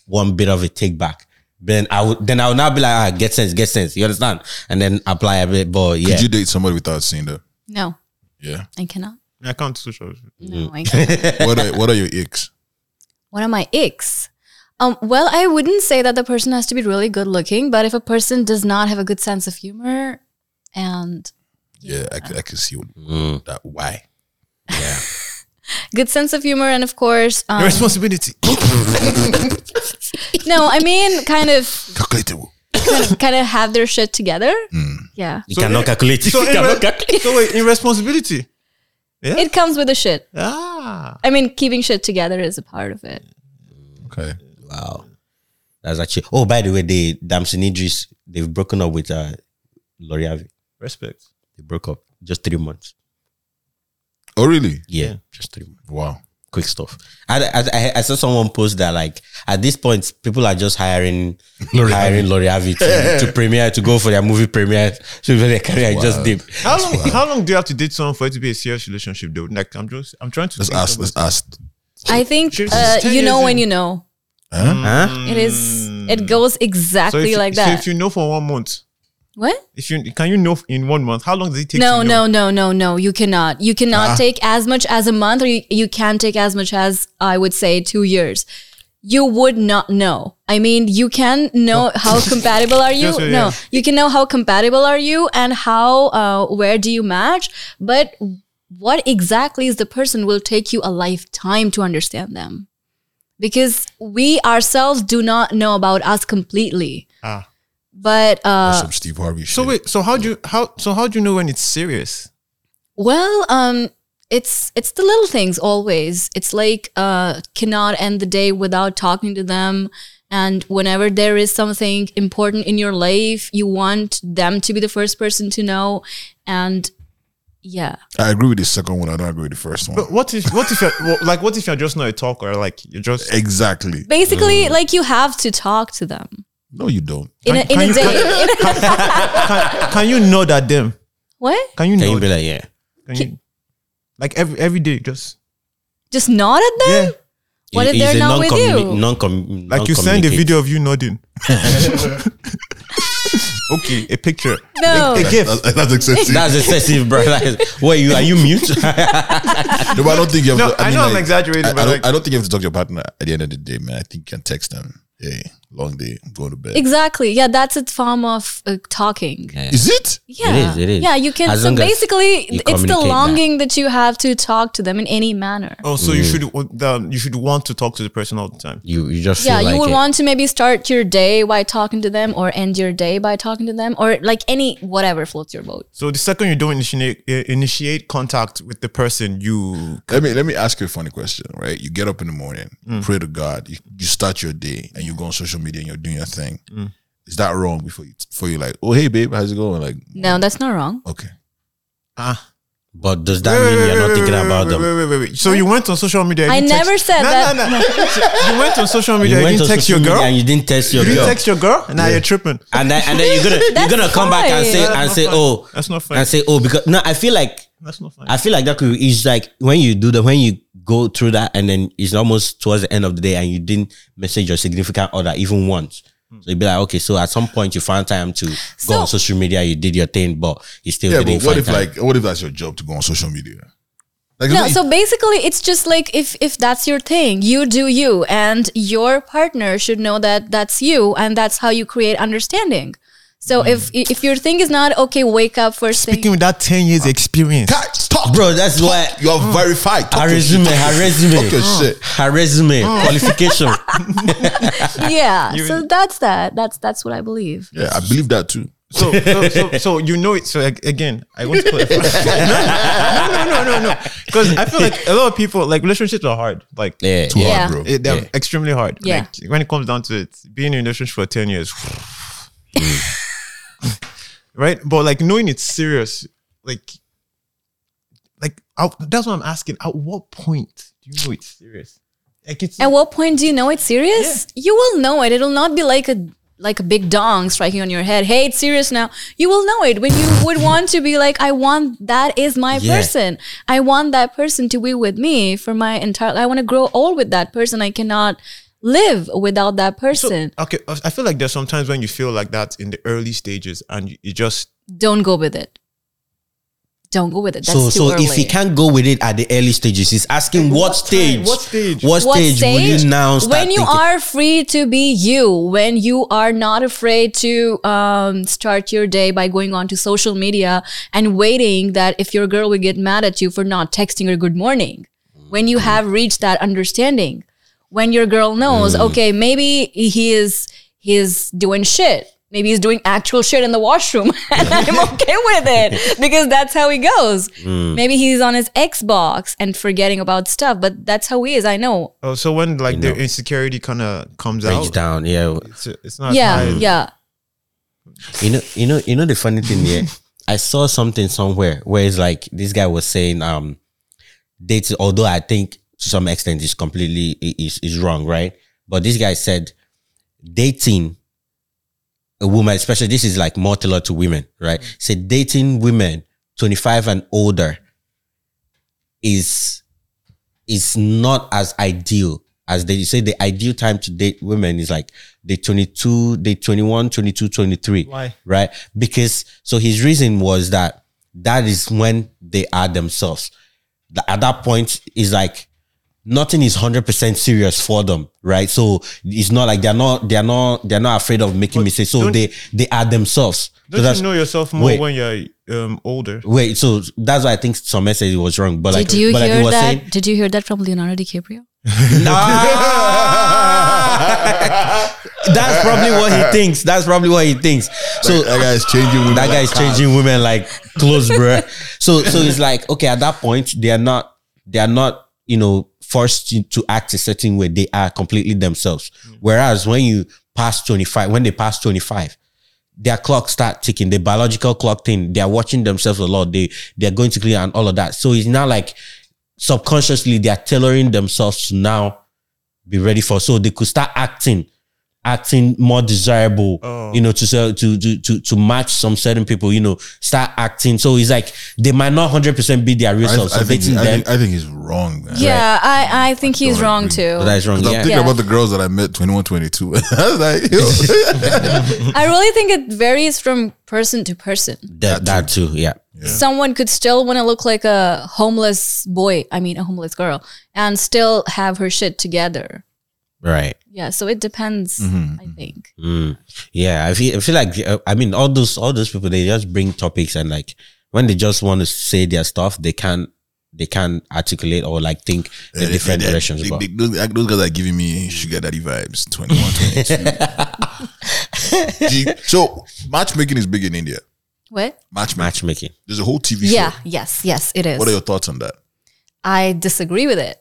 B: one bit of a take back. Then I would then I would now be like, ah, get sense, get sense. You understand? And then apply a bit, but yeah.
A: Could you date somebody without seeing them?
G: No,
A: Yeah.
G: I cannot.
E: I can't social.
B: Mm.
G: No, I cannot.
A: what are what are your icks?
G: One of my icks. Um, well, I wouldn't say that the person has to be really good looking, but if a person does not have a good sense of humor and
A: Yeah, I, c- I can see
B: Mm.
A: that. Why?
G: good sense of humor, and of course, um,
E: Responsibility.
G: no, I mean, kind of,
A: Calculatable.
G: kind of have their shit together.
E: Hmm.
G: Yeah,
B: You cannot calculate.
E: So,
B: you
E: in
B: cannot
E: re-
B: calculate.
E: so wait, in responsibility.
G: it comes with the shit.
E: Ah.
G: I mean, keeping shit together is a part of it.
A: Okay.
B: Wow. That's actually. Oh, by the way, they Damson Idris they've broken up with uh, Loriavi.
E: Respect.
B: They broke up just three months.
A: Oh, really?
B: Yeah, just three months.
A: Wow.
B: Quick stuff. I, I I- I saw someone post that like at this point people are just hiring hiring Loriavi to, to premiere to go for their movie premiere. So their career just dip.
E: How long? How long do you have to date someone for it to be a serious relationship, though? Like, I'm just, I'm trying to.
A: Let's
E: think
A: ask.
E: about-
A: Let's ask.
G: I think
E: She's
G: uh,
E: 10
G: you know
E: years
G: when
E: in.
G: you know.
B: Huh?
G: It is. It goes
E: So if,
G: exactly
E: you-
G: like
E: so
G: that.
E: if you know for one month,
G: what?
E: if you can you know in one month how long does it take?
G: No,
E: to know?
G: no, no, no, no. You cannot. You
E: Ah.
G: cannot take as much as a month, or you, you can take as much as I would say two years. You would not know. I mean, you can know how compatible are you.
E: Yes, yes,
G: no,
E: yes.
G: you can know how compatible are you and how uh, where do you match. But what exactly is the person will take you a lifetime to understand them, because we ourselves do not know about us completely.
E: Ah.
G: But uh,
A: some Steve Harvey.
E: So
A: shit.
E: wait, so how do you how so how do you know when it's serious?
G: Well, um, it's it's the little things always. It's like uh, cannot end the day without talking to them. And whenever there is something important in your life, you want them to be the first person to know. And yeah,
A: I agree with the second one. I don't agree with the first one.
E: But what if what if you're, well, like what if you're just not a talker? Like you're just
A: exactly.
G: basically, like you have to talk to them
A: No, you don't.
G: in a,
E: Can-
G: in
E: can
G: a
E: you-
G: day.
E: can-
G: in a-
E: can, can you nod at them?
G: what?
E: Eh. Can you
B: Can
E: know?
B: you be like yeah?
E: Can you, like every every day, just
G: Just nod at them.
E: yeah.
G: What if
B: It's
G: they're
B: a
G: not with
B: non-communi-
G: you?
B: Non-com-
E: Like you send a
B: non-communicate.
E: video of you nodding. okay, a picture,
G: No.
E: a gift.
A: That's, that's excessive.
B: That's excessive, bro. Like, what you are you mute?
A: no, but I don't think you have.
E: No,
A: to,
E: I
A: mean,
E: know I'm
A: like,
E: exaggerating,
A: I, I
E: but
A: don't,
E: like-
A: I don't think you have to talk to your partner at the end of the day, man. I think you can text them. Hey, long day, go to bed.
G: Exactly. Yeah, that's a form of uh, talking.
A: Is it?
G: Yeah.
B: is, it is.
G: Yeah, you can.
B: As
G: so
B: long as
G: basically,
B: you
G: it's the
B: communicate that.
G: longing that. you have to talk to them in any manner.
E: Oh, so you should um, you should want to talk to the person all the time.
B: you you just
G: yeah
B: feel like
G: you would
B: it.
G: want to maybe start your day by talking to them or end your day by talking to them or like any whatever floats your boat
E: So the second you don't initiate eh, initiate contact with the person, you
A: Let me let me ask you a funny question, right? You get up in the morning,
E: Mm.
A: pray to God, you, you start your day, and you go on social media and you're doing your thing.
E: Mm.
A: Is that wrong? Before you, before you like, oh hey babe, how's it going? Like,
G: no that's not wrong
A: okay,
E: ah.
B: But does that mean you're not thinking about
E: wait,
B: them?
E: Wait, wait, wait, wait. So you went on social media. you
G: I
E: didn't
G: never said
E: Nah,
G: that.
E: nah, nah. So you went on social media. You, didn't
B: on
E: text
B: social
E: your
B: media
E: girl.
B: and you didn't text your
E: You didn't
B: girl,
E: text your girl. Now you're tripping.
B: and then and then you're gonna you're
G: That's
B: gonna come back and
G: fine.
B: say
G: That's
B: and
E: not
B: say
E: fine.
B: oh
E: That's not fine.
B: and say oh because no I feel like
E: That's not fine.
B: I feel like that could it's like when you do that when you go through that and then it's almost towards the end of the day and you didn't message your significant other even once.
E: Hmm.
B: So you'd be like, okay, so at some point you found time to go on
G: So-
B: social media, you did your thing, but you still
A: yeah.
B: didn't
A: But what
B: find
A: if
B: time.
A: like, what if that's your job to go on social media? Like,
G: no
A: you-
G: so basically it's just like if if that's your thing you do you and your partner should know that that's you and that's how you create understanding so
B: Hmm.
G: if if your thing is not okay wake up first
E: Speaking
G: thing
E: with that 10 years experience.
A: Guys, talk,
B: Bro, that's why
A: You're verified. Talk
B: her
A: your
B: resume,
A: shit.
B: her resume, Mm.
A: Talk your shit.
B: her resume,
A: Oh.
B: qualification.
G: yeah so that's that that's that's what i believe
A: Yeah, I believe that too.
E: So, so, so, so you know it. So ag- again, I want to clarify. no, no, no, no, no. Because I feel like a lot of people, like relationships are hard. Like
B: Yeah,
A: Too
G: Yeah.
A: hard, bro.
E: it- Eh, they're extremely hard.
G: Yeah.
E: Like, when it comes down to it, being in a relationship for 10 years. right? But like knowing it's serious, like, like I, that's what I'm asking. At what point do you know it's serious? Like it's
G: At what point do you know it's serious? You will know it. It'll not be like a like a big dong striking on your head. Hey, it's serious now. You will know it when you would want to be like, I want that is my
B: Yeah.
G: person. I want that person to be with me for my entire. I want to grow old with that person. I cannot live without that
E: so,
G: person.
E: okay. I I feel like there's sometimes when you feel like that in the early stages, and you, you just
G: Don't go with it. Don't go with it. That's
B: so,
G: too
B: so
G: early.
B: if he can't go with it at the early stages, he's asking what, stage?
E: time? What stage?
B: What, stage, will you now start
G: when you
B: thinking-
G: are free to be you when you are not afraid to um, start your day by going on to social media and waiting that if your girl will get mad at you for not texting her good morning when you have reached that
B: Hmm.
G: understanding when your girl knows okay maybe he is he is doing shit Maybe he's doing actual shit in the washroom and I'm okay with it because that's how he goes.
B: Hmm.
G: Maybe he's on his Xbox and forgetting about stuff, but that's how he is. I know.
E: Oh, so when like
B: You
E: their
B: know.
E: insecurity kind of comes
B: Breaks
E: out,
B: down. Yeah.
E: it's, it's not.
G: yeah,
E: high.
G: yeah.
B: You know, you know, you know the funny thing here. I saw something somewhere where it's like this guy was saying um dating, although I think to some extent is completely i- is is wrong, right? But this guy said dating a woman, especially this is like more tailored to women, right? Said dating women twenty five and older is is not as ideal as they say the ideal time to date women is like the 22 the 21 22 23
E: Why?
B: right because so his reason was that that is when they are themselves Th- at that point is like nothing is 100% serious for them right so it's not like they're not they're not they're not afraid of making mistakes so
E: don't-
B: they they are themselves So
E: Don't
B: that's-
E: you know yourself more
B: Wait.
E: when you're um, older?
B: wait so that's why i think some message was wrong but like
G: Did you
B: but like
G: hear
B: was
G: that?
B: saying-
G: Did you hear that from Leonardo DiCaprio?
B: Ah! That's probably what he thinks. That's probably what he thinks. So
A: that guy's changing. Women
B: that
A: like
B: guy's changing women like clothes, bruh. So so it's like okay, at that point they are not they are not you know forced to, to act a certain way. They are completely themselves.
A: Mm.
B: Whereas when you pass twenty five, when they pass twenty five. Their clock start ticking, the biological clock thing. They are watching themselves a lot. They they are going to clear and all of that. So it's not like subconsciously they are tailoring themselves to now be ready for. So they could start acting, acting more desirable, you know, to sell to to to to match some certain people, you know, start acting. So it's like they might not hundred percent be their real
A: I,
B: self.
A: I
B: So
A: think,
B: dating
A: I,
B: them,
A: think, I think he's wrong, man.
G: Yeah, I, I think he's
A: don't
G: wrong
A: agree.
G: too.
B: but that is wrong.
A: Because I'm
B: Yeah.
A: thinking
G: Yeah.
A: about the girls that I met 21, 22. I was like, yo.
G: I really think it varies from person to person.
B: That, that too. Yeah.
G: Someone could still want to look like a homeless boy, I mean, a homeless girl, and still have her shit together.
B: Right.
G: Yeah, so it depends, I think.
B: Yeah. I feel I feel like uh, I mean all those all those people they just bring topics and like when they just want to say their stuff they can they can articulate or like think the different directions.
A: They-
B: about.
A: they- Those, like, those guys are giving me sugar daddy vibes. 21, 22. Gee, so matchmaking is big in India.
G: What?
A: Matchmaking.
B: matchmaking.
A: There's a whole TV show.
G: Yeah, yes, yes, it is.
A: What are your thoughts on that?
G: I disagree with it.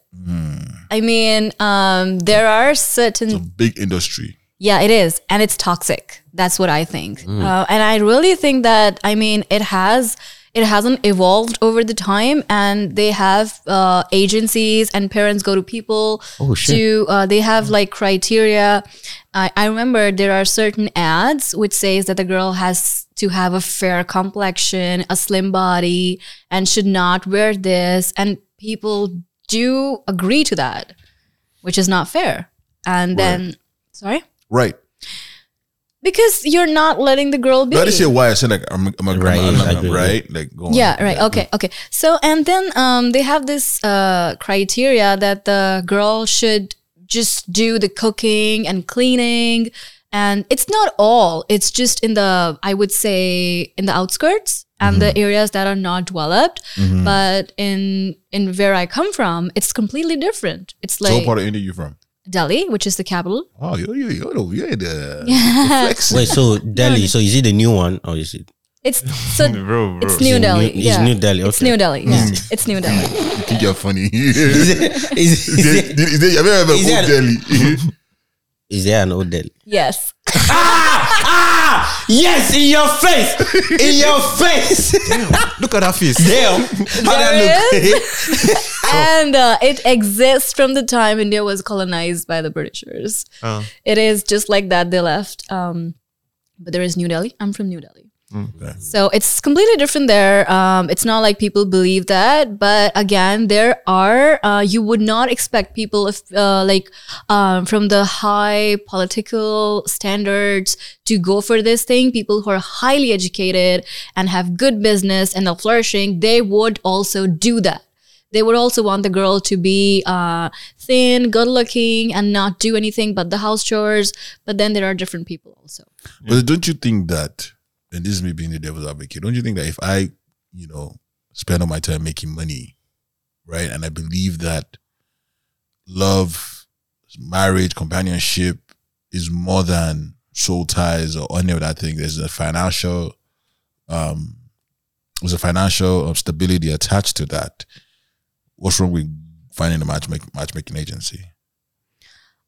G: I mean, um, there are certain
A: Big industry.
G: Yeah, it is. And it's toxic. That's what I think. Uh, and I really think that, I mean, it has. It hasn't evolved over the time, and they have uh, agencies and parents go to people to. Uh, they have like criteria. I, I remember there are certain ads which says that the girl has to have a fair complexion, a slim body, and should not wear this. And people do agree to that, which is not fair. And then, sorry.
A: Right.
G: Because you're not letting the girl be.
A: No, I didn't say why. I said like I'm, I'm, I'm,
B: Right,
A: I'm,
B: yes, I
A: I'm-
B: agree.
A: right. Like go on.
G: yeah, right. Okay, okay. So and then um, they have this uh, criteria that the girl should just do the cooking and cleaning, and it's not all. It's just in the I would say in the outskirts and the areas that are not developed. But in in where I come from, it's completely different. It's
A: So
G: like
A: what part of India you from?
G: Delhi, which is the capital.
A: Oh, you you you know, you're the the flex.
B: Wait, so Delhi, so is it the new one or is it
G: It's so
E: Bro, bro.
G: it's New
B: new-
G: Delhi.
B: it's
G: yeah.
B: New Delhi,
G: It's
B: okay.
G: New Delhi. Yeah. It's New Delhi.
A: You think you're funny? Is
B: is, it- is, it- is,
A: there-
B: it-
A: is there- have you ever
B: Is
A: old Delhi?
B: is there an old Delhi?
G: Yes.
B: Ah! Yes, in your face! In your face!
E: Look at that face.
B: Damn! How that
G: There
B: look?
G: and uh, it exists from the time India was colonized by the Britishers.
E: Oh.
G: It is just like that they left. Um, but there is New Delhi. I'm from New Delhi. So it's completely different there. Um, it's not like people believe that, but again, there are uh, you would not expect people if uh, like um, from the high political standards to go for this thing. People who are highly educated and have good business and are flourishing, they would also do that. They would also want the girl to be uh, thin, good looking, and not do anything but the house chores. But then there are different people also.
A: But don't you think that, and this is me being the devil's advocate, don't you think that if I, you know, spend all my time making money, right, and I believe that love, marriage, companionship is more than soul ties or any of that thing. There's a financial, um, there's a financial uh, stability attached to that. What's wrong with finding a matchmaking matchmaking agency?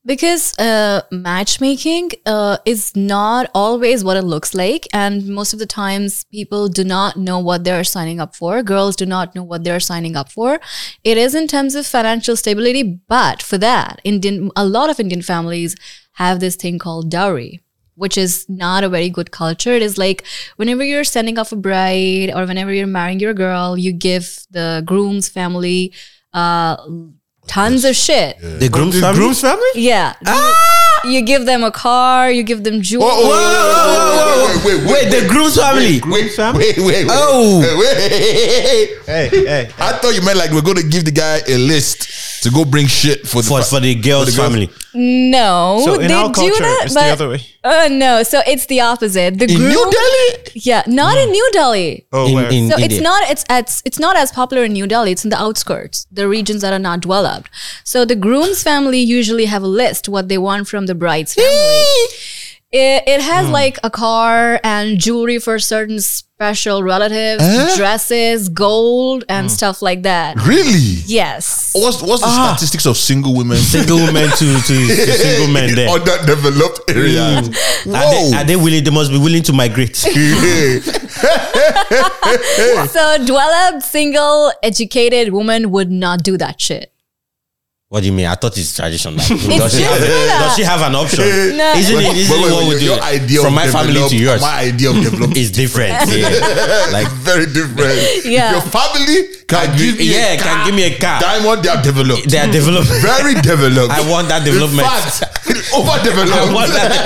G: because uh, matchmaking uh, is not always what it looks like and most of the times people do not know what they're signing up for girls do not know what they're signing up for it is in terms of financial stability but for that indian a lot of indian families have this thing called dowry which is not a very good culture. It is like whenever you're sending off a bride or whenever you're marrying your girl, you give the groom's family uh, tons of shit.
B: The groom's
E: The
B: family?
E: groom's family?
G: Yeah.
E: Ah!
G: You give them a car, you give them jewels.
A: wait, wait,
B: Wait, the groom's family.
E: Groom's family?
A: wait, wait, wait.
B: Oh.
A: Wait.
E: Hey, hey.
A: I thought you meant like we're gonna give the guy a list to go bring shit for the
B: For,
A: fa-
B: for the girl's
A: girls.
B: family.
G: No,
E: So
G: they
E: in our
G: do
E: culture,
G: that,
E: it's
G: but
E: the other way.
G: Uh, no, so it's the opposite. The
A: in
G: groom,
A: New Delhi.
G: yeah, not in New Delhi.
E: Oh,
B: in,
E: where?
B: in
G: So
B: India.
G: it's not it's it's it's not as popular in New Delhi. It's in the outskirts, the regions that are not developed. So the groom's family usually have a list what they want from the bride's family. It, it has
E: Hmm.
G: like a car and jewelry for certain special relatives, dresses, gold, and
E: Hmm.
G: stuff like that.
A: Really?
G: Yes.
A: What's what's the
B: Ah.
A: statistics of single women
B: single men to, to, to single men there. Mm.
A: in underdeveloped areas?
B: Are they,
A: Whoa!
B: are they willing? They must be willing to migrate.
G: So developed, single, educated woman would not do that shit.
B: what do you mean? I thought it's traditional. Like,
G: It's
B: does, she
G: just
B: have,
G: that.
B: does she have an option?
G: No.
B: Isn't it? Isn't it what we
A: your,
B: do?
A: your idea
B: From
A: of
B: my family
A: developed-
B: to yours
A: My idea of development
B: is
A: is
B: different. Yeah. like,
A: very different.
G: Yeah.
A: Your family can give me a
B: yeah,
A: car.
B: can give me a car.
A: diamond. They are developed.
B: They are developing.
A: very developed.
B: I want that development.
A: In fact, overdeveloped.
B: I want that.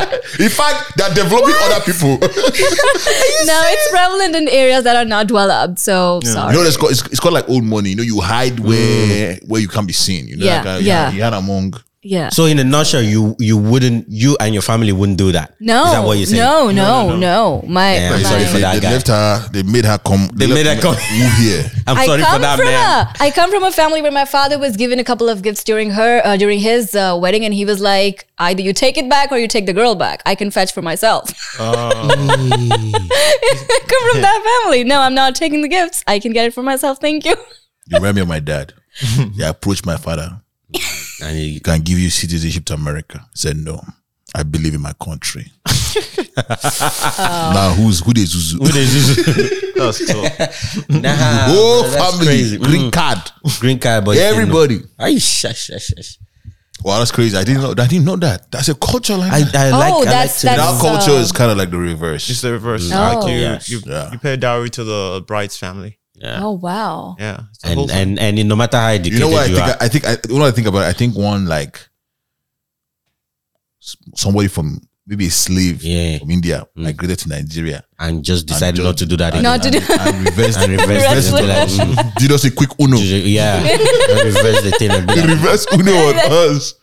A: In fact, they're developing other people.
G: No, it's prevalent in areas that are not developed. So sorry.
A: You know, it's called, it's, it's called like old money. You know, you hide
B: Mm.
A: where where you can't be seen. You know,
G: Yeah,
A: like, uh,
G: yeah.
A: You hide among.
G: yeah.
B: So in a nutshell, you you wouldn't you and your family wouldn't do that.
G: No,
B: is that what you're saying?
G: No, no, no. My,
B: Yeah, I'm
G: my-
B: sorry for
A: they,
B: that
A: they
B: guy.
A: left her. They made her come.
B: They made
A: left
B: her
A: me-
B: come.
A: Move here.
B: I'm
G: I
B: sorry
G: come
B: for that
G: from
B: man.
G: a I come from a family where my father was given a couple of gifts during her uh, during his uh, wedding, and he was like, either you take it back or you take the girl back. I can fetch for myself.
B: Uh.
G: I come from that family. No, I'm not taking the gifts. I can get it for myself. Thank you.
A: You remind me of my dad. they approached my father.
B: And he-
A: Can give you citizenship to America? He said no. I believe in my country. now who's who? Is who's,
B: who does this?
E: That's cool.
B: Nah,
A: whole
B: that's
A: family
B: crazy.
A: green
B: Mm.
A: card.
B: green card, but
A: Everybody.
B: I shush, shush, shush.
A: Wow, that's crazy. I didn't know. I didn't know that. That's a culture like
B: I,
A: that.
B: I
G: Oh,
B: like. I like
G: that's-
B: to
G: that's-
A: Our
G: So-
A: culture is kind of like the reverse.
E: It's the reverse.
G: Oh.
E: Like you,
B: Yes.
E: you,
A: Yeah.
E: you pay dowry to the bride's family.
G: Oh wow.
E: Yeah. It's the whole
B: and
E: thing.
B: and and no matter how
A: you
B: educated you,
A: know what I think?
B: are,
A: I, think I, when I think about it, I think one like s- somebody from maybe a slave
B: Yeah. Mm.
A: from India migrated to Nigeria.
B: and just decided
A: just-
B: not to do that.
A: and-
B: anymore.
G: Not to do.
A: and reversed,
B: and reverse
G: Reverse
B: the thing.
G: it.
B: Like, mm,
A: did us a quick "Oh, uno.
B: yeah, and reverse the thing. And be like,
A: reverse uno on us.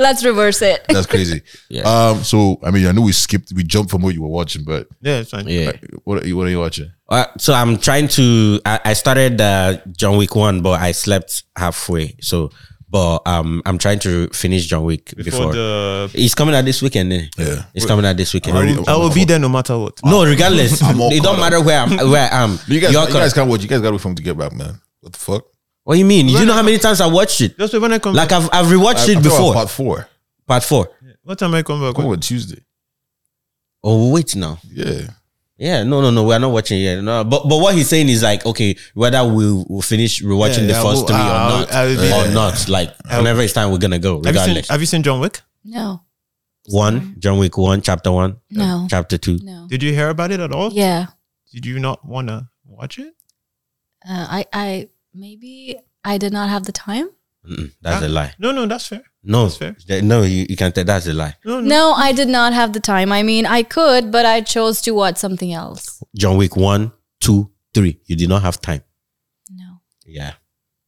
G: Let's reverse it.
A: That's crazy.
B: Yeah.
A: Um. So I mean, I know we skipped, we jumped from what you were watching, but
E: yeah, it's fine.
B: yeah.
A: what are you, what are you watching?
B: Uh, so I'm trying to. I, I started uh, John Wick one, but I slept halfway. So, but um, I'm trying to finish John Wick before.
E: Before the,
B: it's coming out this weekend. eh?
A: Yeah.
B: it's coming out this weekend.
A: already-
E: I will be there no matter what.
B: no, regardless,
A: all
B: it
A: caught
B: don't
A: up.
B: matter where I'm. Where I am.
A: You guys,
B: You're
A: you guys
B: correct.
A: can't watch. You guys got to wait for him to get back, man. What the fuck?
B: What do you mean? You know how many times I watched it?
E: Just when I come
B: Like I've I've rewatched
A: I- I
B: it
A: thought about
B: before.
A: part four.
B: Part four.
E: what time I come back?
A: Come on, Tuesday.
B: Oh wait, now.
A: Yeah.
B: Yeah, no, no, no. We're not watching it yet. No, but but what he's saying is like, okay, whether we will finish rewatching
E: Yeah,
B: the
E: yeah,
B: first
E: we'll-
B: three or
E: I'll-
B: not,
E: I'll be
B: or
E: there.
B: not, like whenever it's time, we're gonna go.
E: have, you seen,
B: Regardless,
E: have you seen John Wick?
G: No,
B: one John Wick one, chapter one,
G: no,
B: chapter two.
G: no.
E: Did you hear about it at all?
G: Yeah.
E: Did you not want to watch it?
G: Uh, I I maybe I did not have the time.
B: Mm-mm, that's a lie.
E: No, no, that's fair.
B: No,
E: That's fair.
B: th- no, you, you can tell that's a lie.
E: No, no.
G: No, I did not have the time. I mean, I could, but I chose to watch something else.
B: John Wick one, two, three. You did not have time.
G: No,
B: Yeah,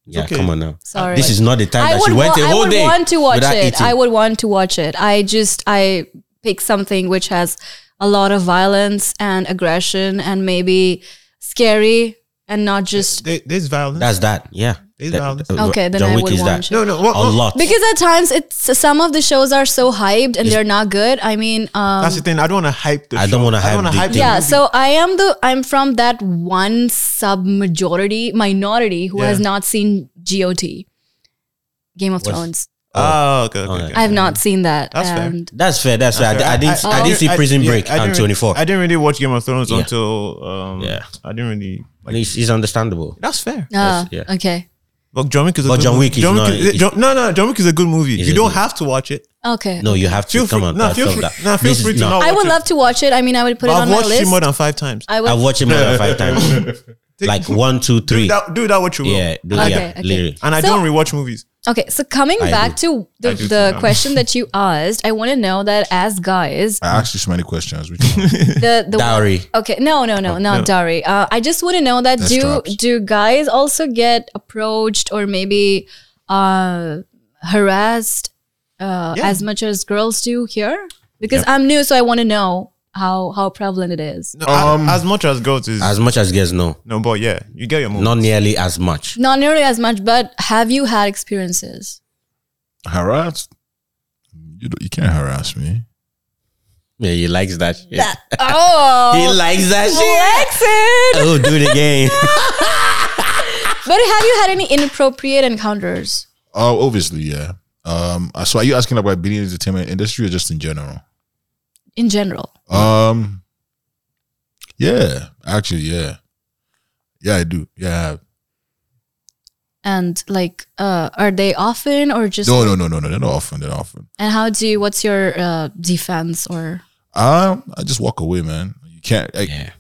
B: yeah.
E: okay.
B: Come on now.
G: sorry.
B: Uh, This is not the time
G: I
B: that
G: would,
B: she went
G: wa-
B: a
G: I
B: whole
G: would
B: day
G: want to watch
B: without
G: it.
B: eating.
G: I would want to watch it. I just I pick something which has a lot of violence and aggression and maybe scary and not just
E: There, there's violence.
B: That's that. Yeah.
E: It's
B: That-
E: violence.
B: uh,
G: Okay, then
B: John
G: I
B: Wick
G: would
B: is that.
G: watch it.
E: no, no, what,
B: A lot.
G: because at times it's some of the shows are so hyped and they're not good. I mean, um,
E: That's the thing. I don't want to hype the.
B: I don't
E: show.
B: wanna hype
E: wanna
B: the thing.
E: the
G: yeah
E: movie.
G: so i am the i'm from that one sub majority minority who has
E: Yeah.
G: not seen got game of
B: What's-
G: thrones
E: Oh, okay, okay. okay.
G: i have not seen that
E: That's fair.
G: and
B: That's fair. That's fair. I, I didn't. I, didn't see Prison
E: yeah,
B: Break
E: I
B: on
E: didn't-
B: twenty four.
E: I didn't really watch Game of Thrones
B: Yeah.
E: until. Um,
B: Yeah.
E: I didn't really. Like,
B: It's, it's understandable.
E: that's fair.
G: ah,
B: yeah.
G: okay
E: But John Wick is. A
B: But
E: good
B: John
E: movie.
B: Wick is
E: John
B: not-
E: Wick is-
B: is-
E: John- no, no. John Wick is a good movie.
B: Is
E: You
B: a
E: don't
B: good-
E: have to watch it.
G: okay
B: No, you have to
E: Feel
B: come
E: free-
B: on.
E: no,
B: I
E: feel
B: felt
E: free-
B: that.
E: no, feel
B: This is
E: free to
B: not-
E: not-
G: i would
E: watch it.
G: love to watch it i mean i would put
E: But
G: it on
E: I've
G: my
E: watched it
G: list
E: more than five times.
G: i would
B: I've watched it more than five times. like one, two, three.
E: Do that, do that what you will.
B: Yeah, do-
G: Okay,
B: yeah,
G: okay.
B: literally.
E: And I
G: So-
E: don't rewatch movies.
G: okay so coming
B: I
G: back to the,
E: I do
G: the
E: too.
G: question that you asked i want to know that as guys
A: I asked you so many questions. Which one?
G: the the
B: Dowry.
G: Okay, no, no, no, not dowry. Uh, I just want to know that
A: That's
G: do
A: traps.
G: do guys also get approached or maybe uh, harassed uh,
E: Yeah.
G: as much as girls do here? Because I'm new, so I want to know how how prevalent it is.
E: No, I-
A: Um,
E: as much as girls is
B: As much as guys know,
E: no, but yeah, you get your movie.
B: not nearly as much.
G: Not nearly as much, but have you had experiences?
A: Harassed? You, don't- you can't harass me.
B: Yeah, he likes that. Shit.
G: That- oh,
B: He likes that shit.
G: likes it.
B: Oh, do it again.
G: But have you had any inappropriate encounters?
A: Oh, obviously, yeah. Um, uh, so are you asking about being in the entertainment industry or just in general?
G: In general,
A: Um, yeah, actually, yeah, yeah, I do. Yeah, I have.
G: and like, uh, are they often or just
A: no, no, no, no, no. They're not often. They're not often.
G: And how do you, what's your uh, defense or
A: Um, I just walk away, man. You can't. Like,
B: Yeah.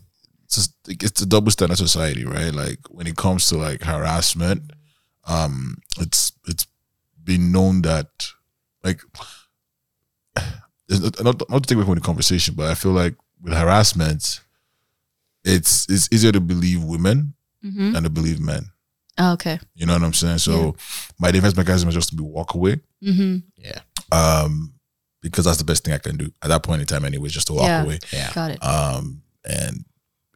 A: it's just, like, it's a double standard society, right? Like when it comes to like harassment, um, it's it's been known that like it's not not not to take away from the conversation, but I feel like with harassment, it's it's easier to believe women than to believe men.
G: Mm-hmm. Oh, okay?
A: You know what I'm saying? So my defense mechanism is just to be walk away.
G: Mm-hmm.
A: Um, because that's the best thing I can do at that point in time anyway, just to walk
G: Yeah.
A: away.
B: Yeah.
G: Got it.
A: Um, and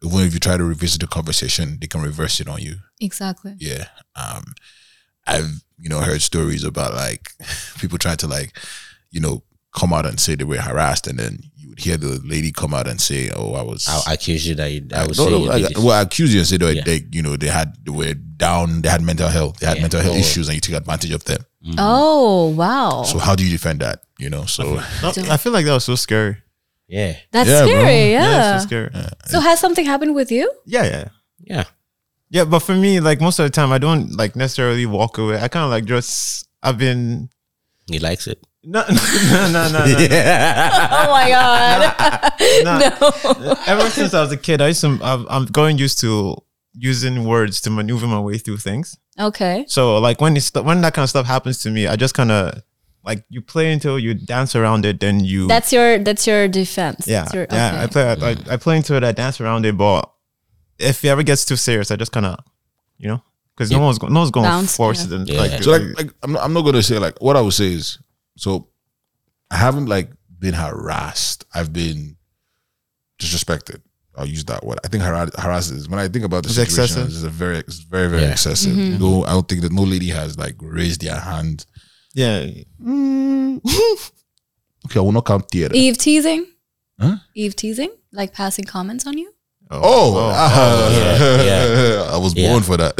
A: even if you try to revisit the conversation, they can reverse it on you.
G: exactly.
A: Yeah. Um, I've, you know, heard stories about like people trying to like, you know, come out and say they were harassed and then you would hear the lady come out and say, Oh, I was
B: I'll accuse you that you, I
A: I
B: would
A: no,
B: say
A: no,
B: you
A: I-
B: did this.
A: well, I accuse you and say that
B: Yeah.
A: they, you know, they had they were down, they had mental health, they had
B: Yeah.
A: mental health
B: Oh.
A: issues, and you took advantage of them.
G: Oh wow,
A: So how do you defend that? You know, so
E: No, I feel like that was so scary.
B: Yeah,
G: that's
A: Yeah,
G: scary.
A: bro.
G: Yeah.
E: Yeah, it's so scary. Yeah.
G: so has something happened with you?
E: yeah, yeah,
B: yeah.
E: yeah. But for me, like most of the time, I don't like necessarily walk away. I kind of like just I've been
B: He likes it.
E: no, no, no, no, no.
G: Oh my god. no.
E: Ever since I was a kid, I used to I've, I'm going used to using words to maneuver my way through things.
G: Okay.
E: So like when it's when that kind of stuff happens to me, I just kind of like you play until you dance around it, then you
G: That's your that's your defense.
E: yeah
G: That's your,
E: yeah. I
G: okay.
E: play I, I, I play into it, I dance around it, but if it ever gets too serious, I just kind of you know because no one's go, no one's going to
G: Bounce,
E: force
G: yeah.
E: it. And,
B: Yeah.
E: Like,
A: So like, like I'm, not, I'm not gonna say like what I would say is so I haven't like been harassed. I've been disrespected. I'll use that word. I think harass, harass is when I think about the
E: It's
A: situation.
E: excessive.
A: It's a very, it's very, very
B: Yeah.
A: excessive. No, I don't think that no lady has like raised their hand.
E: yeah,
A: Okay, I will not count theater.
G: Eve teasing.
A: Huh?
G: Eve teasing, like passing comments on you.
A: oh,
E: uh,
B: yeah,
A: I was
B: Yeah.
A: born for that.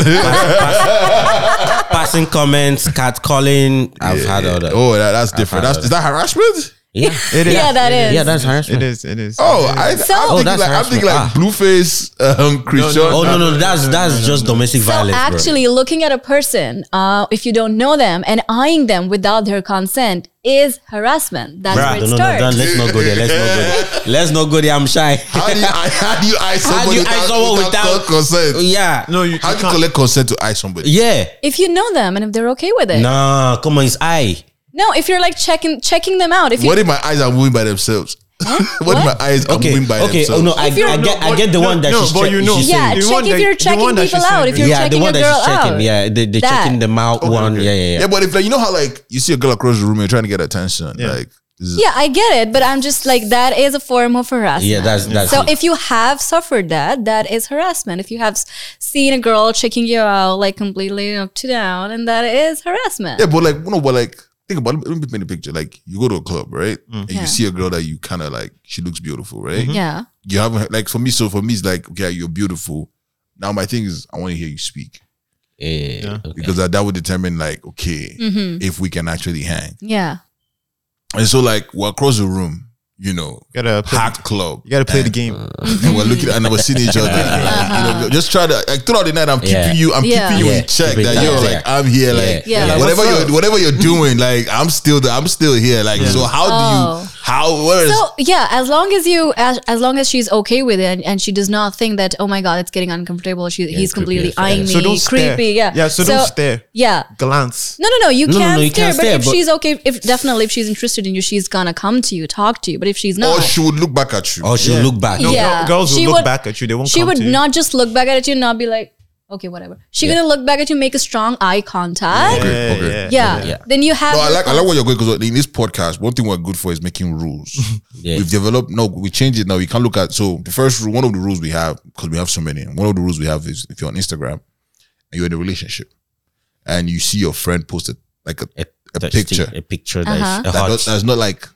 B: Passing comments, cat calling. I've had all that.
A: oh, that, that's different. That's, is that harassment?
B: Yeah,
E: it is.
G: yeah, that is.
B: yeah. That's
E: It
B: harassment.
E: is. It is.
A: Oh, I,
G: So-
A: I'm,
G: Oh,
A: thinking
B: that's
A: like, I'm thinking like
B: harassment.
A: Blueface, um, Christian.
B: Oh no, no, that's that's just domestic
G: So
B: violence. bro.
G: actually, looking at a person, uh, if you don't know them and eyeing them without their consent is harassment. That's
B: Bruh,
G: where it
B: no, no, no,
G: starts.
B: don't- let's not go there. Let's not go there. Let's not go there. I'm shy.
A: How do you how do you eye
B: How do
A: somebody
B: you
A: without,
B: eye someone
A: without,
B: without
A: consent?
B: Yeah,
E: no, you,
A: How
E: you
A: do you
E: can't-
A: collect consent to eye somebody?
B: yeah.
G: if you know them and if they're okay with it.
B: Nah, come on, it's I.
G: No, if you're like checking checking them out, if you
A: What if my eyes are moving by themselves? what if my eyes are
B: Okay,
A: moving by
B: okay. Oh
A: themselves?
B: no, I, I
G: If you're-
B: get, I get the
E: No,
B: one that
E: no,
B: she's,
E: but
B: check,
E: you know-
B: she's
G: yeah,
B: saying.
E: the
G: check
E: one
G: if
E: that-
G: you're
E: the
G: checking
E: one that she
G: people out.
E: said,
G: If you're
E: right?
B: yeah, the
G: checking
B: one
G: a
B: that
G: girl
B: she's checking.
G: out,
B: Yeah, they they
G: That.
B: checking them out. one, yeah, yeah, yeah.
A: Yeah, but if like you know how like you see a girl across the room and you're trying to get attention,
E: Yeah.
A: like
G: Yeah, I get it, but I'm just like that is a form of harassment.
B: Yeah, that's that's
G: so if you have suffered that, that is harassment. If you have s- seen a girl checking you out like completely up to down, and that is harassment.
A: Yeah, but like, you know, but like, think about it. Let me paint a picture. Like, you go to a club, right? And
G: Yeah. Mm-hmm.
A: you see a girl that you kind of like, she looks beautiful, right?
E: Mm-hmm.
G: Yeah.
A: You haven't, like, for me, so for me, it's like, okay, you're beautiful. Now, my thing is, I want to hear you speak
B: Eh, okay.
A: because that, that would determine, like, okay, if we can actually hang.
G: Yeah.
A: And so, like, we're across the room, you know,
E: You gotta play,
A: packed club.
E: you gotta play the game.
A: and we're looking and we're seeing each other. You know, just try to like throughout the night. I'm keeping
B: Yeah.
A: you. I'm
G: Yeah.
A: keeping you
B: Yeah.
A: in check.
B: Keep it
A: That you're
B: down.
A: like I'm here. Like
G: Yeah. Yeah.
A: whatever
E: What's
A: you're whatever you're doing. Like I'm still there. I'm still here. Like so how do
G: Oh.
A: you how what is
G: So yeah, as long as you as, as long as she's okay with it and, and she does not think that oh my god it's getting uncomfortable she, he's
B: it's creepy
G: completely
B: as fuck.
G: eyeing me
E: So don't stare.
G: creepy yeah
E: Yeah, so don't stare.
G: yeah
E: Glance.
G: no no no you
B: No, no,
G: can't
B: no, you
G: stare
B: can't
G: but
B: stare,
G: if
B: but-
G: she's okay if definitely if she's interested in you she's gonna come to you talk to you but if she's not
A: or she would look back at you.
B: Or Oh, she'll
E: Yeah.
B: look back.
E: No,
G: Yeah.
E: girl- girls will
G: She
E: look
G: would-
E: back at you. They won't.
G: she
E: come
G: would
E: to you.
G: not just look back at you and not be like okay whatever she's gonna look back at you make a strong eye contact yeah
A: Okay, okay.
G: yeah,
B: Yeah.
G: then you have
A: No, I like I like what you're going because in this podcast, one thing we're good for is making rules.
B: Yeah.
A: We've developed no, we change it now. We can look at so the first rule, one of the rules we have because we have so many. One of the rules we have is if you're on Instagram and you're in a relationship and you see your friend post a, like a,
B: A,
A: a
B: that's
A: picture
B: the- A picture that's
G: Uh-huh.
B: a
A: that
B: hot.
A: does, that's not like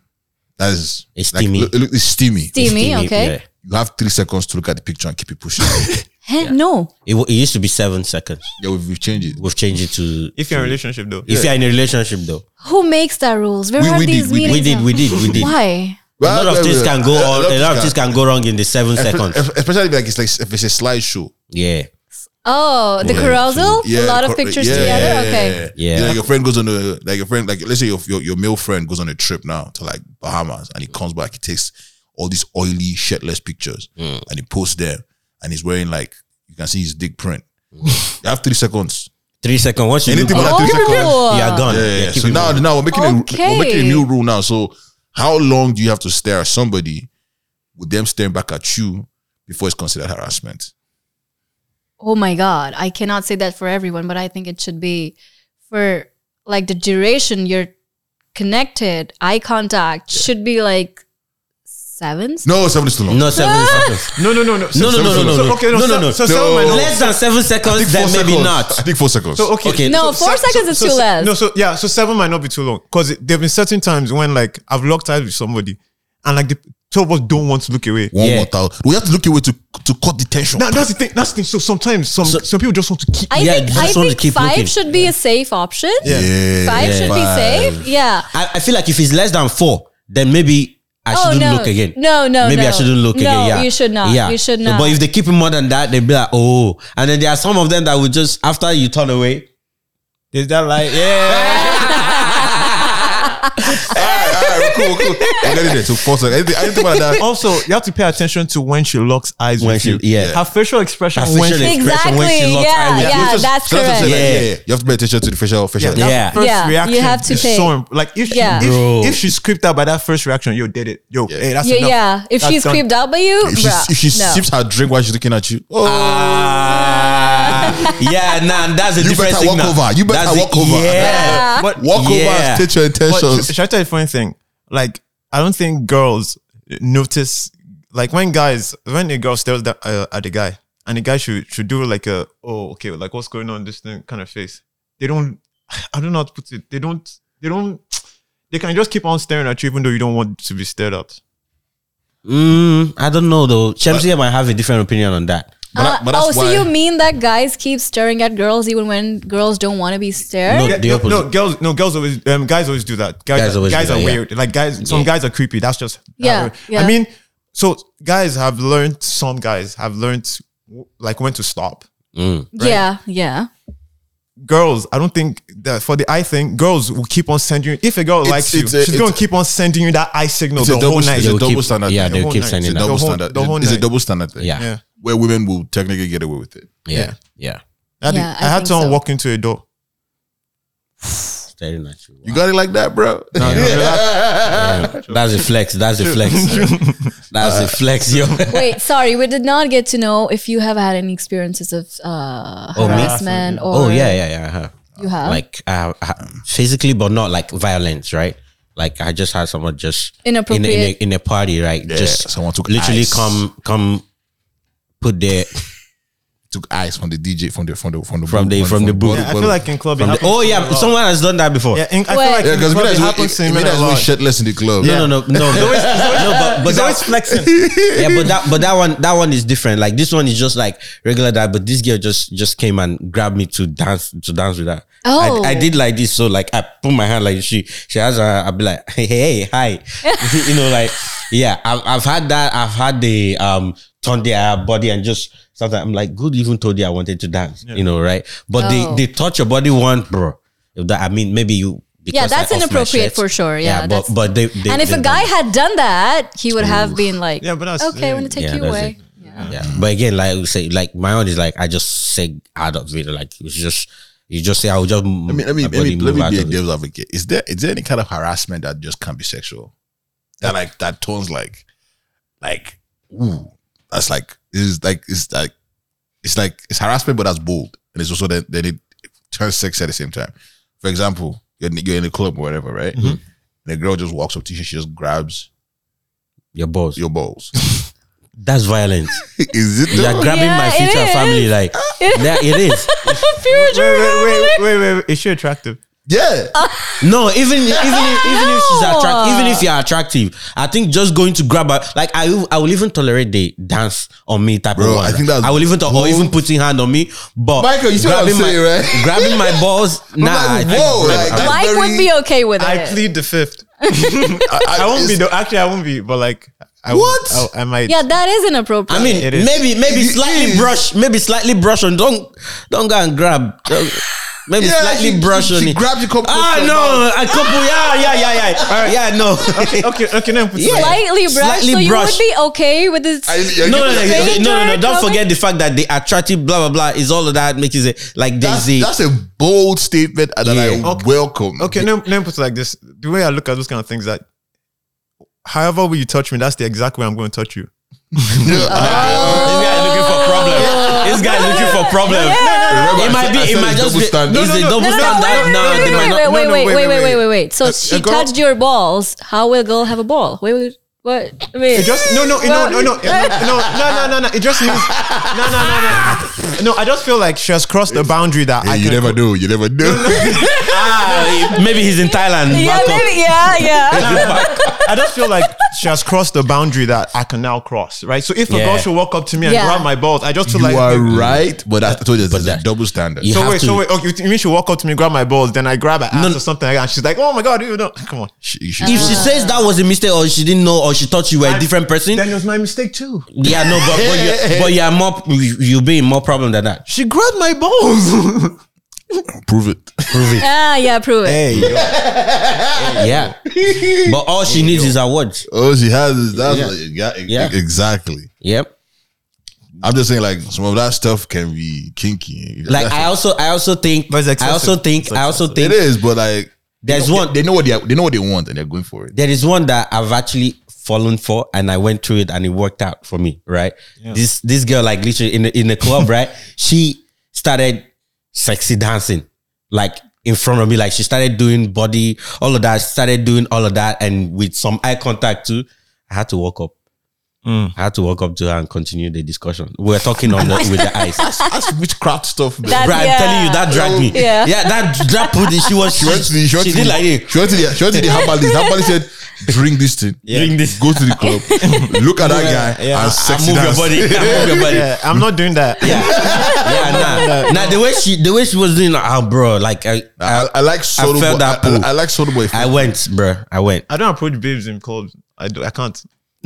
A: that's
B: It's
A: like,
B: steamy.
A: look- look, it's steamy.
G: steamy
B: Steamy,
G: okay
B: yeah.
A: You have three seconds to look at the picture and keep it pushing.
G: Heh, no
B: It, wa- it used to be seven seconds.
A: yeah, we've, we've changed it.
B: We've changed it to.
E: If you're in a relationship, though,
B: If you're in a relationship, though,
G: who makes that rules where
A: We-
G: are
A: we did,
G: these
A: we did.
B: we
G: meetings
B: did, we
G: at?
B: did, we did.
G: why
B: A lot of things can go. all- A lot of things can go wrong in the seven seconds.
A: Especially like it's like if it's a slideshow.
B: Yeah,
G: Oh, the
A: Yeah.
G: carousal? a lot of
A: cor-
G: pictures
A: yeah,
G: together?
A: yeah,
G: okay.
A: Yeah,
B: Yeah.
A: Like your friend goes on a like your friend like let's say your, your your male friend goes on a trip now to like Bahamas and he comes back he takes all these oily shirtless pictures
B: Mm.
A: and he posts them and he's wearing like you can see his dick print.
B: Mm.
A: you have three seconds.
B: three seconds. Once you
A: Anything
B: look
A: but
B: up,
A: three seconds.
B: you are
G: Oh,
B: gone.
A: Yeah,
B: Yeah,
A: yeah, yeah.
B: keep
A: So
B: it
A: now,
B: moving.
A: now we're making a
G: Okay.
A: we're making a new rule now. So how long do you have to stare at somebody with them staring back at you before it's considered harassment?
G: oh my God. I cannot say that for everyone, but I think it should be for like the duration you're connected, eye contact should be like seven.
A: No, seven is too long.
B: no seven seconds.
A: Ah
E: no, no, no, no,
B: No, no, no, no, no,
E: So,
B: no.
E: okay, no,
B: no,
E: so-
B: no, no.
E: So, so,
A: So-
E: my-
B: Less than seven seconds,
A: Four
B: then maybe
A: seconds.
B: not.
A: I think four seconds.
E: so okay,
B: Okay.
G: No, four seconds is too less.
E: No, so yeah, so seven might not be too long because there have been certain times when like I've locked eyes with somebody and like the two of us don't want to look away.
A: One
B: Yeah.
A: more thousand. We have to look away to to cut the tension.
E: Now, that's the thing. That's the thing. So sometimes some
B: So-
E: some people just want to keep.
G: I
B: Yeah,
G: think,
B: you
G: I
B: just want to
G: think
B: keep
G: five
B: looking.
G: should be a safe option.
A: Yeah.
G: Five should be safe. Yeah.
B: I, I feel like if it's less than four, then maybe I shouldn't
G: Oh, no.
B: look again.
G: No, no,
B: maybe I
G: no.
B: shouldn't look
G: No,
B: again. Yeah,
G: you should not.
B: Yeah,
G: You should
B: So,
G: not.
B: But if they keep it more than that, they'd be like, oh. And then there are some of them that would just after you turn away, is that like yeah?
A: Alright, alright, cool, cool. I get it. It took four seconds. I didn't think- I didn't think about that.
E: Uh, Also, you have to pay attention to when she locks eyes
B: When
E: with
B: she-
E: you.
B: yeah.
E: her facial expression.
B: Her
E: when
B: facial
E: she,
B: ex- expression when she
G: Exactly.
B: locks eye
G: Yeah,
B: with
G: yeah,
B: you.
A: You have to-
G: that's
A: you have to
G: correct.
A: say that,
B: Yeah.
A: yeah, yeah. You have to pay attention to the facial facial.
E: that
B: Yeah.
E: first
G: Yeah, you
E: reaction
G: have to
E: is
G: pay.
E: so imp- like if she,
G: Yeah.
B: Bro.
E: if, if she's creeped out by that first reaction, yo, did it, yo, hey, that's
G: Yeah,
E: enough.
G: yeah. If
E: That's
G: she's
E: done.
G: creeped out by you,
A: If she,
G: bruh,
A: if she
G: no.
A: sips her drink while she's looking at you, oh,
B: Ah, yeah, nah, that's a
A: You
B: different
A: better walk
B: signal.
A: over. You better
B: That's
A: walk
B: the,
A: over.
B: Yeah,
G: Yeah.
E: But
A: walk over
B: Yeah.
A: and state your
E: But
A: intentions.
E: sh- should I tell you a funny thing? Like, I don't think girls notice, like, when guys, when a girl stares that, uh, at a guy, and the guy should should do like a, oh, okay, like what's going on, this thing kind of face. They don't, I don't know how to put it. They don't, they don't, they can just keep on staring at you even though you don't want to be stared at.
B: Mm, I don't know though. Chemsia might have a different opinion on that.
A: But, that- but
G: Uh,
A: that's
G: oh, so
A: why-
G: you mean that guys keep staring at girls even when girls don't want to be stared?
B: No, the
E: no,
B: opposite.
E: no, girls, no, girls always, um, guys always do that. Guys,
B: Guys
E: guys,
B: always do
E: are
B: that, yeah.
E: weird. Like guys, some
B: Yeah.
E: guys are creepy. That's just
G: Yeah, yeah.
E: I mean, so guys have learned. Some guys have learned like when to stop.
G: Yeah, yeah.
E: Girls, I don't think that for the eye thing, girls will keep on sending you. If a girl likes
A: it's
E: you,
A: a-
E: she's
A: it's
E: gonna
A: a-
E: keep on sending you that eye signal
A: It's a
E: the whole
A: double
E: night.
A: It's
B: They
A: a
B: will
A: double
B: keep-
A: standard.
B: Yeah,
A: The
B: they'll
E: whole
B: keep
E: night.
A: It's
B: sending
A: a
B: that.
A: double
E: whole-
A: standard.
E: the whole
A: It's a
E: night.
A: double standard thing.
B: Yeah.
E: Yeah.
A: Where women will technically get away with it.
B: Yeah, yeah.
E: I, had-
G: Yeah, I
E: I had
G: think
E: someone
G: so.
E: walk into a door.
B: Staring at you.
A: You got it like that, bro.
B: That's a flex. That's a flex. That's a flex, yo.
G: Wait, sorry, we did not get to know if you have had any experiences of uh,
B: Oh, me?
G: harassment or
B: Oh yeah, yeah, yeah. I have.
G: you have.
B: Like uh, uh, physically, but not like violence, right? Like I just had someone just in a, in a,
G: Inappropriate.
B: in a party, right? just
A: someone took
B: literally
A: ice.
B: come come put their
A: Took ice from the DJ from the from the from the
B: From the-
A: booth,
B: from the booth.
E: Yeah, I feel like in club. it
B: from the,
E: happens
B: oh
E: to me a
B: yeah,
E: lot.
B: someone has done that before.
E: Yeah, in, I feel
G: Well-
E: like
A: yeah,
E: in
A: because we
E: club it
A: that's we,
E: happens to
A: we,
E: me a
A: that's we
E: lot.
A: shirtless in the club.
B: No, no, no, no, no. no, but, but
E: He's always
B: that,
E: flexing.
B: yeah, but that, but that one, that one is different. Like this one is just like regular that, but this girl just just came and grabbed me to dance to dance with her.
G: Oh.
B: I, I did like this, so like I put my hand like she she has her. I'll be like, hey, hey, hi, you know, like yeah. I've I've had that. I've had the um turn their body and just sometimes I'm like, good, even told you I wanted to dance, you know, right? But
G: Oh.
B: they they touch your body one, bro. If that I mean, maybe you. because I
G: that's
B: off my
G: inappropriate
B: shirt.
G: for sure. Yeah,
B: but
G: that's-
B: but they, they
G: and if
B: they
G: a
B: don't.
G: guy had done that, he would have been like,
E: Yeah, but that's-
G: okay, I
E: yeah.
G: want to take
B: Yeah,
G: you
B: that's
G: away.
B: it. Yeah. But again, like we say, like my own is like I just say out of it. Like it's just you just say I will just I
A: I mean, I mean, let me, let me be a devil's advocate. Is there is there any kind of harassment that just can't be sexual? That like that tones like, like ooh, that's like is like it's like it's like it's harassment, but that's bold, and it's also that then it turns sex at the same time. For example, you're in, you're in a club or whatever, right?
B: Mm-hmm.
A: And a girl just walks up to you, she just grabs
B: your balls.
A: your balls.
B: That's violence.
A: is it?
B: You're
A: though?
B: grabbing my
G: Yeah, it
B: future
G: is.
B: family. Like yeah, it is.
E: Wait, wait, wait, wait, wait, wait. Is she attractive?
A: yeah.
B: No, even even if, even if she's
G: No.
B: attractive, even if you're attractive, I think just going to grab her like I will- I will even tolerate the dance on me type
A: Bro,
B: of one.
A: I think that's
B: I will even to- or even putting hand on me, but
A: Michael, you see what I'm
B: grabbing my
A: saying, right?
B: grabbing my balls. Nah, I
A: like,
B: think-
A: whoa, like, that's
G: Mike
A: very-
G: would be okay with it.
E: I plead the fifth.
A: I,
E: I won't be
A: it's-
E: though. Actually, I won't be. But like, I
A: What?
E: Would, I, I might.
G: yeah, that is inappropriate.
B: I mean,
E: It is.
B: maybe maybe
A: It
B: slightly
A: is.
B: brush, maybe slightly brush on. Don't don't go and grab. Don't- Maybe
A: Yeah,
B: slightly
A: she-
B: brush
A: she-
B: on
A: she
B: it.
A: grabbed your couple
B: Ah
A: from
B: no, a couple. Yeah yeah yeah yeah. Yeah no.
E: Okay. Okay. Now put it
B: Yeah.
E: like-
G: slightly brush,
B: Slightly
G: so you
B: brush.
G: would be okay with this.
A: I- you're
B: No, no, no,
A: giving-
B: no, no, no, no,
G: Stranger
B: Don't
G: coming?
B: forget the fact that they are attractive, blah, blah, blah, is all of that makes it say, like
A: That's,
B: there's a,
A: that's a bold statement and that I
B: Yeah.
A: welcome.
E: Okay. Now, now put it like this. The way I look at those kind of things, that however way you touch me, that's the exact way I'm going to touch you.
B: this guy is looking for problem. This guy is looking for problem. It might be, it might just be,
A: No,
B: it's a
E: no, no.
B: double
G: no, no,
B: standard. No,
G: wait,
B: they might not.
G: wait, wait, wait, wait,
E: no,
G: wait,
E: wait,
G: wait, wait,
E: wait, Uh,
G: wait,
E: wait.
G: wait, wait. So
E: A-
G: she
E: a girl-
G: touched your balls. How will girl have a ball? Wait, wait, what? I mean,
E: It just no, no, no, no, no, no, no, no, no, no. It just means no, no, no, no. No, I just feel like she has crossed the boundary that I
A: you
E: can
A: never do. You never do.
B: Ah, Maybe he's in Thailand.
G: yeah,
B: back up.
G: maybe, yeah, yeah.
E: I just feel like she has crossed the boundary that I can now cross, right? So if a
B: Yeah.
E: girl should walk up to me and
G: Yeah.
E: grab my balls, I just feel
A: you
E: like
A: are right, but that's, I told you, there's a
B: that-
A: double standard.
B: You
E: So
B: have
E: wait,
B: to-
E: so wait. Okay, you mean she walk up to me, grab my balls, then I grab her ass or something like that? And she's like, "Oh my god, you know, come on."
A: Sh- you should-
B: If she says that was a mistake or she didn't know or she thought you were a different person,
E: Then it was my mistake too.
B: yeah, no, but but you're, but you're more you- you'll be in more problem than that.
E: She grabbed my balls.
A: prove it. Prove it.
G: Ah, yeah, prove it.
E: hey,
B: Yeah, but all she needs is her words.
A: Oh, she has is that's
B: Yeah.
A: what you got-
B: Yeah.
A: exactly.
B: Yep.
A: I'm just saying, like some of that stuff can be kinky.
B: Like
A: That's-
B: I also I also think
E: But it's
B: I
E: excessive.
B: also think I also
A: it
B: think
A: is, but like
B: there's
A: they-
B: one
A: they know what they are- they know what they want and they're going for it.
B: there is one that I've actually fallen for and I went through it and it worked out for me, right? This this girl like literally in the, in the club, right? She started sexy dancing like in front of me like she started doing body all of that she started doing all of that and with some eye contact too I had to walk up
A: Hmm.
B: I had to walk up to her and continue the discussion. We were talking on the, with the eyes.
A: That's witchcraft stuff. man.
G: That-
B: Bro, I'm
G: Yeah.
B: telling you, that dragged me.
G: Yeah.
B: yeah that that put it. She was
A: She
B: she,
A: went to the, she went
B: she
A: to
B: did
A: the,
B: like it.
A: she went to the, she went to the herbalist. Herbalist said, drink this thing.
B: Drink this.
A: Go to the club. Look at that guy
E: Yeah.
A: and
B: I
A: sexy
B: move your
A: dance.
B: body. I move your body.
E: yeah, I'm not doing that.
B: Yeah, yeah, nah, nah. The way she, the way she was doing, ah, bro, like I,
A: I, I like soda
B: felt
A: boy.
B: that
A: I,
B: pull.
A: I, I like soda boy.
B: I
A: I,
B: went, bro, I went.
E: I don't approach babes in clubs. I do. I can't.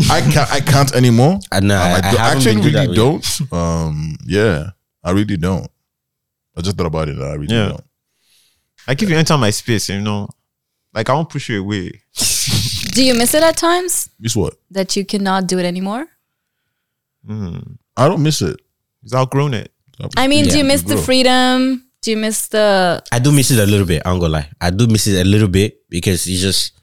A: can't. I can't anymore.
B: I know. I, I,
A: do-
B: haven't
A: actually
B: been good
A: really
B: that way.
A: don't. Um, yeah, I really don't. I just thought about it. and I really
E: Yeah.
A: don't.
E: I give you enter my space. You know, like I won't push you away.
G: Do you miss it at times
A: Miss what?
G: that you cannot do it anymore?
A: I don't miss it.
E: He's outgrown it.
G: I mean, do
B: Yeah,
G: you miss
A: bro.
G: the freedom? Do you miss the?
B: I do miss it a little bit. I'm gonna lie. I do miss it a little bit because it's just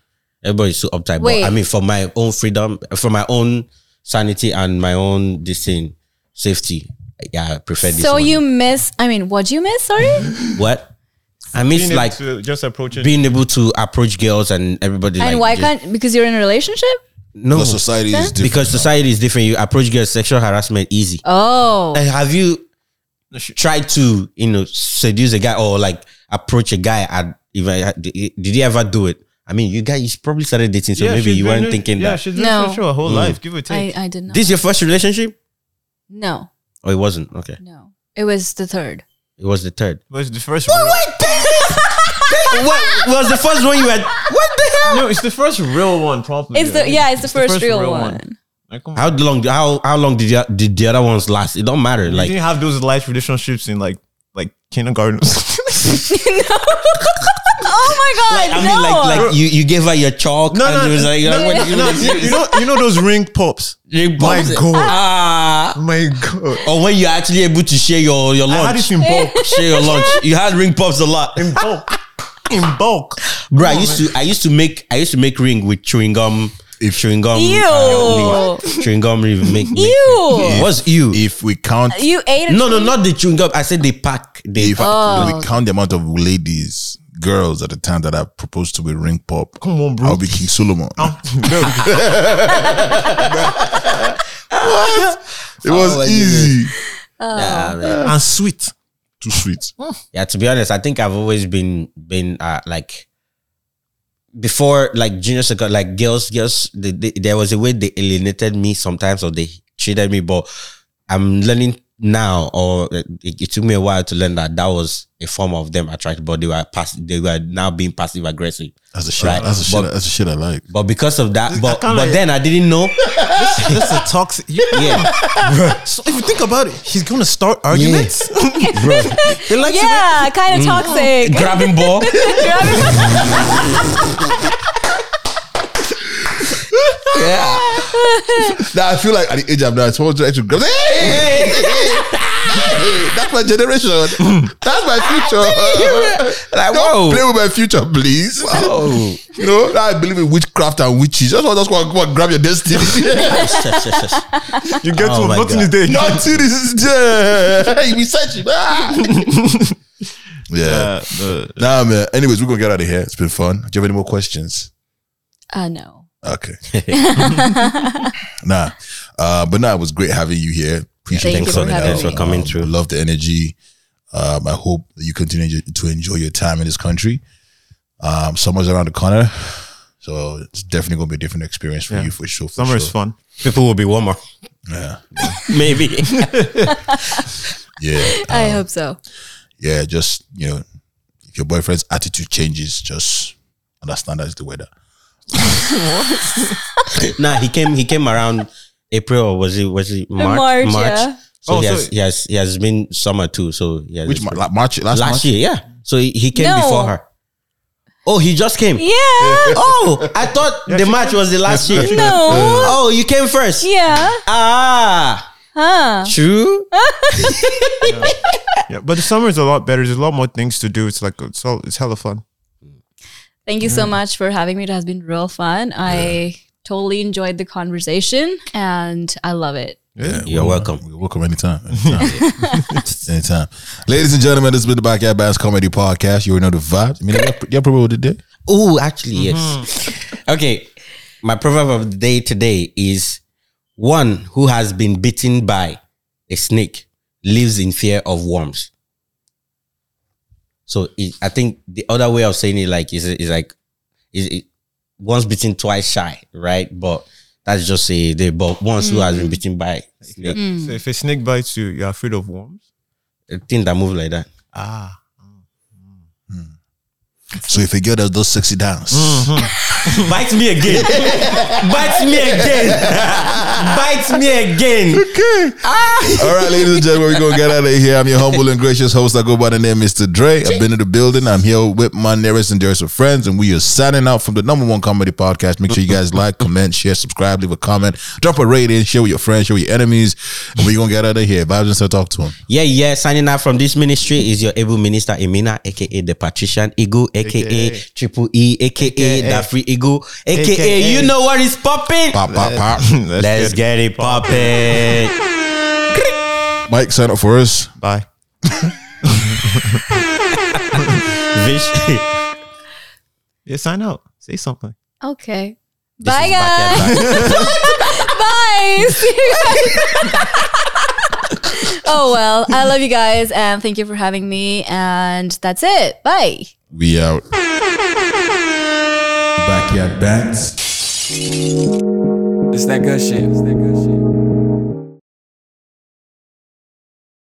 B: everybody's so uptight.
G: Wait.
B: But I mean, for my own freedom, for my own sanity and my own this thing, safety. Yeah, I prefer this.
G: so
B: one.
G: you miss? I mean, what do you miss? Sorry,
B: what? I miss
E: Being able
B: like
E: to just approaching.
B: being able to approach girls and everybody.
G: And
B: like,
G: why
B: just-
G: can't because you're in a relationship?
B: no?
A: But society is different.
B: because society is different. You approach girls sexual harassment easy.
G: Oh,
B: Like, have you tried to you know seduce a guy or like approach a guy at even did you ever do it? I mean, you guys you probably started dating, so
E: Yeah,
B: maybe
E: she's
B: you
E: been
B: weren't
E: in-
B: thinking
E: yeah,
B: that. Mm.
E: she's been
G: No.
E: sure her whole life, give or
G: I,
E: take.
G: I did not.
B: this is your first relationship?
G: no,
B: Oh, it wasn't. Okay,
G: no, it was the third.
B: it was the third.
E: but the first
B: what was the first one you had? What the hell?
E: no, it's the first real one, probably.
G: It's the yeah, it's the first, real, one.
E: Like, come on.
B: How long? How how long did the did the other ones last? It don't matter.
E: You
B: Like
E: didn't have those light relationships in like like kindergarten.
G: Oh my god,
B: I
G: no.
B: mean, like like you, you gave her your chalk
E: No,
B: and
E: no,
B: it was like
E: no,
B: what-
E: no, you, you know, you know those ring pops.
B: you
E: My
B: box it.
E: God.
G: Oh
B: Ah.
E: My God,
B: Or when you're actually able to share your your
E: I had
B: lunch,
E: it in bulk.
B: share your lunch. You had ring pops a lot,
E: In bulk. In bulk.
B: bro. I used to I used to make I used to make ring with chewing gum. If chewing gum,
G: Ew.
B: uh, leaf. chewing gum leaf make, make
G: Ew.
B: What's you?
A: If we count,
G: you ate. a
B: No, no,
G: tree?
B: not the chewing gum. I said they pack. They
A: if
B: Oh.
A: we count the amount of ladies, girls at the time that I proposed to with ring pop,
E: Come on, bro.
A: I'll be King Solomon. It was
B: Oh, my
A: easy,
B: Nah, man.
E: and sweet.
A: too sweet.
B: Yeah, to be honest, I think I've always been been uh, like before like junior second like girls girls they, they, there was a way they alienated me sometimes or they treated me but I'm learning now or it, it took me a while to learn that that was a form of them attracted but they were pass they were now being passive aggressive
A: That's the shit.
B: Right.
A: That's the shit.
B: But-
A: that's the shit I like.
B: but because of that but
E: kinda-
B: but then I didn't know
E: This, this is a toxic.
B: yeah
E: So if you think about it, he's gonna start arguments.
B: they like Mm.
G: Yeah, kind of toxic.
B: grabbing ball yeah
A: Now I feel like at the age I'm now, it's to actually go. Hey, hey, hey, hey, that's my generation. That's my future.
B: like
A: Don't play
B: whoa
A: with my future, please.
B: oh
A: You know, now I believe in witchcraft and witches. That's why that's why come on, grab your destiny.
B: Yes, yes, yes, yes.
E: You get
B: Oh
E: to
B: my
E: a button
B: God.
E: is there.
A: Nothing is there. You be searching. Ah. yeah. Nah, man. Anyways, we're gonna get out of here. It's been fun. Do you have any more questions?
G: Uh, no.
A: Okay. nah. Uh, but nah, it was great having you here. Appreciate
G: Thank you for having
B: Thanks for
G: me.
B: coming
A: Um,
B: through.
A: Love the energy. Um, I hope that you continue to enjoy your time in this country. Um, summer's around the corner, so it's definitely gonna be a different experience for you for sure. For
E: Summer is
A: sure.
E: fun.
B: people will be warmer.
A: Yeah,
B: Maybe.
A: yeah,
B: Oh.
G: I hope so.
A: yeah. Just you know, if your boyfriend's attitude changes, just understand that it's the weather.
B: nah, he came he came around April or was it was it March?
G: March, yeah.
B: So
E: Oh,
B: he
E: so-
B: has he has he has been summer too. So yeah.
A: Which month? Like March last,
B: last
A: March?
B: year, yeah. So he, he came
G: No.
B: before her. Oh, he just came.
G: Yeah.
B: Oh, I thought the match was the last year.
G: No.
B: Oh, you came first.
G: Yeah.
B: Ah,
G: Huh.
B: true.
E: Yeah, but the summer is a lot better. There's a lot more things to do. It's like it's all, it's hella fun.
G: Thank you so much for having me. It has been real fun. I totally enjoyed the conversation and I love it.
A: Yeah,
B: You're welcome.
A: You're welcome anytime. Anytime. anytime. Ladies and gentlemen, this has been the Backyard Bass Comedy Podcast. You already know the vibes. I mean, y'all probably what it did.
B: Oh, actually, yes. Okay. My proverb of the day today is one who has been bitten by a snake lives in fear of worms. So it, I think the other way of saying it like is, is like is it, once bitten twice shy, right? But that's just a day. But once who has been bitten by a snake,
E: So if a snake bites you, you're afraid of worms.
B: a thing that move like that.
E: Ah,
A: So if a girl does those sexy dance,
B: Mm-hmm. Bite me again. Bite me again. Bite me again. Ah.
A: All right, ladies and gentlemen, we're gonna get out of here. I'm your humble and gracious host. I go by the name Mr. Dre. I've been in the building. I'm here with my nearest and dearest of friends, and we are signing out from the number one comedy podcast. Make sure you guys like, comment, share, subscribe, leave a comment, drop a rating, share with your friends, share with your enemies, and we're gonna get out of here. Vibes and so talk to him.
B: Yeah, yeah. Signing out from this ministry is your able minister Emina, aka the Patrician Eagle, aka, Triple E, aka, the Free Eagle, AKA,
E: AKA.
B: you know what is popping.
A: Pop, pop, pop.
B: Let's get it popping.
A: Mike, sign up for us.
E: bye.
B: motivation.
E: Yeah, sign out. Say something.
G: Okay.
B: This
G: Bye
B: is back
G: guys.
B: at back.
G: Bye. See you guys. oh well, I love you guys and thank you for having me. And that's it. Bye.
A: We out. Backyard bands.
C: It's that good shit. It's that good shit.